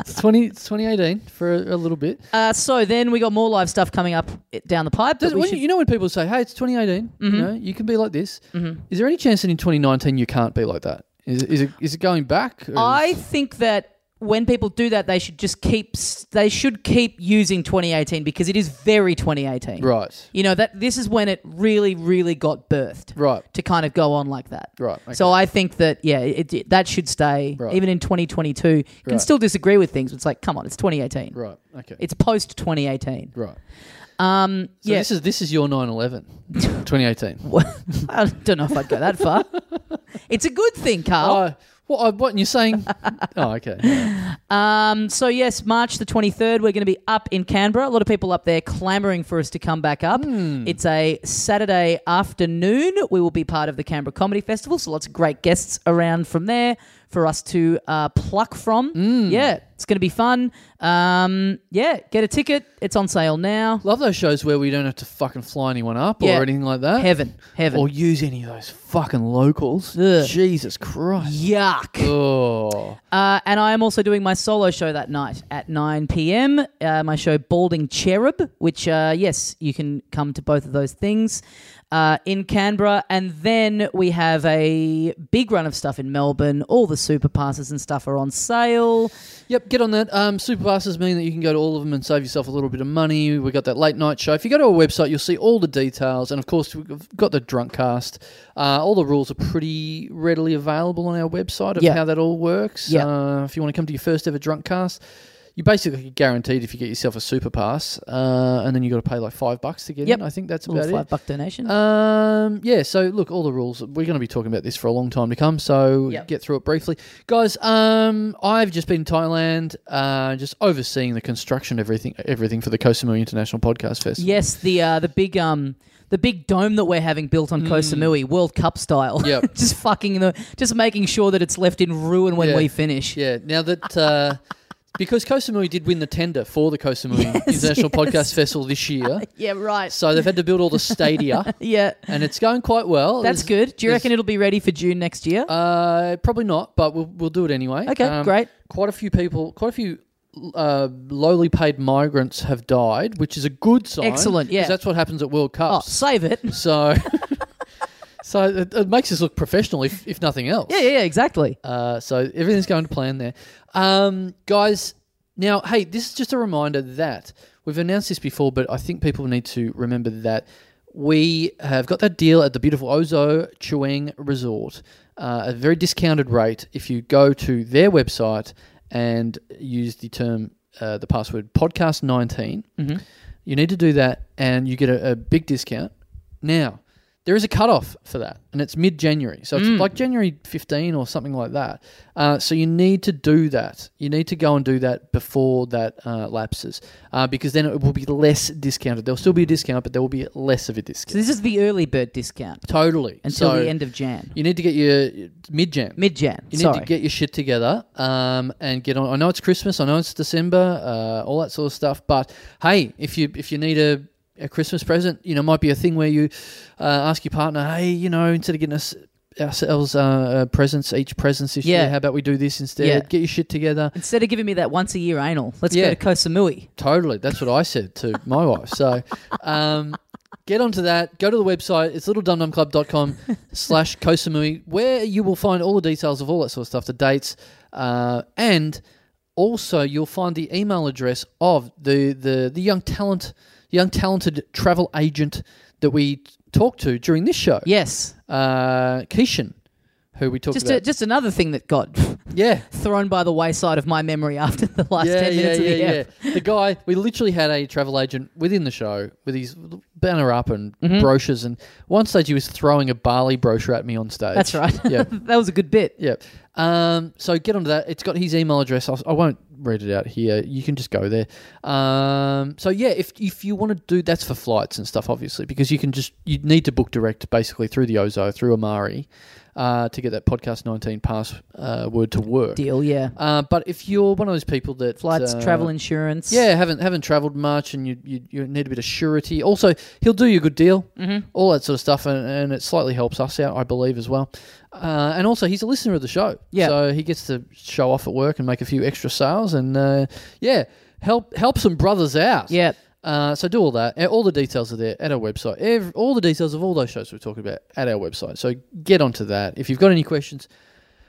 S2: it's, 20, it's 2018 for a, a little bit.
S1: Uh, so then we got more live stuff coming up eh, down the pipe. that
S2: Does,
S1: we
S2: when,
S1: should-
S2: You know when people say, "Hey, it's 2018," you know, you can be like this. Is there any chance that in 2019 you can't be like that? Is, is it is it going back? or is-
S1: I think that when people do that, they should just keep s- they should keep using 2018 because it is very 2018.
S2: right,
S1: You know that this is when it really, really got birthed.
S2: Right.
S1: To kind of go on like that.
S2: Right, okay.
S1: So I think that yeah, it, it- that should stay
S2: Right.
S1: even in 2022. You Can
S2: Right.
S1: still disagree with things. But it's like, come on, it's 2018.
S2: right, okay,
S1: It's post 2018.
S2: right.
S1: Um,
S2: So
S1: yeah.
S2: this is this is your 9/11,
S1: [laughs]
S2: 2018.
S1: I don't know if I'd go that far. it's a good thing, Carl.
S2: [laughs] Oh, what? I- What? And you're saying? [laughs] oh, okay.
S1: Um, so yes, March the 23rd, we're going to be up in Canberra. A lot of people up there clamouring for us to come back up. It's a Saturday afternoon. We will be part of the Canberra Comedy Festival, so lots of great guests around from there for us to uh, pluck from. Yeah, it's going to be fun. Um, yeah, get a ticket. It's on sale now.
S2: Love those shows where we don't have to fucking fly anyone up
S1: Yeah.
S2: or anything like that.
S1: Heaven, heaven.
S2: Or use any of those fucking locals.
S1: Ugh.
S2: Jesus Christ.
S1: Yuck.
S2: Oh.
S1: Uh, and I am also doing my solo show that night at 9 p.m. Uh, my show Balding Cherub, which, uh, yes, you can come to both of those things uh, in Canberra. And then we have a big run of stuff in Melbourne. All the super passes and stuff are on sale.
S2: Yep, get on that. Um, Superpasses mean that you can go to all of them and save yourself a little bit of money. We've got that late night show. If you go to our website, you'll see all the details. And of course, we've got the drunk cast. Uh, all the rules are pretty readily available on our website of
S1: Yeah.
S2: how that all works.
S1: Yeah.
S2: Uh, if you want to come to your first ever drunk cast, you're basically guaranteed if you get yourself a super pass. Uh, and then you've got to pay like five bucks to get
S1: Yep.
S2: in. I think that's
S1: A little
S2: about
S1: five
S2: it.
S1: buck donation.
S2: Um, yeah, so look, all the rules. We're going to be talking about this for a long time to come, so
S1: Yep.
S2: get through it briefly. Guys, um, I've just been in Thailand, uh, just overseeing the construction, of everything everything for the Koh Samui International Podcast Festival.
S1: yes, the uh, the big um the big dome that we're having built on Koh Samui, World Cup style.
S2: Hmm.
S1: [laughs]
S2: Yep.
S1: just fucking the just making sure that it's left in ruin when
S2: Yeah.
S1: we finish.
S2: Yeah, now that... Uh, because Koh Samui did win the tender for the Koh Samui International
S1: [laughs] yes.
S2: Podcast Festival
S1: [laughs]
S2: this year,
S1: Yeah, right.
S2: so they've had to build all the stadia,
S1: yeah.
S2: and it's going quite well.
S1: That's
S2: There's-
S1: good. Do you
S2: there's-
S1: reckon it'll be ready for June next year?
S2: Uh, um, probably not, but we'll we'll do it anyway.
S1: Okay, great.
S2: Quite a few people, quite a few uh, lowly paid migrants have died, which is a good sign.
S1: Excellent, yeah.
S2: 'cause that's what happens at World
S1: oh,
S2: Cups.
S1: save
S2: [laughs]
S1: it.
S2: so, so it, it makes us look professional, if if nothing else.
S1: Yeah, yeah, yeah, exactly.
S2: Uh, so everything's going to plan there. Um, guys, now, hey, this is just a reminder that we've announced this before, but I think people need to remember that we have got that deal at the beautiful Ozo Chuang Resort, uh, a very discounted rate if you go to their website and use the term, uh, the password podcast 19. You need to do that and you get a, a big discount. Now, there is a cutoff for that, and it's mid January. So
S1: Mm.
S2: it's like January 15 or something like that. Uh, so you need to do that. You need to go and do that before that uh, lapses uh, because then it will be less discounted. There'll still be a discount, but there will be less of a
S1: So
S2: discount.
S1: this is the early bird discount
S2: Totally.
S1: until
S2: So
S1: the end of Jan.
S2: You need to get your mid Jan.
S1: Mid Jan.
S2: You need
S1: Sorry.
S2: to get your shit together um, and get on. I know it's Christmas. I know it's December. Uh, all that sort of stuff. But hey, if you if you need a a Christmas present, you know, might be a thing where you uh, ask your partner, hey, you know, instead of getting us ourselves uh, uh, presents, each presents this
S1: Yeah.
S2: year. How about we do this instead?
S1: Yeah.
S2: Get your shit together.
S1: Instead of giving me that once a year anal, let's
S2: Yeah.
S1: go to Koh Samui.
S2: Totally. That's what I said to my wife. So um, get onto that. Go to the website. It's littledumdumclub.com slash Kosamui, where you will find all the details of all that sort of stuff, the dates, uh, and also you'll find the email address of the, the, the young talent, young talented travel agent that we talked to during this show.
S1: Yes.
S2: Uh, Keishan, who we talked
S1: Just
S2: about.
S1: a, just another thing that got [laughs]
S2: yeah.
S1: thrown by the wayside of my memory after the last ten minutes of the
S2: yeah,
S1: app.
S2: yeah. The guy, we literally had a travel agent within the show with his banner up and
S1: Mm-hmm.
S2: brochures. And one stage he was throwing a Bali brochure at me on
S1: [laughs]
S2: stage.
S1: That's right.
S2: [laughs] Yeah.
S1: [laughs] that was a good bit.
S2: Yeah. Um, so get onto that. It's got his email address. I'll, I won't read it out here. You can just go there. Um, so yeah, if if you want to do that's for flights and stuff, obviously, because you can just you need to book direct basically through the Ozo through Amari uh, to get that podcast nineteen password uh, word to work.
S1: Deal, yeah.
S2: Uh, but if you're one of those people that
S1: Flights,
S2: uh,
S1: travel insurance.
S2: yeah, haven't haven't travelled much, and you, you you need a bit of surety. Also, he'll do you a good deal, mm-hmm. all that sort of stuff, and, and it slightly helps us out, I believe, as well. Uh, and also, he's a listener of the show,
S1: Yeah.
S2: So he gets to show off at work and make a few extra sales, and uh, yeah, help help some brothers out.
S1: Yeah.
S2: Uh, so do all that. And All the details are there at our website. Ev all the details of all those shows we're talking about at our website. So get onto that. If you've got any questions,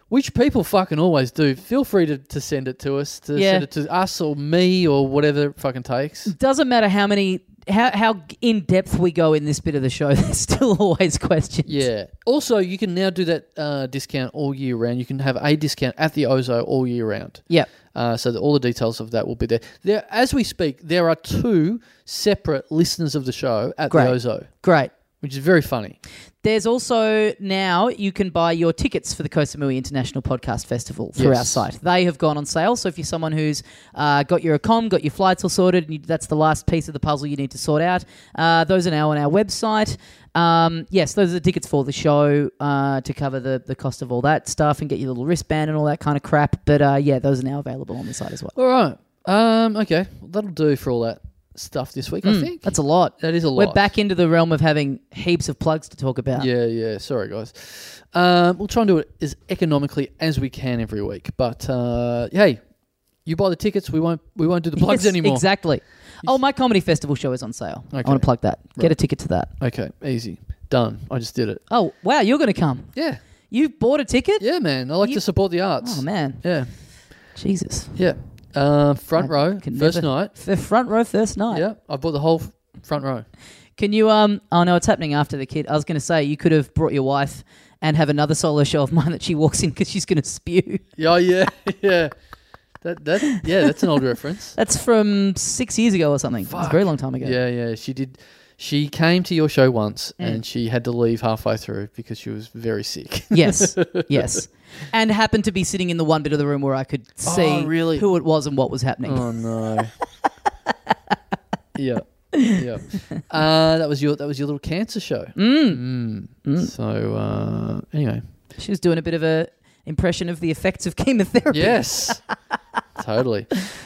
S2: which people fucking always do, feel free to, to send it to us. To
S1: Yeah.
S2: send it to us or me or whatever it fucking takes.
S1: Doesn't matter how many how how in depth we go in this bit of the show, [laughs] there's still always questions.
S2: Yeah. Also, you can now do that uh, discount all year round. You can have a discount at the Ozo all year round.
S1: Yeah.
S2: Uh, so that all the details of that will be there. There, as we speak, there are two separate listeners of the show at
S1: Great.
S2: the Ozo,
S1: Great.
S2: which is very funny.
S1: There's also now you can buy your tickets for the Koh Samui International Podcast Festival through
S2: Yes.
S1: our site. They have gone on sale, so if you're someone who's uh, got your com, got your flights all sorted, and you, that's the last piece of the puzzle you need to sort out, uh, those are now on our website. Um, yes, those are the tickets for the show uh, to cover the, the cost of all that stuff and get your little wristband and all that kind of crap. But uh, yeah, those are now available on the site as well.
S2: All right. Um, okay. Well, that'll do for all that stuff this week, I think.
S1: Hmm, That's a lot.
S2: That is a
S1: We're
S2: lot.
S1: back into the realm of having heaps of plugs to talk about.
S2: Yeah, yeah. Sorry, guys. Um, we'll try and do it as economically as we can every week. But uh, hey, you buy the tickets, we won't we won't do the plugs
S1: Yes,
S2: anymore.
S1: Exactly. Oh, my comedy festival show is on sale. I
S2: Okay.
S1: want to plug that. Get a ticket to that.
S2: Okay, easy. Done. I just did it.
S1: Oh, wow, you're going to come.
S2: Yeah.
S1: You bought a ticket?
S2: Yeah, man. I like
S1: You-
S2: to support the arts.
S1: Oh man,
S2: Yeah.
S1: Jesus!
S2: Yeah. Uh, front
S1: I
S2: row,
S1: can
S2: first
S1: never-
S2: night.
S1: F- front row, first night.
S2: Yeah. I bought the whole f- front row.
S1: Can you? Um. Oh no, it's happening after the kid. I was going to say you could have brought your wife and have another solo show of [laughs] mine that she walks in because she's going to spew.
S2: Yeah, yeah, [laughs] yeah. That that yeah, that's an old reference.
S1: That's from six years ago or something. It's a very long time ago.
S2: Yeah, yeah. She did. She came to your show once, and she had to leave halfway through because she was very [laughs] sick.
S1: Yes. yes. And happened to be sitting in the one bit of the room where I could see
S2: Oh, really?
S1: who it was and what was happening.
S2: oh [laughs] no. yeah, yeah. Uh, that was your that was your little cancer show. Mm. So uh, anyway,
S1: She was doing a bit of a impression of the effects of [laughs] chemotherapy.
S2: yes, totally.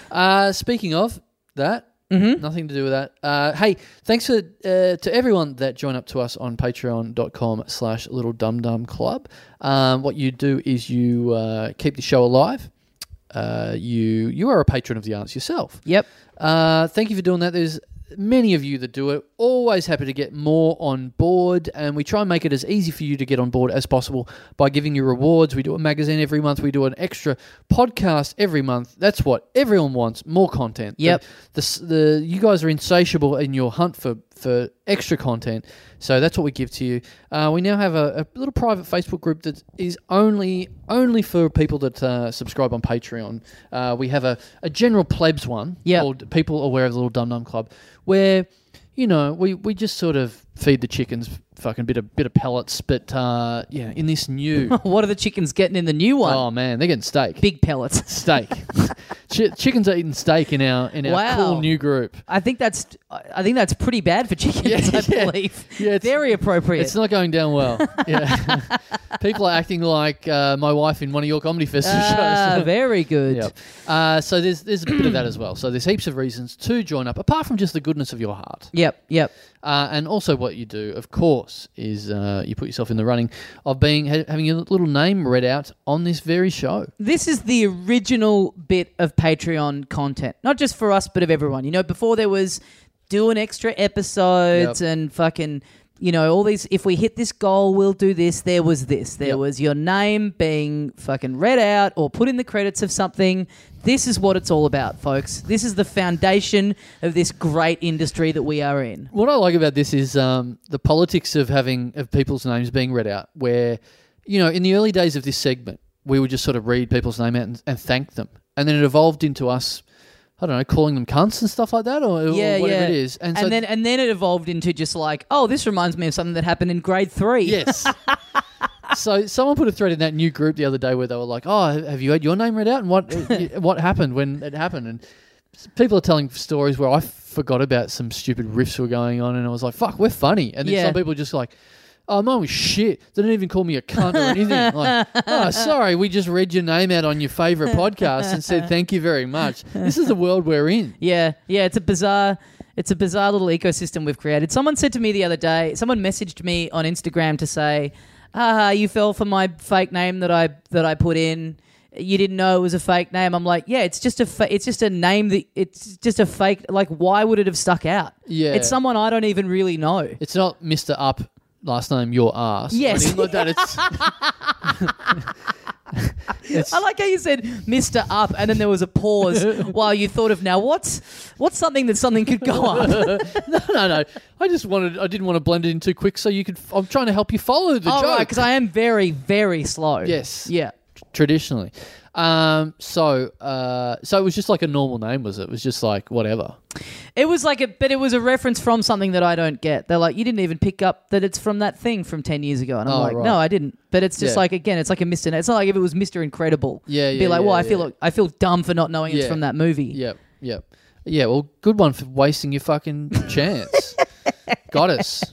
S2: Uh, speaking of that. Nothing to do with that. Uh, hey, thanks for uh, to everyone that join up to us on patreon.com slash little dum dum club. Um, what you do is you uh, keep the show alive. Uh, you you are a patron of the arts yourself.
S1: Yep.
S2: Uh, thank you for doing that. There's many of you that do it. Always happy to get more on board, and we try and make it as easy for you to get on board as possible by giving you rewards. We do a magazine every month. We do an extra podcast every month. That's what everyone wants: more content.
S1: Yep.
S2: The, the, the you guys are insatiable in your hunt for for extra content. So that's what we give to you. Uh, we now have a, a little private Facebook group that is only only for people that uh, subscribe on Patreon. Uh, we have a, a general plebs one
S1: Yep.
S2: called People Aware of the Little Dum Dum Club, where you know we, we just sort of feed the chickens fucking bit of bit of pellets. But uh, yeah, in this
S1: [laughs]
S2: new
S1: [laughs] What are the chickens getting in the new one?
S2: oh man, they're getting steak.
S1: Big pellets. [laughs]
S2: Steak, Chi- chickens are eating steak in our in our
S1: Wow.
S2: cool new group.
S1: I think that's I think that's pretty bad for chickens.
S2: Yeah,
S1: [laughs] I
S2: yeah.
S1: believe.
S2: Yeah, it's-
S1: very appropriate.
S2: It's not going
S1: [laughs]
S2: down well. Yeah. [laughs] People are acting like uh, my wife in one of your comedy festival
S1: Ah,
S2: [laughs] shows.
S1: very good.
S2: Yeah. Uh, so there's there's a bit of that as well. So there's heaps of reasons to join up, apart from just the goodness of your heart.
S1: Yep, yep.
S2: Uh, and also, what you do, of course, is uh, you put yourself in the running of being ha- having your little name read out on this very show.
S1: This is the original bit of Patreon content, not just for us, but of everyone. You know, before there was doing extra episodes
S2: Yep.
S1: and fucking, you know, all these. If we hit this goal, we'll do this. There was this. There
S2: Yep.
S1: was your name being fucking read out or put in the credits of something. This is what it's all about, folks. This is the foundation of this great industry that we are in.
S2: What I like about this is um, the politics of having of people's names being read out. Where, you know, in the early days of this segment, we would just sort of read people's name out and, and thank them, and then it evolved into us, I don't know, calling them cunts and stuff like that, or, or
S1: yeah,
S2: whatever
S1: yeah.
S2: it is.
S1: And,
S2: so
S1: then and then it evolved into just like, oh, this reminds me of something that happened in grade three.
S2: Yes. [laughs] so someone put a thread in that new group the other day where they were like, "Oh, have you had your name read out
S1: [laughs]
S2: and what what happened when it happened?" And s- people are telling stories where I forgot about some stupid riffs were going on, and I was like, "Fuck, we're funny." And then
S1: Yeah.
S2: some people are just like. Oh, mine was shit. They didn't even call me a cunt
S1: [laughs]
S2: or anything. Like, oh, sorry, we just read your name out on your favorite podcast and said thank you very much. This is the world we're in.
S1: Yeah, yeah, it's a bizarre it's a bizarre little ecosystem we've created. Someone said to me the other day, someone messaged me on Instagram to say, "Haha, you fell for my fake name that I that I put in. You didn't know it was a fake name." I'm like, "Yeah, it's just a fa- it's just a name that it's just a fake like why would it have stuck out?
S2: Yeah.
S1: It's someone I don't even really know."
S2: It's not Mr. Up last name your ass. or
S1: Yes.
S2: anything like that. It's,
S1: [laughs] I like how you said Mr. Up and then there was a
S2: [laughs]
S1: pause while you thought of now what's what's something that something could go
S2: [laughs]
S1: up.
S2: no, no. I just wanted. I didn't want to blend it in too quick, so you could. I'm trying to help you follow the
S1: oh,
S2: joke.
S1: because I am very very slow.
S2: Yes.
S1: Yeah.
S2: traditionally. Um. So. Uh. So it was just like a normal name, was it? It was just like whatever.
S1: It was like a, but it was a reference from something that I don't get. They're like, you didn't even pick up that it's from that thing from ten years ago, and I'm
S2: Oh,
S1: like,
S2: right.
S1: no, I didn't. But it's just
S2: Yeah.
S1: like again, it's like a Mister. It's not like if it was Mister Incredible.
S2: Yeah,
S1: Be
S2: yeah,
S1: like,
S2: yeah,
S1: well, I feel
S2: yeah.
S1: like, I feel dumb for not knowing it's
S2: Yeah.
S1: from that movie.
S2: Yep. Yep. Yeah. Well, good one for wasting your fucking [laughs] chance. Got us.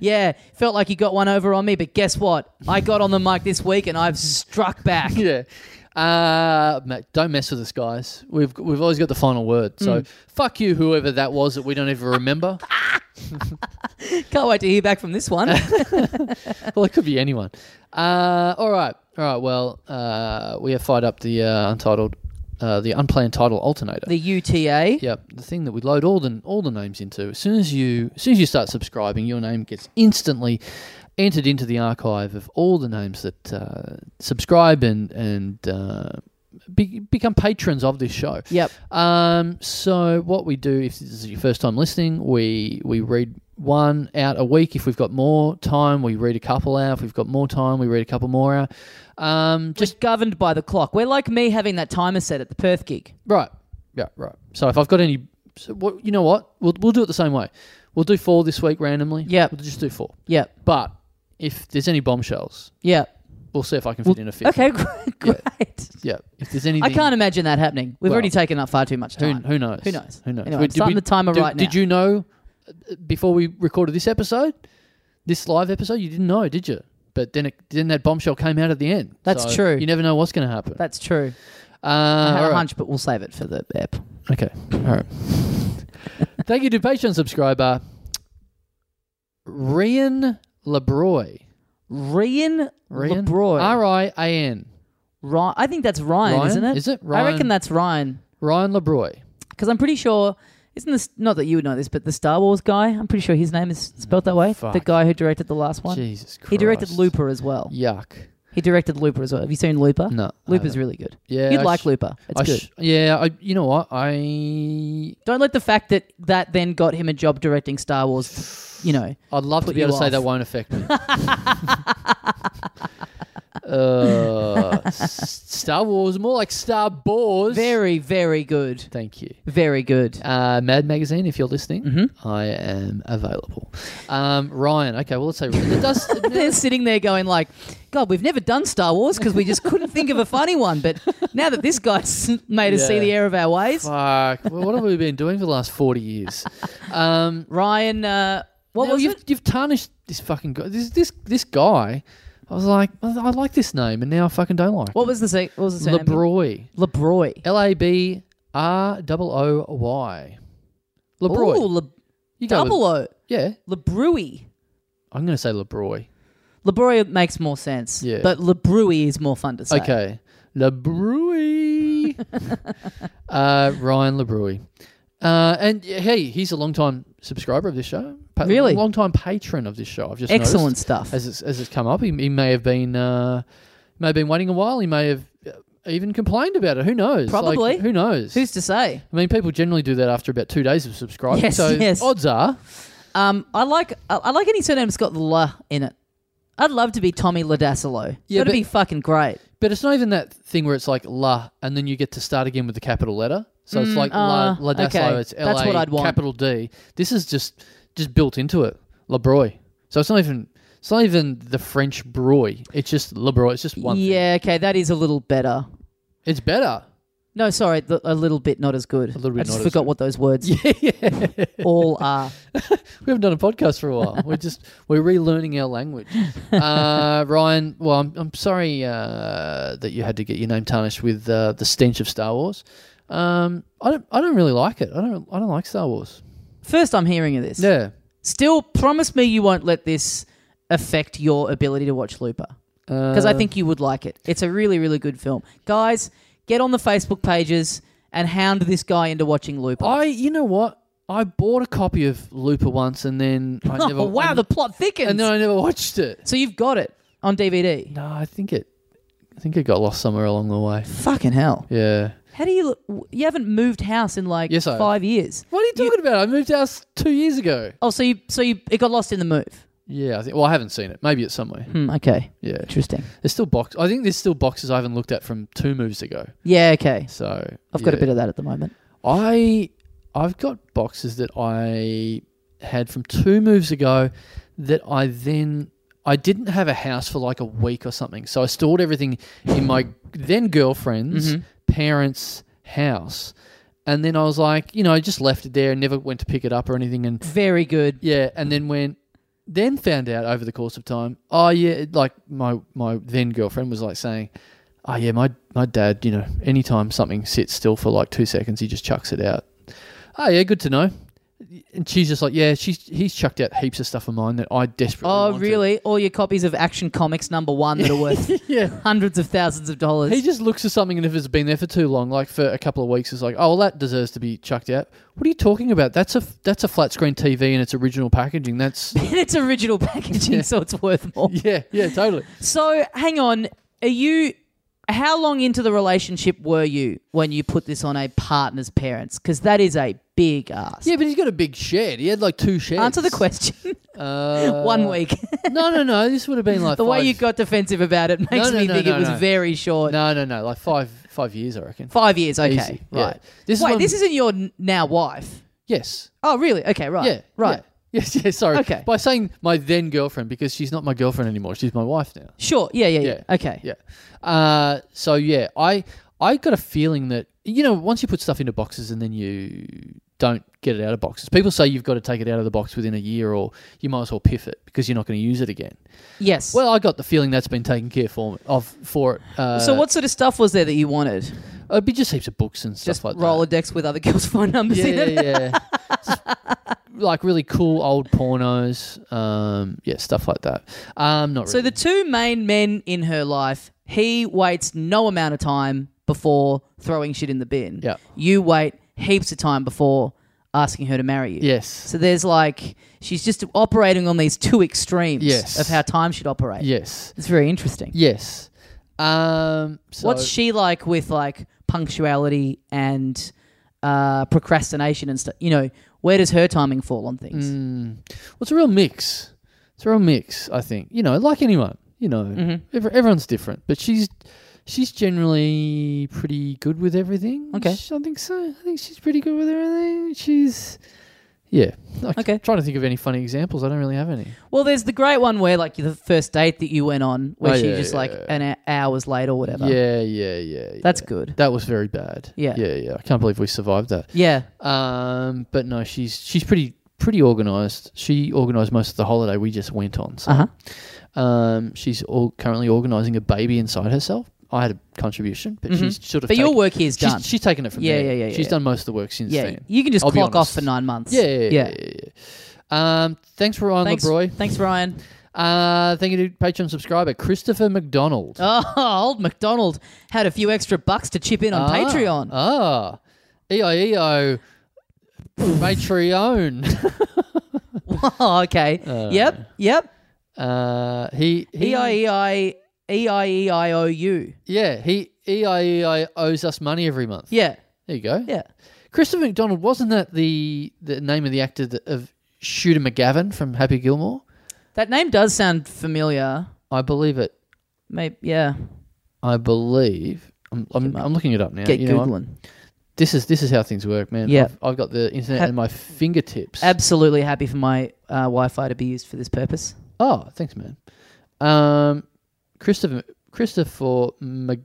S1: Yeah, felt like you got one over on me, but guess what? I got on the mic this week and I've struck
S2: [laughs]
S1: back.
S2: Yeah. Uh, Matt, don't mess with us, guys. We've we've always got the final word. So fuck you, whoever that was that we don't even remember.
S1: Can't wait to hear back from this
S2: [laughs]
S1: one.
S2: well, it could be anyone. Uh, all right, all right. Well, uh, we have fired up the uh, untitled, uh, the unplanned title alternator.
S1: the UTA.
S2: Yep, the thing that we load all the all the names into. As soon as you as soon as you start subscribing, your name gets instantly entered into the archive of all the names that uh, subscribe and and uh, be, become patrons of this show.
S1: Yep.
S2: Um, so what we do, if this is your first time listening, we we read one out a week. If we've got more time, we read a couple out. If we've got more time, we read a couple more out. Um, just
S1: Just governed by the clock. We're like me having that timer set at the Perth gig.
S2: Right. Yeah. Right. So if I've got any, so what you know what we'll we'll do it the same way. We'll do four this week randomly.
S1: Yep.
S2: We'll just do four.
S1: Yep.
S2: But if there's any bombshells,
S1: Yep.
S2: we'll see if I can fit in a fifth.
S1: Okay, [laughs] great.
S2: Yeah. If there's anything,
S1: I can't imagine that happening. We've
S2: Well,
S1: already taken up far too much
S2: Who,
S1: time.
S2: who knows?
S1: Who knows?
S2: Who knows?
S1: Anyway,
S2: We-
S1: I'm starting
S2: we-
S1: the timer
S2: did-
S1: right now.
S2: Did you know uh, before we recorded this episode, this live episode, you didn't know, did you? But then, it, then that bombshell came out at the end.
S1: That's
S2: So
S1: true.
S2: You never know what's going to happen.
S1: That's true.
S2: uh,
S1: I had
S2: all
S1: a
S2: right.
S1: hunch, but we'll save it for the app.
S2: Okay.
S1: [laughs]
S2: All right. Thank you to Patreon subscriber Rian Labroy.
S1: Rian,
S2: Rian
S1: LeBroy.
S2: R I A N.
S1: Ri- I think that's Ah, Ryan,
S2: Ryan?
S1: isn't it?
S2: Is it?
S1: I
S2: Ryan?
S1: reckon that's Ryan.
S2: Ryan Labroy.
S1: Because I'm pretty sure, isn't this, not that you would know this, but the Star Wars guy, I'm pretty sure his name is spelled that way. The
S2: Fuck.
S1: guy who directed the last one.
S2: Jesus Christ.
S1: He directed Looper as well.
S2: Yuck.
S1: He directed Looper as well. Have you seen Looper?
S2: No, I
S1: Looper's
S2: haven't.
S1: really good.
S2: Yeah,
S1: You'd
S2: I
S1: like
S2: sh-
S1: Looper. It's
S2: I
S1: good.
S2: sh- yeah, I, you know what? I
S1: Don't let the fact that that then got him a job directing Star Wars, you know.
S2: I'd love
S1: Put
S2: to be able
S1: you
S2: to say
S1: off.
S2: that won't
S1: [laughs]
S2: affect me. uh, S- Star Wars, more like Star Wars.
S1: Very, very good.
S2: Thank you.
S1: Very good.
S2: uh, Mad Magazine, if you're listening,
S1: Mm-hmm.
S2: I am available. Um, Ryan, okay, well, let's say it does. [laughs]
S1: They're sitting there going like, God, we've never done Star Wars because we just couldn't think of a funny one. But now that this guy's [laughs] made us see
S2: Yeah.
S1: the error of our ways,
S2: Fuck, well, what have we been doing for the last 40 years? Um,
S1: Ryan, uh, [laughs] what
S2: now
S1: was
S2: you've,
S1: it?
S2: you've tarnished this fucking guy. This, this, this guy, I was like, I I like this name, and now I fucking don't like
S1: What was the se- what was the
S2: it.
S1: surname?
S2: LeBroy.
S1: LeBroy.
S2: L A B R O O Y.
S1: Ooh,
S2: LeBroy.
S1: Le-
S2: You go with-
S1: Double O.
S2: yeah.
S1: Lebrui.
S2: I'm going to say LeBroy.
S1: Lebrui makes more sense.
S2: Yeah.
S1: But Lebrui is more fun to say.
S2: Okay.
S1: [laughs]
S2: LeBroy. uh, Ryan LeBroy. Uh, and yeah, hey, he's a long time subscriber of this show. Pa-
S1: Really?
S2: Long time patron of this show. I've just
S1: Excellent
S2: noticed.
S1: stuff.
S2: As it's, as it's come up, he, he may have been uh, may have been waiting a while. He may have uh, even complained about it. Who knows? Like,
S1: Probably.
S2: who knows?
S1: Who's to say?
S2: I mean, people generally do that after about two days of subscribing.
S1: Yes,
S2: so
S1: yes.
S2: odds are,
S1: Um, I like I, I like any surname that's got the la in it. I'd love to be Tommy Ladasilo.
S2: Yeah,
S1: That'd
S2: but-
S1: be fucking great.
S2: but it's not even that thing where it's like la, and then you get to start again with the capital letter. So it's like
S1: uh,
S2: la, la
S1: okay.
S2: It's la,
S1: That's what I'd want.
S2: capital D. This is just just built into it, Labroy. So it's not even it's not even the French broy. It's just Labroy. It's just one. thing.
S1: yeah, okay, that is a little better.
S2: it's better.
S1: No, sorry, th- a little bit not as good. A
S2: little bit
S1: I just
S2: not as
S1: forgot
S2: good.
S1: what those
S2: [laughs]
S1: words [laughs] all are.
S2: We haven't done a podcast for a while. We're just [laughs] we're relearning
S1: [laughs]
S2: our language. Uh, Ryan, well, I'm, I'm sorry uh, that you had to get your name tarnished with uh, the stench of Star Wars. Um, I don't I don't really like it. I don't I don't like Star Wars.
S1: First, I'm hearing of this.
S2: Yeah.
S1: Still, promise me you won't let this affect your ability to watch Looper. Because
S2: Uh,
S1: I think you would like it. It's a really, really good film. Guys, get on the Facebook pages and hound this guy into watching Looper.
S2: I you know what? I bought a copy of Looper once and then I [laughs]
S1: [laughs]
S2: never
S1: oh, wow,
S2: I-
S1: the plot thickens.
S2: and then I never watched it.
S1: so you've got it on DVD.
S2: No, I think it I think it got lost somewhere along the way.
S1: Fucking hell.
S2: Yeah.
S1: How do you. You haven't moved house in like
S2: Yes, I have.
S1: five years.
S2: What are you talking about? I moved house two years ago.
S1: Oh, so you. So you. It got lost in the move.
S2: Yeah, I think. Well, I haven't seen it. Maybe it's somewhere.
S1: Hmm, okay.
S2: Yeah.
S1: Interesting.
S2: There's still box. I think there's still boxes I haven't looked at from two moves ago.
S1: Yeah, okay.
S2: So
S1: I've got a
S2: yeah.
S1: bit of that at the moment.
S2: I I've got boxes that I had from two moves ago that I then I didn't have a house for like a week or something. So I stored everything in my then girlfriend's parents' house. And then I was like, you know, I just left it there and never went to pick it up or anything and
S1: Very good.
S2: yeah, and then went. Then found out over the course of time. Oh yeah, it- like my my then girlfriend was like saying, "Oh yeah, my my dad. You know, anytime something sits still for like two seconds, he just chucks it out." Oh yeah, good to know. And she's just like, "Yeah, she's he's chucked out heaps of stuff of mine that I desperately."
S1: Oh,
S2: wanted."
S1: really? All your copies of Action Comics number one that are worth
S2: [laughs] Yeah.
S1: hundreds of thousands of dollars.
S2: He just looks at something and if it's been there for too long, like for a couple of weeks, it's like, oh, well, that deserves to be chucked out. What are you talking about? That's a that's a flat screen TV in its original packaging. That's [laughs]
S1: in [laughs] its original packaging, so it's worth more.
S2: yeah, yeah, totally.
S1: So, hang on. Are you. How long into the relationship were you when you put this on a partner's parents? Because that is a big ask.
S2: Yeah, but he's got a big shed. He had like two sheds.
S1: Answer the question. [laughs]
S2: Uh,
S1: One week. [laughs]
S2: no, no, no. This would have been like
S1: the way
S2: five-
S1: you got defensive about it makes
S2: no,
S1: me
S2: no,
S1: think
S2: no,
S1: it was
S2: no.
S1: very short.
S2: No, no, no. Like five, five years, I reckon.
S1: Five years, okay,
S2: Easy, yeah.
S1: right.
S2: This is
S1: Wait,
S2: when-
S1: this isn't your n- now wife.
S2: Yes.
S1: Oh, really? Okay, right.
S2: Yeah.
S1: right.
S2: yeah. [laughs] Yes. Yes. Sorry.
S1: Okay.
S2: By saying my then girlfriend because she's not my girlfriend anymore. She's my wife now.
S1: Sure. Yeah, yeah, yeah.
S2: Yeah.
S1: Okay.
S2: Yeah. Uh, so yeah, I I got a feeling that you know once you put stuff into boxes and then you don't get it out of boxes. People say you've got to take it out of the box within a year, or you might as well piff it because you're not going to use it again.
S1: Yes.
S2: Well, I got the feeling that's been taken care for of for it. Uh,
S1: so what sort of stuff was there that you wanted?
S2: It'd be just heaps of books and stuff
S1: Just
S2: like that.
S1: Rolodex with other [laughs] girls' phone numbers
S2: Yeah,
S1: in it. [laughs]
S2: yeah, yeah. Just, like really cool old pornos. Um, yeah, stuff like that. Um, not
S1: So
S2: really.
S1: the two main men in her life, he waits no amount of time before throwing shit in the bin.
S2: Yeah.
S1: You wait heaps of time before asking her to marry you.
S2: yes.
S1: So there's like she's just operating on these two extremes
S2: Yes.
S1: of how time should operate.
S2: yes.
S1: It's very interesting.
S2: Yes. Um, so
S1: What's she like with like punctuality and uh, procrastination and stuff? You know, where does her timing fall on things?
S2: Mm. Hmm. well, it's a real mix. It's a real mix. I think you know, like anyone, you know,
S1: Mm-hmm.
S2: every, everyone's different, but she's she's generally pretty good with everything.
S1: Okay.
S2: She- I think so. I think she's pretty good with everything. She's yeah. Like,
S1: Okay.
S2: I'm trying to think of any funny examples. I don't really have any.
S1: Well, there's the great one where like the first date that you went on, where
S2: Oh,
S1: she
S2: yeah,
S1: just
S2: yeah,
S1: like
S2: yeah.
S1: an hou- hours late or whatever.
S2: Yeah, yeah, yeah. yeah.
S1: that's good.
S2: that was very bad.
S1: Yeah.
S2: yeah, yeah. I can't believe we survived that.
S1: Yeah,
S2: Um, but no, she's she's pretty pretty organised. She organised most of the holiday we just went on. So,
S1: Uh-huh.
S2: um, she's all currently organising a baby inside herself. I had a contribution, but she's sort
S1: Mm-hmm.
S2: of.
S1: but your
S2: taken-
S1: work here's
S2: she's,
S1: done.
S2: she's taken it from
S1: Yeah,
S2: there.
S1: yeah, yeah,
S2: She's
S1: yeah.
S2: done most of the work since
S1: yeah,
S2: then.
S1: you can just
S2: I'll be
S1: clock off
S2: honest.
S1: for nine months.
S2: Yeah yeah, yeah, yeah, yeah. Um, thanks for Ryan
S1: Thanks,
S2: LeBroy.
S1: thanks, Ryan. [laughs]
S2: Uh, thank you to Patreon subscriber Christopher McDonald.
S1: Oh, old McDonald had a few extra bucks to chip in on Patreon.
S2: Ah, EIEO.
S1: [laughs]
S2: Matreon.
S1: Oh, okay. yep, yep.
S2: Uh, he, he,
S1: E I E I E I E I O U.
S2: yeah, he, E EIEI owes us money every month.
S1: Yeah,
S2: There you go.
S1: yeah.
S2: Christopher McDonald, wasn't that the, the name of the actor that, of Shooter McGavin from Happy Gilmore?
S1: That name does sound familiar.
S2: I believe it.
S1: Maybe, yeah.
S2: I believe. I'm, I'm, I'm looking it up now.
S1: Get
S2: You know what?
S1: googling.
S2: This is this is how things work, man.
S1: Yeah.
S2: I've, I've got the internet
S1: Ha-
S2: at my fingertips.
S1: Absolutely happy for my uh, Wi-Fi to be used for this purpose.
S2: oh, thanks, man. Um, Christopher Christopher Mc.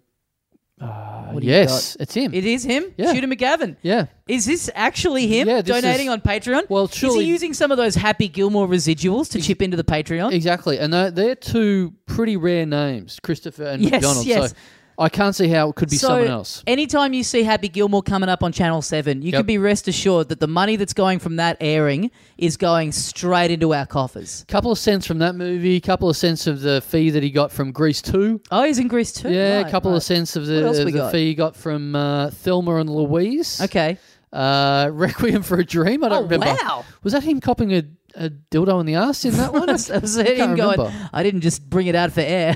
S2: Uh,
S1: What do you
S2: yes, it's him.
S1: It is him,
S2: Yeah.
S1: Shooter McGavin.
S2: yeah.
S1: Is this actually him
S2: Yeah, this
S1: donating
S2: is-
S1: on Patreon?
S2: Well,
S1: is
S2: surely-
S1: he using some of those Happy Gilmore residuals to chip into the Patreon?
S2: Exactly, and they're, they're two pretty rare names, Christopher and
S1: Yes,
S2: McDonald.
S1: yes.
S2: So I can't see how it could be
S1: so,
S2: someone else.
S1: anytime you see Happy Gilmore coming up on Channel 7, you
S2: Yep.
S1: can be rest assured that the money that's going from that airing is going straight into our coffers.
S2: Couple of cents from that movie, couple of cents of the fee that he got from Grease Two.
S1: Oh, he's in Greece too?
S2: Yeah,
S1: Right,
S2: a couple
S1: right.
S2: of cents of
S1: What
S2: the,
S1: else we
S2: the
S1: got?
S2: fee he got from uh, Thelma and Louise.
S1: Okay.
S2: Uh, Requiem for a Dream. I don't
S1: Oh,
S2: remember.
S1: wow.
S2: Was that him copping a, a dildo in the ass in that one?
S1: That was him
S2: can't
S1: going,
S2: remember.
S1: I didn't just bring it out for
S2: [laughs]
S1: air.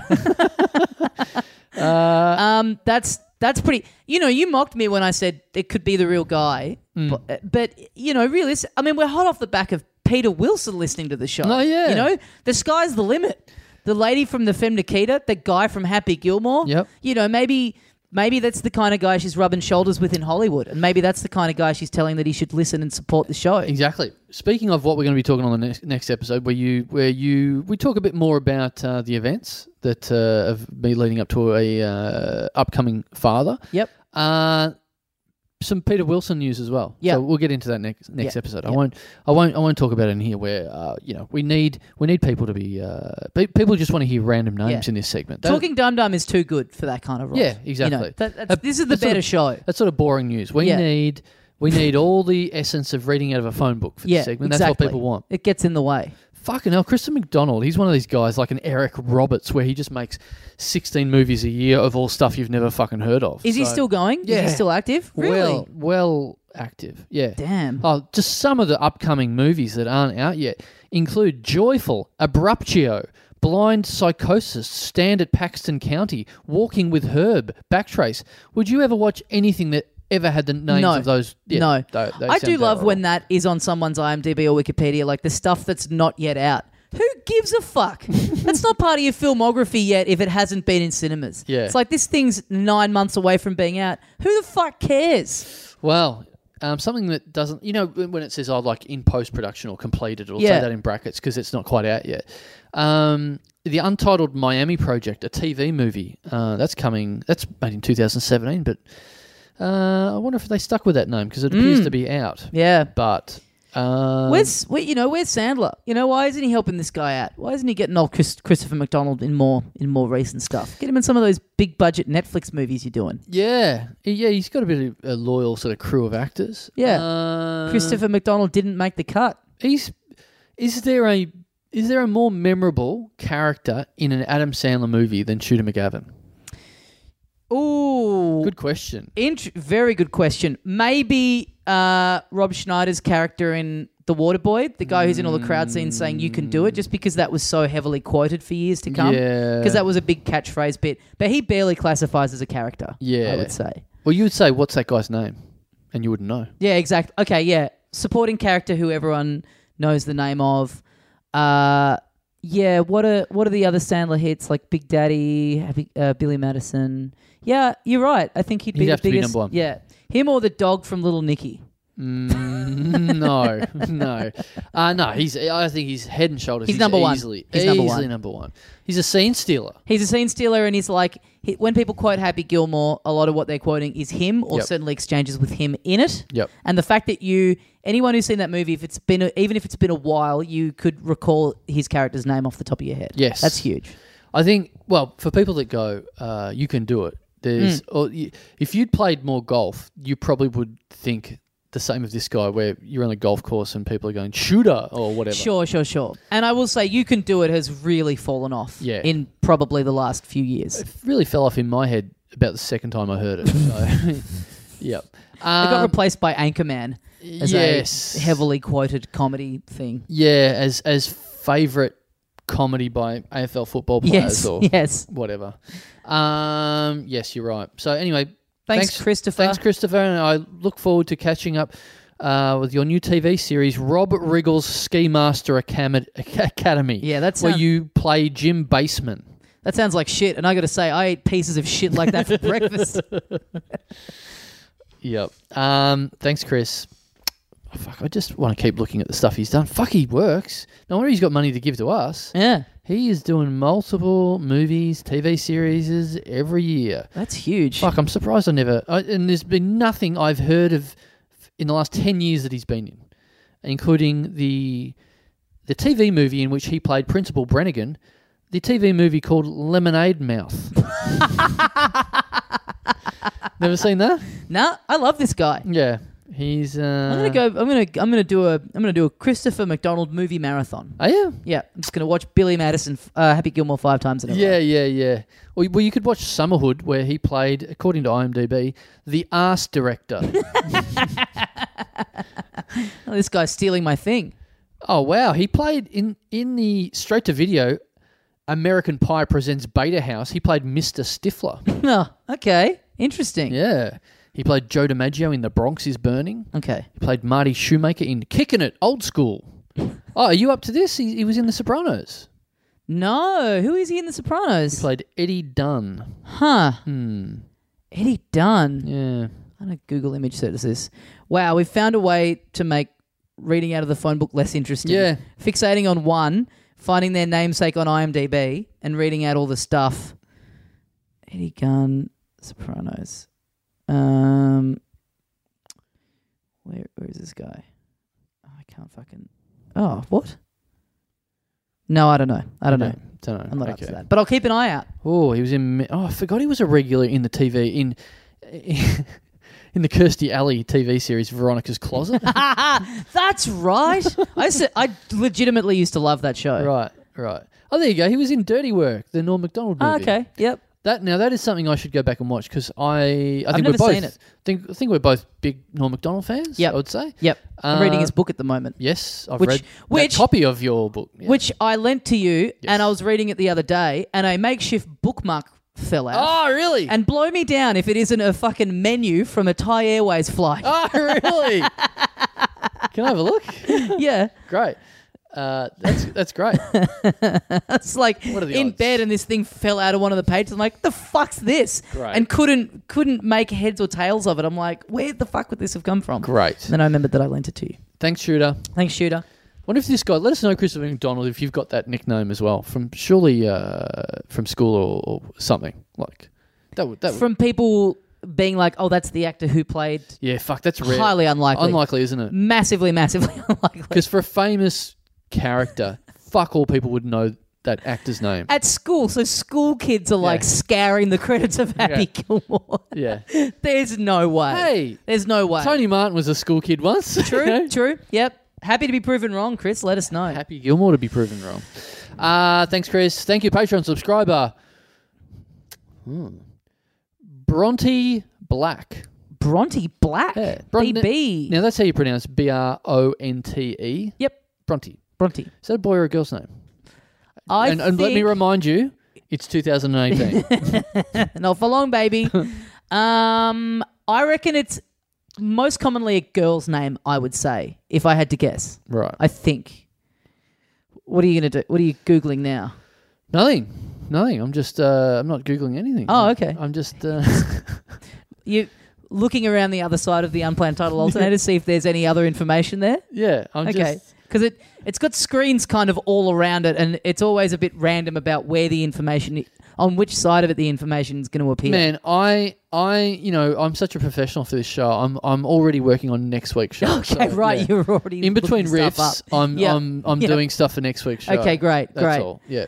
S2: Uh,
S1: um, that's that's pretty. You know, you mocked me when I said it could be the real guy,
S2: Hmm.
S1: but, uh, but you know, really, I mean, we're hot off the back of Peter Wilson listening to the show.
S2: Oh, yeah.
S1: you know, the sky's the limit. The lady from the Femme Nikita, the guy from Happy Gilmore.
S2: Yep.
S1: You know, maybe. Maybe that's the kind of guy she's rubbing shoulders with in Hollywood, and maybe that's the kind of guy she's telling that he should listen and support the show.
S2: Exactly. Speaking of what we're going to be talking on the next, next episode, where you where you we talk a bit more about uh, the events that uh, of me leading up to a uh, upcoming father.
S1: Yep.
S2: Uh, some Peter Wilson news as well.
S1: Yeah.
S2: so we'll get into that next next
S1: Yeah.
S2: episode. I
S1: Yeah.
S2: won't I won't I won't talk about it in here. Where uh, you know we need we need people to be uh, pe- people just want to hear random names
S1: Yeah.
S2: in this segment. That-
S1: Talking Dum Dum is too good for that kind of role.
S2: Yeah, exactly.
S1: that, that's,
S2: Uh,
S1: this is the
S2: that's sort
S1: better
S2: of-
S1: show.
S2: That's sort of boring news. We
S1: Yeah.
S2: need we need all the essence of reading out of a phone book for
S1: Yeah,
S2: this segment.
S1: exactly.
S2: That's what people want.
S1: It gets in the way.
S2: Fucking hell, Kristen McDonald. He's one of these guys like an Eric Roberts, where he just makes sixteen movies a year of all stuff you've never fucking heard of.
S1: Is he
S2: So-
S1: still going? Is
S2: Yeah.
S1: he still active? Really?
S2: Well, well active. Yeah.
S1: Damn.
S2: Oh, just some of the upcoming movies that aren't out yet include Joyful, Abruptio, Blind Psychosis, Stand at Paxton County, Walking with Herb, Backtrace. Would you ever watch anything that ever had the names
S1: no.
S2: of those? Yeah,
S1: no.
S2: they- they
S1: I
S2: sound
S1: do
S2: about
S1: love
S2: right.
S1: when that is on someone's IMDb or Wikipedia, like the stuff that's not yet out. Who gives a
S2: [laughs]
S1: fuck? that's not part of your filmography yet if it hasn't been in cinemas.
S2: Yeah.
S1: It's like this thing's nine months away from being out. Who the fuck cares?
S2: Well, um, something that doesn't, you know, when when it says, oh, like in post production or completed, it'll
S1: Yeah.
S2: say that in brackets because it's not quite out yet. Um, the Untitled Miami Project, a TV movie, uh, that's coming, that's made in 2017, but uh, I wonder if they stuck with that name because it appears to be out.
S1: Yeah.
S2: But. Um,
S1: Mm. Where's where, you know where's Sandler? You know why isn't he helping this guy out? Why isn't he getting old Chris, Christopher McDonald in more in more recent stuff? Get him in some of those big budget Netflix movies you're doing.
S2: yeah, yeah, he's got a bit of a loyal sort of crew of actors.
S1: Yeah.
S2: Um,
S1: Christopher McDonald didn't make the cut.
S2: He's is there a is there a more memorable character in an Adam Sandler movie than Shooter McGavin?
S1: Ooh,
S2: Good question.
S1: Int- very good question. Maybe uh, Rob Schneider's character in The Waterboy, the guy who's in all the crowd scenes saying "You can do it," just because that was so heavily quoted for years to come.
S2: Yeah.
S1: because that was a big catchphrase bit. But he barely classifies as a character.
S2: Yeah.
S1: I would say.
S2: Well, you would say, "What's that guy's name?" and you wouldn't know.
S1: Yeah, exactly. Okay, yeah. Supporting character who everyone knows the name of. Uh yeah, what are what are the other Sandler hits like Big Daddy, Happy, uh, Billy Madison? Yeah, you're right. I think he'd be
S2: He'd
S1: the
S2: have to be
S1: biggest.
S2: number one.
S1: Yeah, him or the dog from Little Nicky.
S2: Mm, [laughs] no, no, uh, no. He's. I think he's head and shoulders.
S1: He's number one.
S2: Easily,
S1: He's number
S2: easily
S1: one.
S2: number one. He's a scene stealer.
S1: He's a scene stealer, and he's like he, when people quote Happy Gilmore, a lot of what they're quoting is him, or
S2: Yep.
S1: certainly exchanges with him in it.
S2: Yep.
S1: And the fact that you, anyone who's seen that movie, if it's been a, even if it's been a while, you could recall his character's name off the top of your head.
S2: Yes.
S1: that's huge.
S2: I think. Well, for people that go, uh, Mm. you can do it. There's. Or, y- if you'd played more golf, you probably would think the same of this guy where you're on a golf course and people are going shooter or whatever.
S1: Sure, sure, sure. And I will say, you can do it has really fallen off.
S2: Yeah.
S1: In probably the last few years.
S2: really fell off in my head about the second time I heard it. So, [laughs] yep.
S1: it got
S2: Um,
S1: replaced by Anchorman as
S2: yes.
S1: a heavily quoted comedy thing.
S2: yeah, as as favorite comedy by AFL football
S1: Yes,
S2: players or
S1: yes.
S2: whatever. Um, yes, you're right. So anyway,
S1: Thanks, Christopher.
S2: Thanks, Christopher, and I look forward to catching up uh, with your new TV series, Rob Riggle's Ski Master Acam- Academy.
S1: Yeah, uh, that
S2: where
S1: sound-
S2: you play Jim Baseman.
S1: That sounds like shit, and I got to say, I ate pieces of shit like
S2: [laughs]
S1: that for breakfast.
S2: Yep. Um, thanks, Chris. Oh, fuck, I just want to keep looking at the stuff he's done. Fuck, he works. No wonder he's got money to give to us.
S1: Yeah,
S2: He is doing multiple movies, TV series every year.
S1: that's huge.
S2: Fuck, I'm surprised I never. I, and there's been nothing I've heard of in the last ten years that he's been in, including the the TV movie in which he played Principal Brennigan, the TV movie called Lemonade Mouth.
S1: [laughs]
S2: never seen that.
S1: Nah, I love this guy.
S2: Yeah, he's. Uh,
S1: I'm gonna go. I'm gonna. I'm gonna do a. I'm gonna do a Christopher McDonald movie marathon.
S2: Oh yeah.
S1: Yeah, I'm just gonna watch Billy Madison, f- uh, Happy Gilmore five times in a row.
S2: Yeah, yeah, yeah. Well, you- well, you could watch Summerhood, where he played, according to IMDb, the ass director.
S1: Oh, this guy's stealing my thing.
S2: oh wow, he played in in the straight to video American Pie presents Beta House. He played Mister Stifler.
S1: No, Oh, okay, interesting.
S2: yeah, he played Joe DiMaggio in The Bronx Is Burning.
S1: Okay.
S2: He played Marty Shoemaker in Kicking It Old School. Oh, are you up to this? He, he was in The Sopranos.
S1: No, who is he in The
S2: He
S1: Sopranos?
S2: played Eddie Dunn.
S1: Huh? Eddie Dunn.
S2: Yeah.
S1: I don't Google image search this. Wow, we've found a way to make reading out of the phone book less interesting.
S2: Yeah.
S1: Fixating on one, finding their namesake on IMDb, and reading out all the stuff. Eddie Gunn, Sopranos. Um, where where is this guy? Oh, I can't fucking. Oh, what? No, I don't know. I don't know.
S2: Don't know.
S1: I'm not up
S2: Okay.
S1: to that. But I'll keep an eye
S2: [laughs]
S1: out. [laughs]
S2: Oh, he was in. Oh, I forgot he was a regular in the TV in [laughs] in the Kirsty Alley TV series Veronica's Closet.
S1: That's
S2: [laughs]
S1: right. I s- I legitimately used to love that show.
S2: right, right. Oh, there you go. He was in Dirty Work, the Norm Macdonald movie.
S1: Ah, okay. Yep.
S2: That now that is something I should go back and watch because I I think
S1: never
S2: we're both
S1: seen it.
S2: think I think we're both big Norm Macdonald fans. Yeah,
S1: Yep.
S2: I would say.
S1: Yep. I'm reading
S2: Uh,
S1: his book at the moment,
S2: Yes, I've
S1: Which-
S2: read
S1: which-
S2: that copy of your book. yeah.
S1: which I lent to you, and I was reading it the other day, and a makeshift bookmark fell out.
S2: Oh, really? [laughs]
S1: And blow me down if it isn't a fucking menu from a Thai Airways flight.
S2: oh, really? Can I have a look?
S1: [laughs] Yeah.
S2: great. Uh, that's
S1: [laughs]
S2: that's great.
S1: It's like
S2: What are the
S1: in
S2: odds?
S1: bed, and this thing fell out of one of the pages. I'm like, the fuck's this?
S2: Great.
S1: And couldn't couldn't make heads or tails of it. I'm like, where the fuck would this have come from?
S2: Great.
S1: And then I remembered that I lent it to you.
S2: Thanks, shooter.
S1: Thanks, Shooter.
S2: Wonder if this guy. Let us know, Christopher McDonald, if you've got that nickname as well from surely uh, from school or, or something like that. Would that would,
S1: From people being like, oh, that's the actor who played.
S2: yeah? Fuck, that's rare.
S1: Highly unlikely.
S2: Unlikely, isn't it?
S1: Massively, massively [laughs] unlikely.
S2: Because for a famous character, [laughs] fuck all people would know that actor's name.
S1: at school. So school kids are like scouring the credits of Happy Gilmore. [laughs]
S2: yeah.
S1: There's no way.
S2: Hey.
S1: there's no way.
S2: Tony Martin was a school kid once. [laughs] you know?
S1: True, true. Yep. Happy to be proven wrong, Chris. Let us know.
S2: Happy Gilmore to be proven wrong. Uh, thanks, Chris. Thank you, Patreon subscriber. Hmm. Bronte Black.
S1: Bronte Black.
S2: Yeah. Bronte-
S1: BB.
S2: Now that's how you pronounce B R O N T E.
S1: Yep.
S2: Bronte.
S1: Bronte.
S2: Is that a boy or a girl's name?
S1: I
S2: and, and let me
S1: think-
S2: remind you,
S1: [laughs]
S2: it's 2018.
S1: Not for long,
S2: [laughs]
S1: baby. um, I reckon it's most commonly a girl's name. I would say, if I had to guess.
S2: right.
S1: I think. What are you gonna do? What are you googling now?
S2: nothing. Nothing. I'm just. Uh, I'm not googling anything.
S1: Oh,
S2: I'm-
S1: okay.
S2: I'm just. Uh, [laughs]
S1: You looking around the other side of the unplanned title alternator to see if there's any other information there?
S2: yeah. I'm
S1: Okay.
S2: just.
S1: Because it, it's got screens kind of all around it, and it's always a bit random about where the information, on which side of it the information is going to appear.
S2: Man, I, I, you know, I'm such a professional for this show. I'm, I'm already working on next week's
S1: [laughs]
S2: show.
S1: okay, [laughs]
S2: so,
S1: right.
S2: yeah.
S1: You're already
S2: in between
S1: looking stuff
S2: riffs,
S1: up.
S2: I'm,
S1: Yeah.
S2: I'm, I'm
S1: Yeah.
S2: doing stuff for next week's show.
S1: Okay, great,
S2: That's
S1: great.
S2: all. Yeah.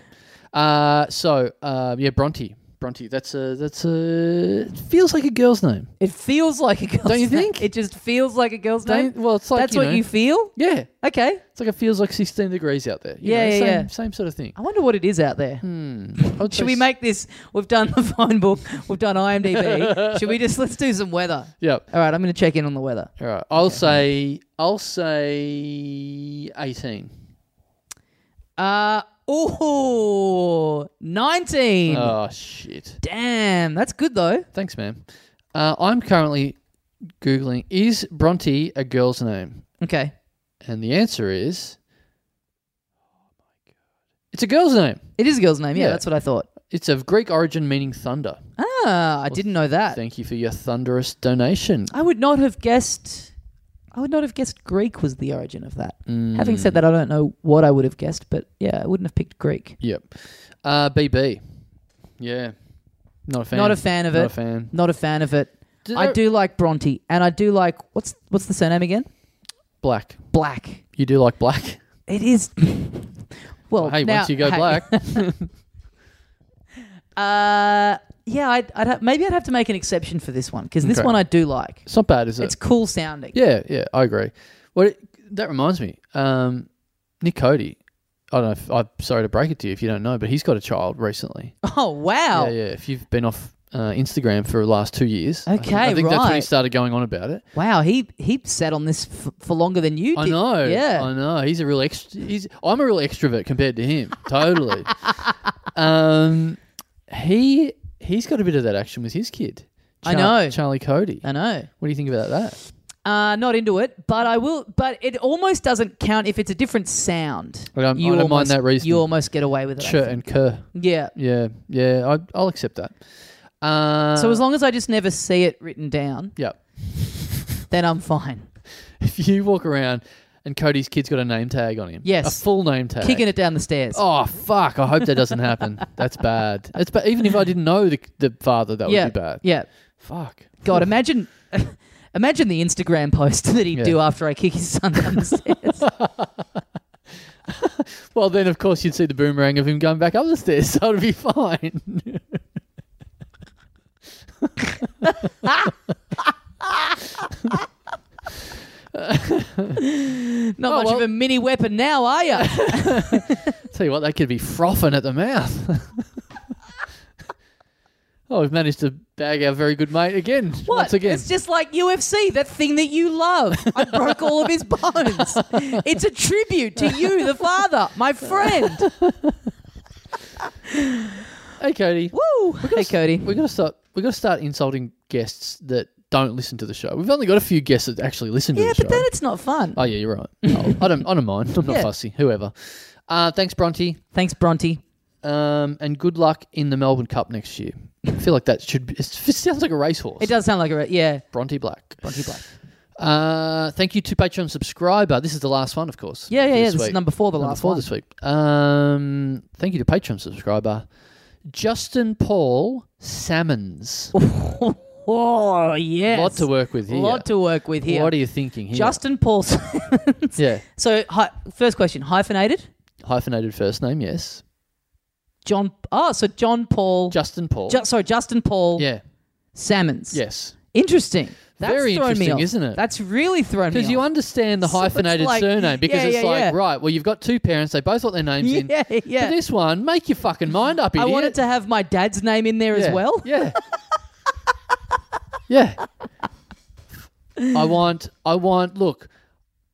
S2: Uh, so, uh, yeah, Bronte. Bronte. That's a that's a it feels like a girl's name.
S1: It feels like a girl's
S2: Don't you
S1: name.
S2: think?
S1: It just feels like a girl's
S2: Don't-
S1: name.
S2: well, it's like,
S1: That's
S2: you
S1: what
S2: know-
S1: you feel.
S2: Yeah,
S1: Okay.
S2: it's like it feels like 16 degrees out there. you
S1: Yeah,
S2: know,
S1: yeah,
S2: same,
S1: yeah.
S2: same sort of thing.
S1: I wonder what it is out there.
S2: Hmm. I would say
S1: Should we
S2: s-
S1: make this? We've done the [laughs] phone book. We've done
S2: [laughs]
S1: IMDb. Should we just let's do some weather?
S2: Yep.
S1: All right, I'm going to check in on the weather.
S2: All right. I'll say I'll say 18.
S1: Uh oh, 19.
S2: Oh shit.
S1: Damn, that's good though.
S2: Thanks, man. Uh, I'm currently googling is Bronte a girl's name,
S1: Okay.
S2: and the answer is. It's a girl's name.
S1: It is a girl's name. Yeah,
S2: Yeah.
S1: that's what I thought.
S2: It's of Greek origin meaning thunder.
S1: Ah, I didn't know that.
S2: Thank you for your thunderous donation.
S1: I would not have guessed. I would not have guessed Greek was the origin of that. Having said that, I don't know what I would have guessed, but yeah, I wouldn't have picked Greek.
S2: Yep. Uh, BB. Yeah. Not a fan.
S1: Not a fan of
S2: Not
S1: it.
S2: a fan.
S1: Not a fan of it.
S2: Do
S1: I
S2: they-
S1: do like Bronte, and I do like what's what's the surname again?
S2: Black.
S1: Black.
S2: You do like black?
S1: It is. [laughs] well,
S2: hey,
S1: Oh, now-
S2: once you go
S1: hey,
S2: black.
S1: Uh, yeah, I'd, I'd ha- maybe I'd have to make an exception for this one because this
S2: Okay.
S1: one I do like.
S2: It's
S1: [laughs]
S2: not bad, is it?
S1: It's cool sounding.
S2: yeah, yeah, I agree. Well, it, that reminds me. Um, Nick Cody. I don't know. If, I'm sorry to break it to you if you don't know, but he's got a child recently.
S1: [laughs] Oh wow.
S2: Yeah, yeah. If you've been off uh, Instagram for the last two years, I think, I
S1: Okay,
S2: think that's when he
S1: right.
S2: started going on about it.
S1: Wow. He he sat on this f- for longer than you
S2: I
S1: did.
S2: know.
S1: Yeah.
S2: I know. He's a real ext. He's I'm a real extrovert compared to him.
S1: [laughs]
S2: totally. Um, he he's got a bit of that action with his kid.
S1: I know. Uh,
S2: Charlie Cody.
S1: I know.
S2: What do you think about that?
S1: Uh, not into it, but I will. But it almost doesn't count if it's a different sound.
S2: I don't- I don't mind
S1: almost-
S2: that reasoning.
S1: You almost get away with it. I
S2: Chur
S1: think.
S2: and Kerr.
S1: Yeah.
S2: Yeah, yeah. I, I'll accept that. Uh,
S1: So as long as I just never see it written down,
S2: yeah, [laughs]
S1: then I'm fine.
S2: if you walk around and Cody's kid's got a name tag on him,
S1: Yes.
S2: a full name tag,
S1: Kicking it down the stairs.
S2: Oh fuck! I hope that
S1: [laughs]
S2: doesn't happen. That's bad. It's but even if I didn't know the, the father, that
S1: yeah.
S2: would be bad.
S1: Yeah.
S2: Fuck.
S1: God, imagine, [laughs] imagine the Instagram post that he'd
S2: Yeah.
S1: do after I kick his
S2: [laughs]
S1: son down the stairs.
S2: [laughs] Well, then of course you'd see the boomerang of him going back up the stairs, [laughs] so it'd be fine. [laughs]
S1: Not
S2: Oh,
S1: much
S2: well.
S1: of a mini weapon now, are
S2: [laughs]
S1: you?
S2: Tell you what, that could be frothing at the mouth. [laughs] oh, we've managed to bag our very good mate again.
S1: What?
S2: Once again.
S1: It's just like UFC, that thing that you love. I broke all of his bones. It's a tribute to you, the father, my friend.
S2: [laughs] hey, Cody.
S1: Woo!
S2: gotta
S1: Hey,
S2: s-
S1: Cody.
S2: We're gonna start. We're gonna start insulting guests that don't listen to the show. We've only got a few guests that actually listen
S1: Yeah,
S2: to the
S1: but
S2: show.
S1: then it's not fun.
S2: oh yeah,
S1: [laughs]
S2: you're right. No, I don't. I don't mind. I'm not
S1: Yeah.
S2: fussy. Whoever. Uh, thanks, Bronte.
S1: Thanks, Bronte.
S2: Um, and good luck in the Melbourne Cup next year. I feel like that should. Be, it sounds like a racehorse.
S1: It does sound like a re- yeah,
S2: Bronte Black.
S1: Bronte Black.
S2: Uh, thank you to Patreon subscriber. This is the last one, of course.
S1: Yeah, yeah,
S2: for
S1: yeah.
S2: this
S1: This is
S2: week.
S1: number four, the
S2: Number
S1: last
S2: four
S1: one.
S2: this week. Um, thank you to Patreon subscriber Justin Paul Salmons.
S1: Oh yes,
S2: lot to work with here.
S1: Lot to work with here.
S2: What are you thinking here?
S1: Justin Paulson. [laughs]
S2: yeah,
S1: so, hi, first question: hyphenated
S2: hyphenated first name. Yes,
S1: John. Oh, so John Paul.
S2: Justin Paul.
S1: Ju- sorry, Justin Paul
S2: yeah,
S1: Salmons.
S2: yes.
S1: Interesting. That's
S2: Very
S1: thrown me
S2: interesting,
S1: off.
S2: isn't it?
S1: That's really thrown me
S2: Because you
S1: off.
S2: understand the
S1: So it's
S2: hyphenated
S1: like-
S2: surname because
S1: yeah,
S2: it's
S1: yeah,
S2: like
S1: yeah.
S2: right. Well, you've got two parents. They both got their names in.
S1: [laughs] Yeah, yeah.
S2: For this one, make your fucking mind up,
S1: I
S2: idiot.
S1: wanted to have my dad's name in there
S2: yeah.
S1: as well.
S2: Yeah.
S1: [laughs]
S2: yeah. I want. I want. Look.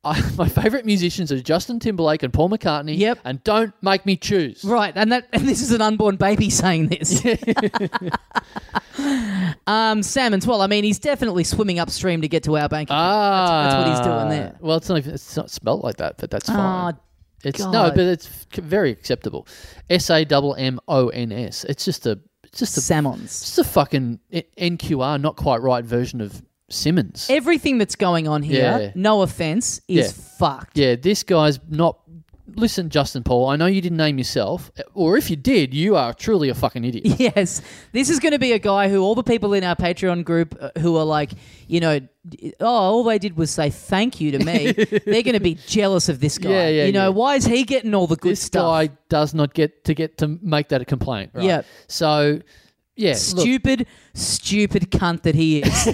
S2: I, [laughs] my favorite musicians are Justin Timberlake and Paul McCartney.
S1: Yep.
S2: And don't make me choose.
S1: Right, and that and this is an unborn baby saying
S2: [laughs]
S1: this. [laughs] um, Salmons. Well, I mean, he's definitely swimming upstream to get to our bank. account.
S2: Ah,
S1: That's- that's what he's doing there.
S2: Well, it's not even, it's not spelt like that, but that's
S1: Ah,
S2: fine. It's no,
S1: God.
S2: but it's c- very acceptable. S a double M o n s. It's just a it's just a
S1: Salmons.
S2: it's just a fucking I- NQR, not quite right version of Simmons.
S1: Everything that's going on here,
S2: Yeah.
S1: no offense, is
S2: Yeah.
S1: fucked.
S2: yeah, this guy's not. Listen, Justin Paul, I know you didn't name yourself, or if you did, you are truly a fucking idiot.
S1: [laughs] Yes, this is going to be a guy who all the people in our Patreon group uh, who are like, you know, d- oh, all they did was say thank you to
S2: [laughs]
S1: me. They're going to be jealous of this guy.
S2: Yeah, yeah,
S1: you know,
S2: yeah.
S1: why is he getting all the good
S2: this
S1: stuff?
S2: guy does not get to get to make that a complaint. Right?
S1: Yeah.
S2: So Yeah, look,
S1: Stupid, stupid cunt that he is.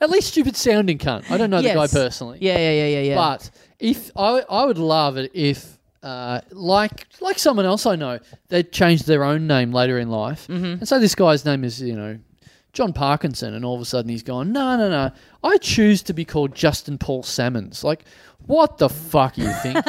S2: at least stupid sounding cunt. I don't know
S1: Yes.
S2: the guy personally.
S1: Yeah, yeah, yeah, yeah, yeah.
S2: But if I, I would love it if, uh, like like someone else I know, they changed their own name later in life,
S1: Mm-hmm.
S2: and so this guy's name is you know John Parkinson, and all of a sudden he's gone. No, no, no. I choose to be called Justin Paul Salmons. Like, what the fuck are you
S1: [laughs]
S2: thinking?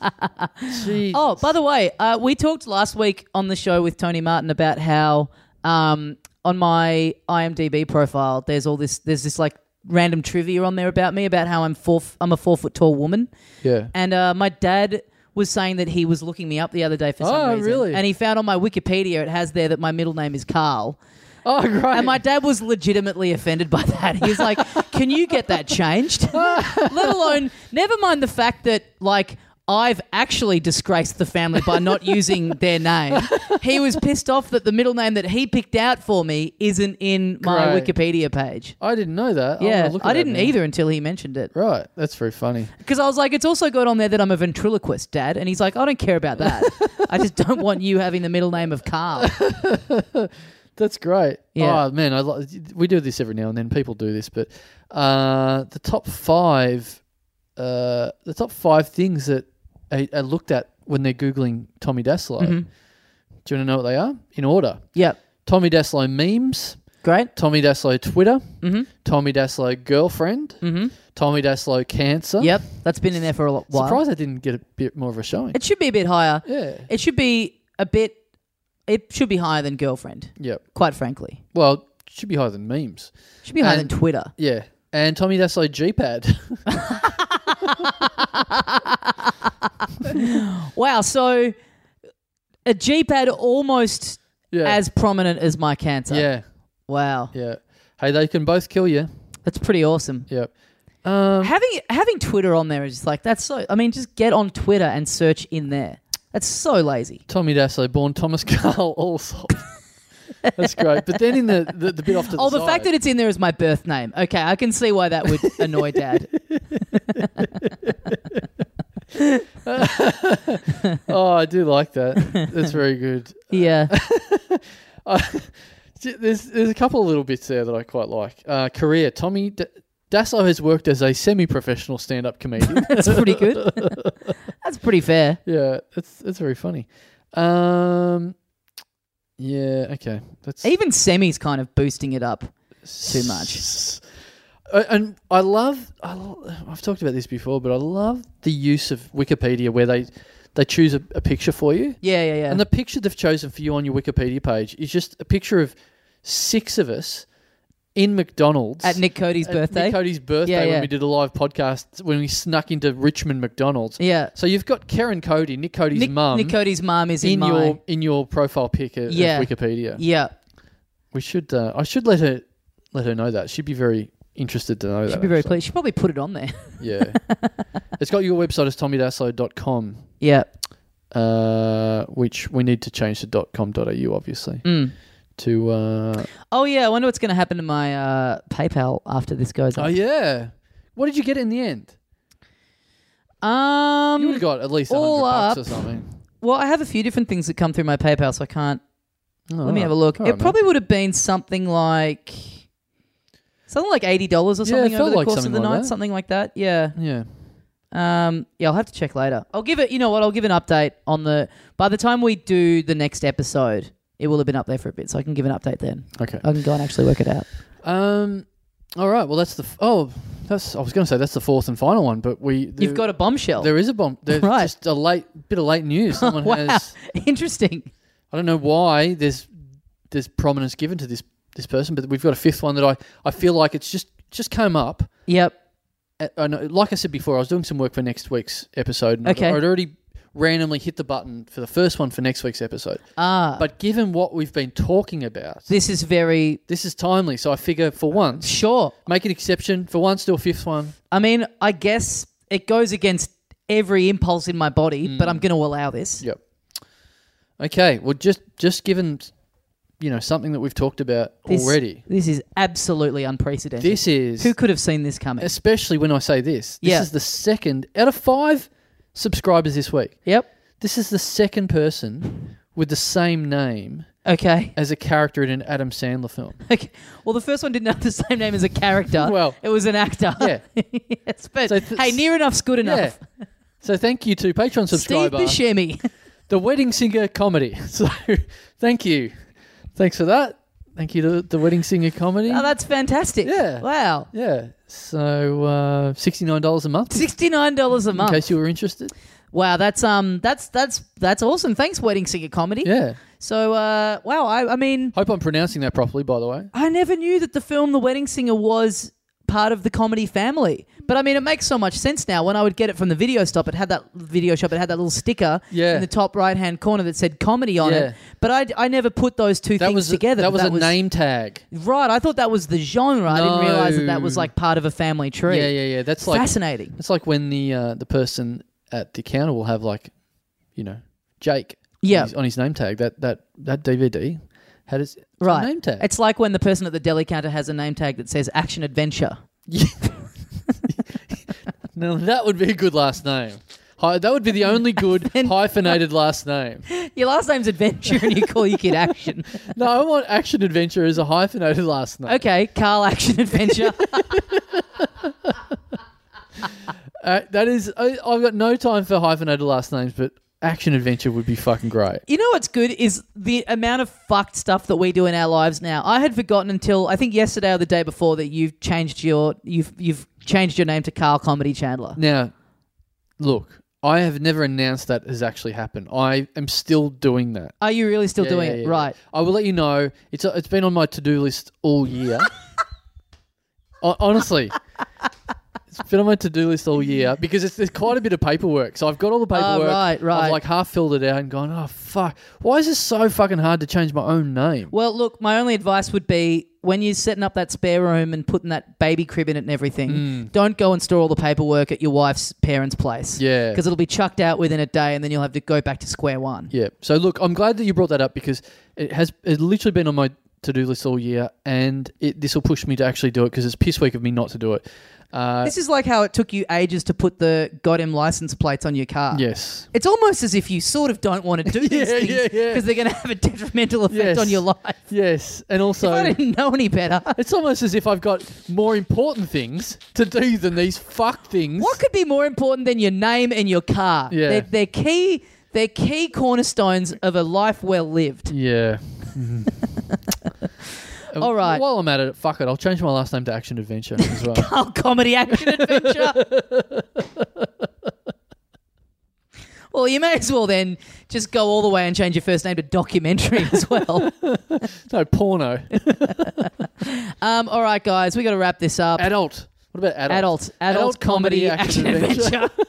S2: Jeez.
S1: Oh, by the way, uh, we talked last week on the show with Tony Martin about how um, on my IMDb profile, there's all this, there's this like random trivia on there about me about how I'm four, I'm a four foot tall woman,
S2: yeah.
S1: and uh, my dad was saying that he was looking me up the other day for some
S2: Oh,
S1: reason,
S2: really?
S1: and he found on my Wikipedia it has there that my middle name is Carl.
S2: Oh, great.
S1: And my dad was legitimately offended by that. He was like, [laughs] "Can you get that changed?"
S2: [laughs]
S1: Let alone, never mind the fact that like I've actually disgraced the family by
S2: [laughs]
S1: not using their name. He was pissed off that the middle name that he picked out for me isn't in my
S2: Great.
S1: Wikipedia page.
S2: I didn't know that. I wanna
S1: Yeah,
S2: look at
S1: I
S2: that
S1: didn't
S2: now.
S1: either until he mentioned it.
S2: Right. That's very funny.
S1: Because I was like, it's also got on there that I'm a ventriloquist, Dad. And he's like, I don't care about that. I just don't want you having the middle name of
S2: [laughs]
S1: Carl.
S2: That's great.
S1: Yeah.
S2: Oh man, I lo- we do this every now and then. People do this, but uh, the top five, uh, the top five things that are, are looked at when they're googling Tommy Daslow.
S1: Mm-hmm.
S2: Do you want to know what they are in order?
S1: yep.
S2: Tommy Daslow memes,
S1: Great.
S2: Tommy Daslow Twitter,
S1: Mm-hmm.
S2: Tommy Daslow girlfriend, Tommy Daslow cancer.
S1: Yep. That's been in there for a lo- while.
S2: Surprised I didn't get a bit more of a showing.
S1: It should be a bit higher.
S2: Yeah.
S1: It should be a bit. It should be higher than girlfriend.
S2: Yep.
S1: Quite frankly,
S2: Well, it should be higher than memes.
S1: it should be higher
S2: And-
S1: than Twitter.
S2: Yeah. And Tommy Daslow G-pad. [laughs]
S1: Wow. So a G-pad almost
S2: yeah.
S1: as prominent as my cancer.
S2: yeah.
S1: Wow.
S2: Yeah. Hey, they can both kill you.
S1: That's pretty awesome.
S2: Yep. Um,
S1: Having having Twitter on there is just like that's so. I mean, just get on Twitter and search in there. That's so lazy.
S2: Tommy Dasso, born Thomas [laughs] Carl Allsop. That's great. But then in the, the, the bit off to the
S1: Oh, the
S2: side,
S1: fact that it's in there is my birth name. Okay, I can see why that
S2: [laughs]
S1: would annoy Dad.
S2: oh, I do
S1: [laughs]
S2: like that. That's very good.
S1: Yeah.
S2: J- There's there's a couple of little bits there that I quite like. Uh, career Tommy D- Dasso has worked as a semi-professional
S1: [laughs]
S2: stand-up comedian.
S1: That's pretty
S2: [laughs]
S1: good. that's pretty fair.
S2: yeah, that's that's very funny. Um, yeah, okay. That's
S1: Even Semi's kind of boosting it up too much.
S2: Uh, and I love, I, lo- I've talked about this before, but I love the use of Wikipedia where they they choose a, a picture for you,
S1: Yeah, yeah, yeah.
S2: and the picture they've chosen for you on your Wikipedia page is just a picture of six of us in McDonald's
S1: at Nick Cody's
S2: at
S1: birthday.
S2: Nick Cody's birthday
S1: Yeah, yeah.
S2: when we did a live podcast when we snuck into Richmond McDonald's.
S1: yeah.
S2: So you've got Karen Cody, Nick Cody's
S1: Nick,
S2: mum,
S1: Nick Cody's mum is in,
S2: in
S1: my,
S2: your in your profile pic at,
S1: Yeah.
S2: Wikipedia.
S1: yeah.
S2: We should, uh, I should let her let her know that. She'd be very interested to know that.
S1: She'd be very
S2: actually.
S1: pleased. She probably put it on there. [laughs]
S2: Yeah. it's got your website as tommydasso.com,
S1: yeah.
S2: uh, which we need to change to .com.au, obviously. To, uh,
S1: Mm. Oh yeah. I wonder what's going to happen to my uh, PayPal after this goes
S2: oh,
S1: up.
S2: yeah. What did you get in the end? You would
S1: Um.
S2: have got at least 100
S1: all
S2: bucks or
S1: up.
S2: something.
S1: Well, I have a few different things that come through my PayPal, so I can't. Let me
S2: right.
S1: have a look.
S2: All
S1: it
S2: right, mate.
S1: probably would have been something like something like eighty dollars or
S2: Yeah, it
S1: something over
S2: felt
S1: the
S2: like
S1: course of the
S2: something like
S1: night,
S2: that.
S1: something like that. Yeah.
S2: Yeah.
S1: Um, yeah, I'll have to check later. I'll give it. You know what? I'll give an update on the. By the time we do the next episode, it will have been up there for a bit, so I can give an update then.
S2: Okay.
S1: I can go and actually work it out.
S2: Um, all right. Well, that's the, f- oh, that's, I was going to say that's the fourth and final one, but we, there,
S1: You've got a bombshell.
S2: there is a bomb.
S1: [laughs]
S2: There's
S1: Right.
S2: just a late, bit of late news.
S1: [laughs]
S2: Someone
S1: wow,
S2: has,
S1: interesting.
S2: I don't know why there's there's prominence given to this this person, but we've got a fifth one that I, I feel like it's just just came up.
S1: Yep.
S2: Uh, I know, like I said before, I was doing some work for next week's episode, and I'd-
S1: Okay.
S2: I'd, already randomly hit the button for the first one for next week's episode.
S1: Ah,
S2: But given what we've been talking about,
S1: this is very
S2: this is timely, so I figure for once,
S1: sure.
S2: make an exception for once, do a fifth one.
S1: I mean, I guess it goes against every impulse in my body,
S2: Hmm.
S1: but I'm going to allow this.
S2: Yep. Okay. Well, just just given, you know, something that we've talked about
S1: This-
S2: already.
S1: This is absolutely unprecedented.
S2: This is
S1: Who could have seen this coming?
S2: especially when I say this. This
S1: Yeah.
S2: is the second out of five subscribers this week.
S1: Yep.
S2: This is the second person with the same name
S1: Okay. [laughs]
S2: as a character in an Adam Sandler film.
S1: okay. Well, the first one didn't have the same name as a character.
S2: [laughs] Well-
S1: it was an actor.
S2: Yeah.
S1: [laughs] yes, but
S2: So th-
S1: hey, near enough's good
S2: Yeah.
S1: enough.
S2: So thank you to Patreon
S1: Steve
S2: subscriber
S1: Buscemi. [laughs]
S2: The Wedding Singer comedy. [laughs] So thank you. Thanks for that. Thank you to The Wedding Singer comedy.
S1: oh, that's fantastic.
S2: Yeah.
S1: Wow.
S2: yeah. So uh, $69 a month
S1: Sixty-nine dollars a
S2: in
S1: month.
S2: case you were interested.
S1: Wow, that's um, that's that's that's awesome. Thanks, wedding singer comedy.
S2: Yeah.
S1: So, uh, wow. I, I mean,
S2: Hope I'm pronouncing that properly by the way.
S1: I never knew that the film The Wedding Singer was part of the comedy family. But I mean, it makes so much sense now. When I would get it from the video shop, it had that video shop. It had that little sticker
S2: Yeah.
S1: in the top right hand corner that said comedy on
S2: Yeah.
S1: it. But I, I never put those two
S2: That
S1: things
S2: was
S1: together.
S2: that
S1: but
S2: was a name tag.
S1: Right. I thought that was the genre. I didn't realize that that was
S2: No.
S1: like part of a family tree.
S2: Yeah, yeah, yeah. That's like
S1: Fascinating.
S2: It's like when the uh, the person at the counter will have like, you know, Jake.
S1: Yeah.
S2: on his, on his name tag. That that that DVD had his
S1: Right.
S2: name tag.
S1: It's like when the person at the deli counter has a name tag that says action adventure. [laughs]
S2: [laughs] now that would be a good last name. Hi, that would be the
S1: [laughs]
S2: only good hyphenated last name.
S1: Your last name's Adventure and you call your kid
S2: [laughs]
S1: Action.
S2: No, I want action adventure as a hyphenated last name.
S1: Okay, Carl Action Adventure.
S2: Uh, that is, I, I've got no time for hyphenated last names, but action adventure would be fucking great.
S1: You know what's good is the amount of fucked stuff that we do in our lives now. I had forgotten until I think yesterday or the day before that you've changed your you've you've changed your name to Carl Comedy Chandler.
S2: Now, look, I have never announced that has actually happened. I am still doing that.
S1: Are you really still
S2: Yeah,
S1: doing
S2: yeah,
S1: it?
S2: yeah, yeah.
S1: Right.
S2: I will let you know. It's it's been on my to do list
S1: [laughs]
S2: all year. Hon- Honestly, it's been on my to do list all year because it's, there's quite a bit of paperwork. So I've got all the paperwork.
S1: Oh, right, right.
S2: I've like half filled it out and gone, oh fuck, why is this so fucking hard to change my own name?
S1: Well, look, my only advice would be when you're setting up that spare room and putting that baby crib in it and everything,
S2: Mm.
S1: don't go and store all the paperwork at your wife's parents' place.
S2: Yeah.
S1: Because it'll be chucked out within a day and then you'll have to go back to square one.
S2: Yeah. So look, I'm glad that you brought that up because it has it's literally been on my to do list all year, and it, this will push me to actually do it because it's piss weak of me not to do it. Uh,
S1: This is like how it took you ages to put the goddamn license plates on your car.
S2: yes.
S1: It's almost as if you sort of don't want to
S2: [laughs]
S1: do these
S2: Yeah,
S1: things
S2: yeah, yeah.
S1: they're going to have a detrimental effect
S2: Yes.
S1: on your life.
S2: Yes, and also
S1: if I didn't know any
S2: [laughs]
S1: better,
S2: It's almost as if I've got more important things to do than these fuck things.
S1: what could be more important than your name and your car?
S2: Yeah.
S1: They're, they're key. They're key cornerstones of a life well [laughs] lived.
S2: [laughs] Yeah.
S1: All right.
S2: While I'm at it, fuck it. I'll change my last name to Action Adventure
S1: [laughs]
S2: as well.
S1: Oh, comedy action adventure.
S2: [laughs]
S1: well, you may as well then just go all the way and change your first name to documentary as
S2: [laughs]
S1: well. [laughs]
S2: no, porno.
S1: um, all right, guys, we got to wrap this up.
S2: Adult. What about adult?
S1: adult, adult, comedy, action, adventure. [laughs]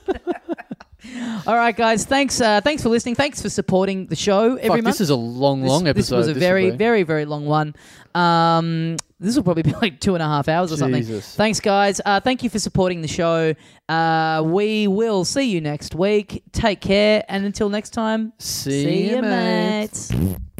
S1: All right, guys. Thanks. Uh, thanks for listening. Thanks for supporting the show every
S2: Fuck,
S1: month.
S2: this is a long, long
S1: This-
S2: episode.
S1: This was a
S2: will
S1: very,
S2: be.
S1: very, very long one. Um, this will probably be [laughs] like two and a half hours or something.
S2: Jesus.
S1: Thanks, guys. Uh, thank you for supporting the show. Uh, we will see you next week. Take care, and until next time,
S2: See ya, mates.
S1: mates.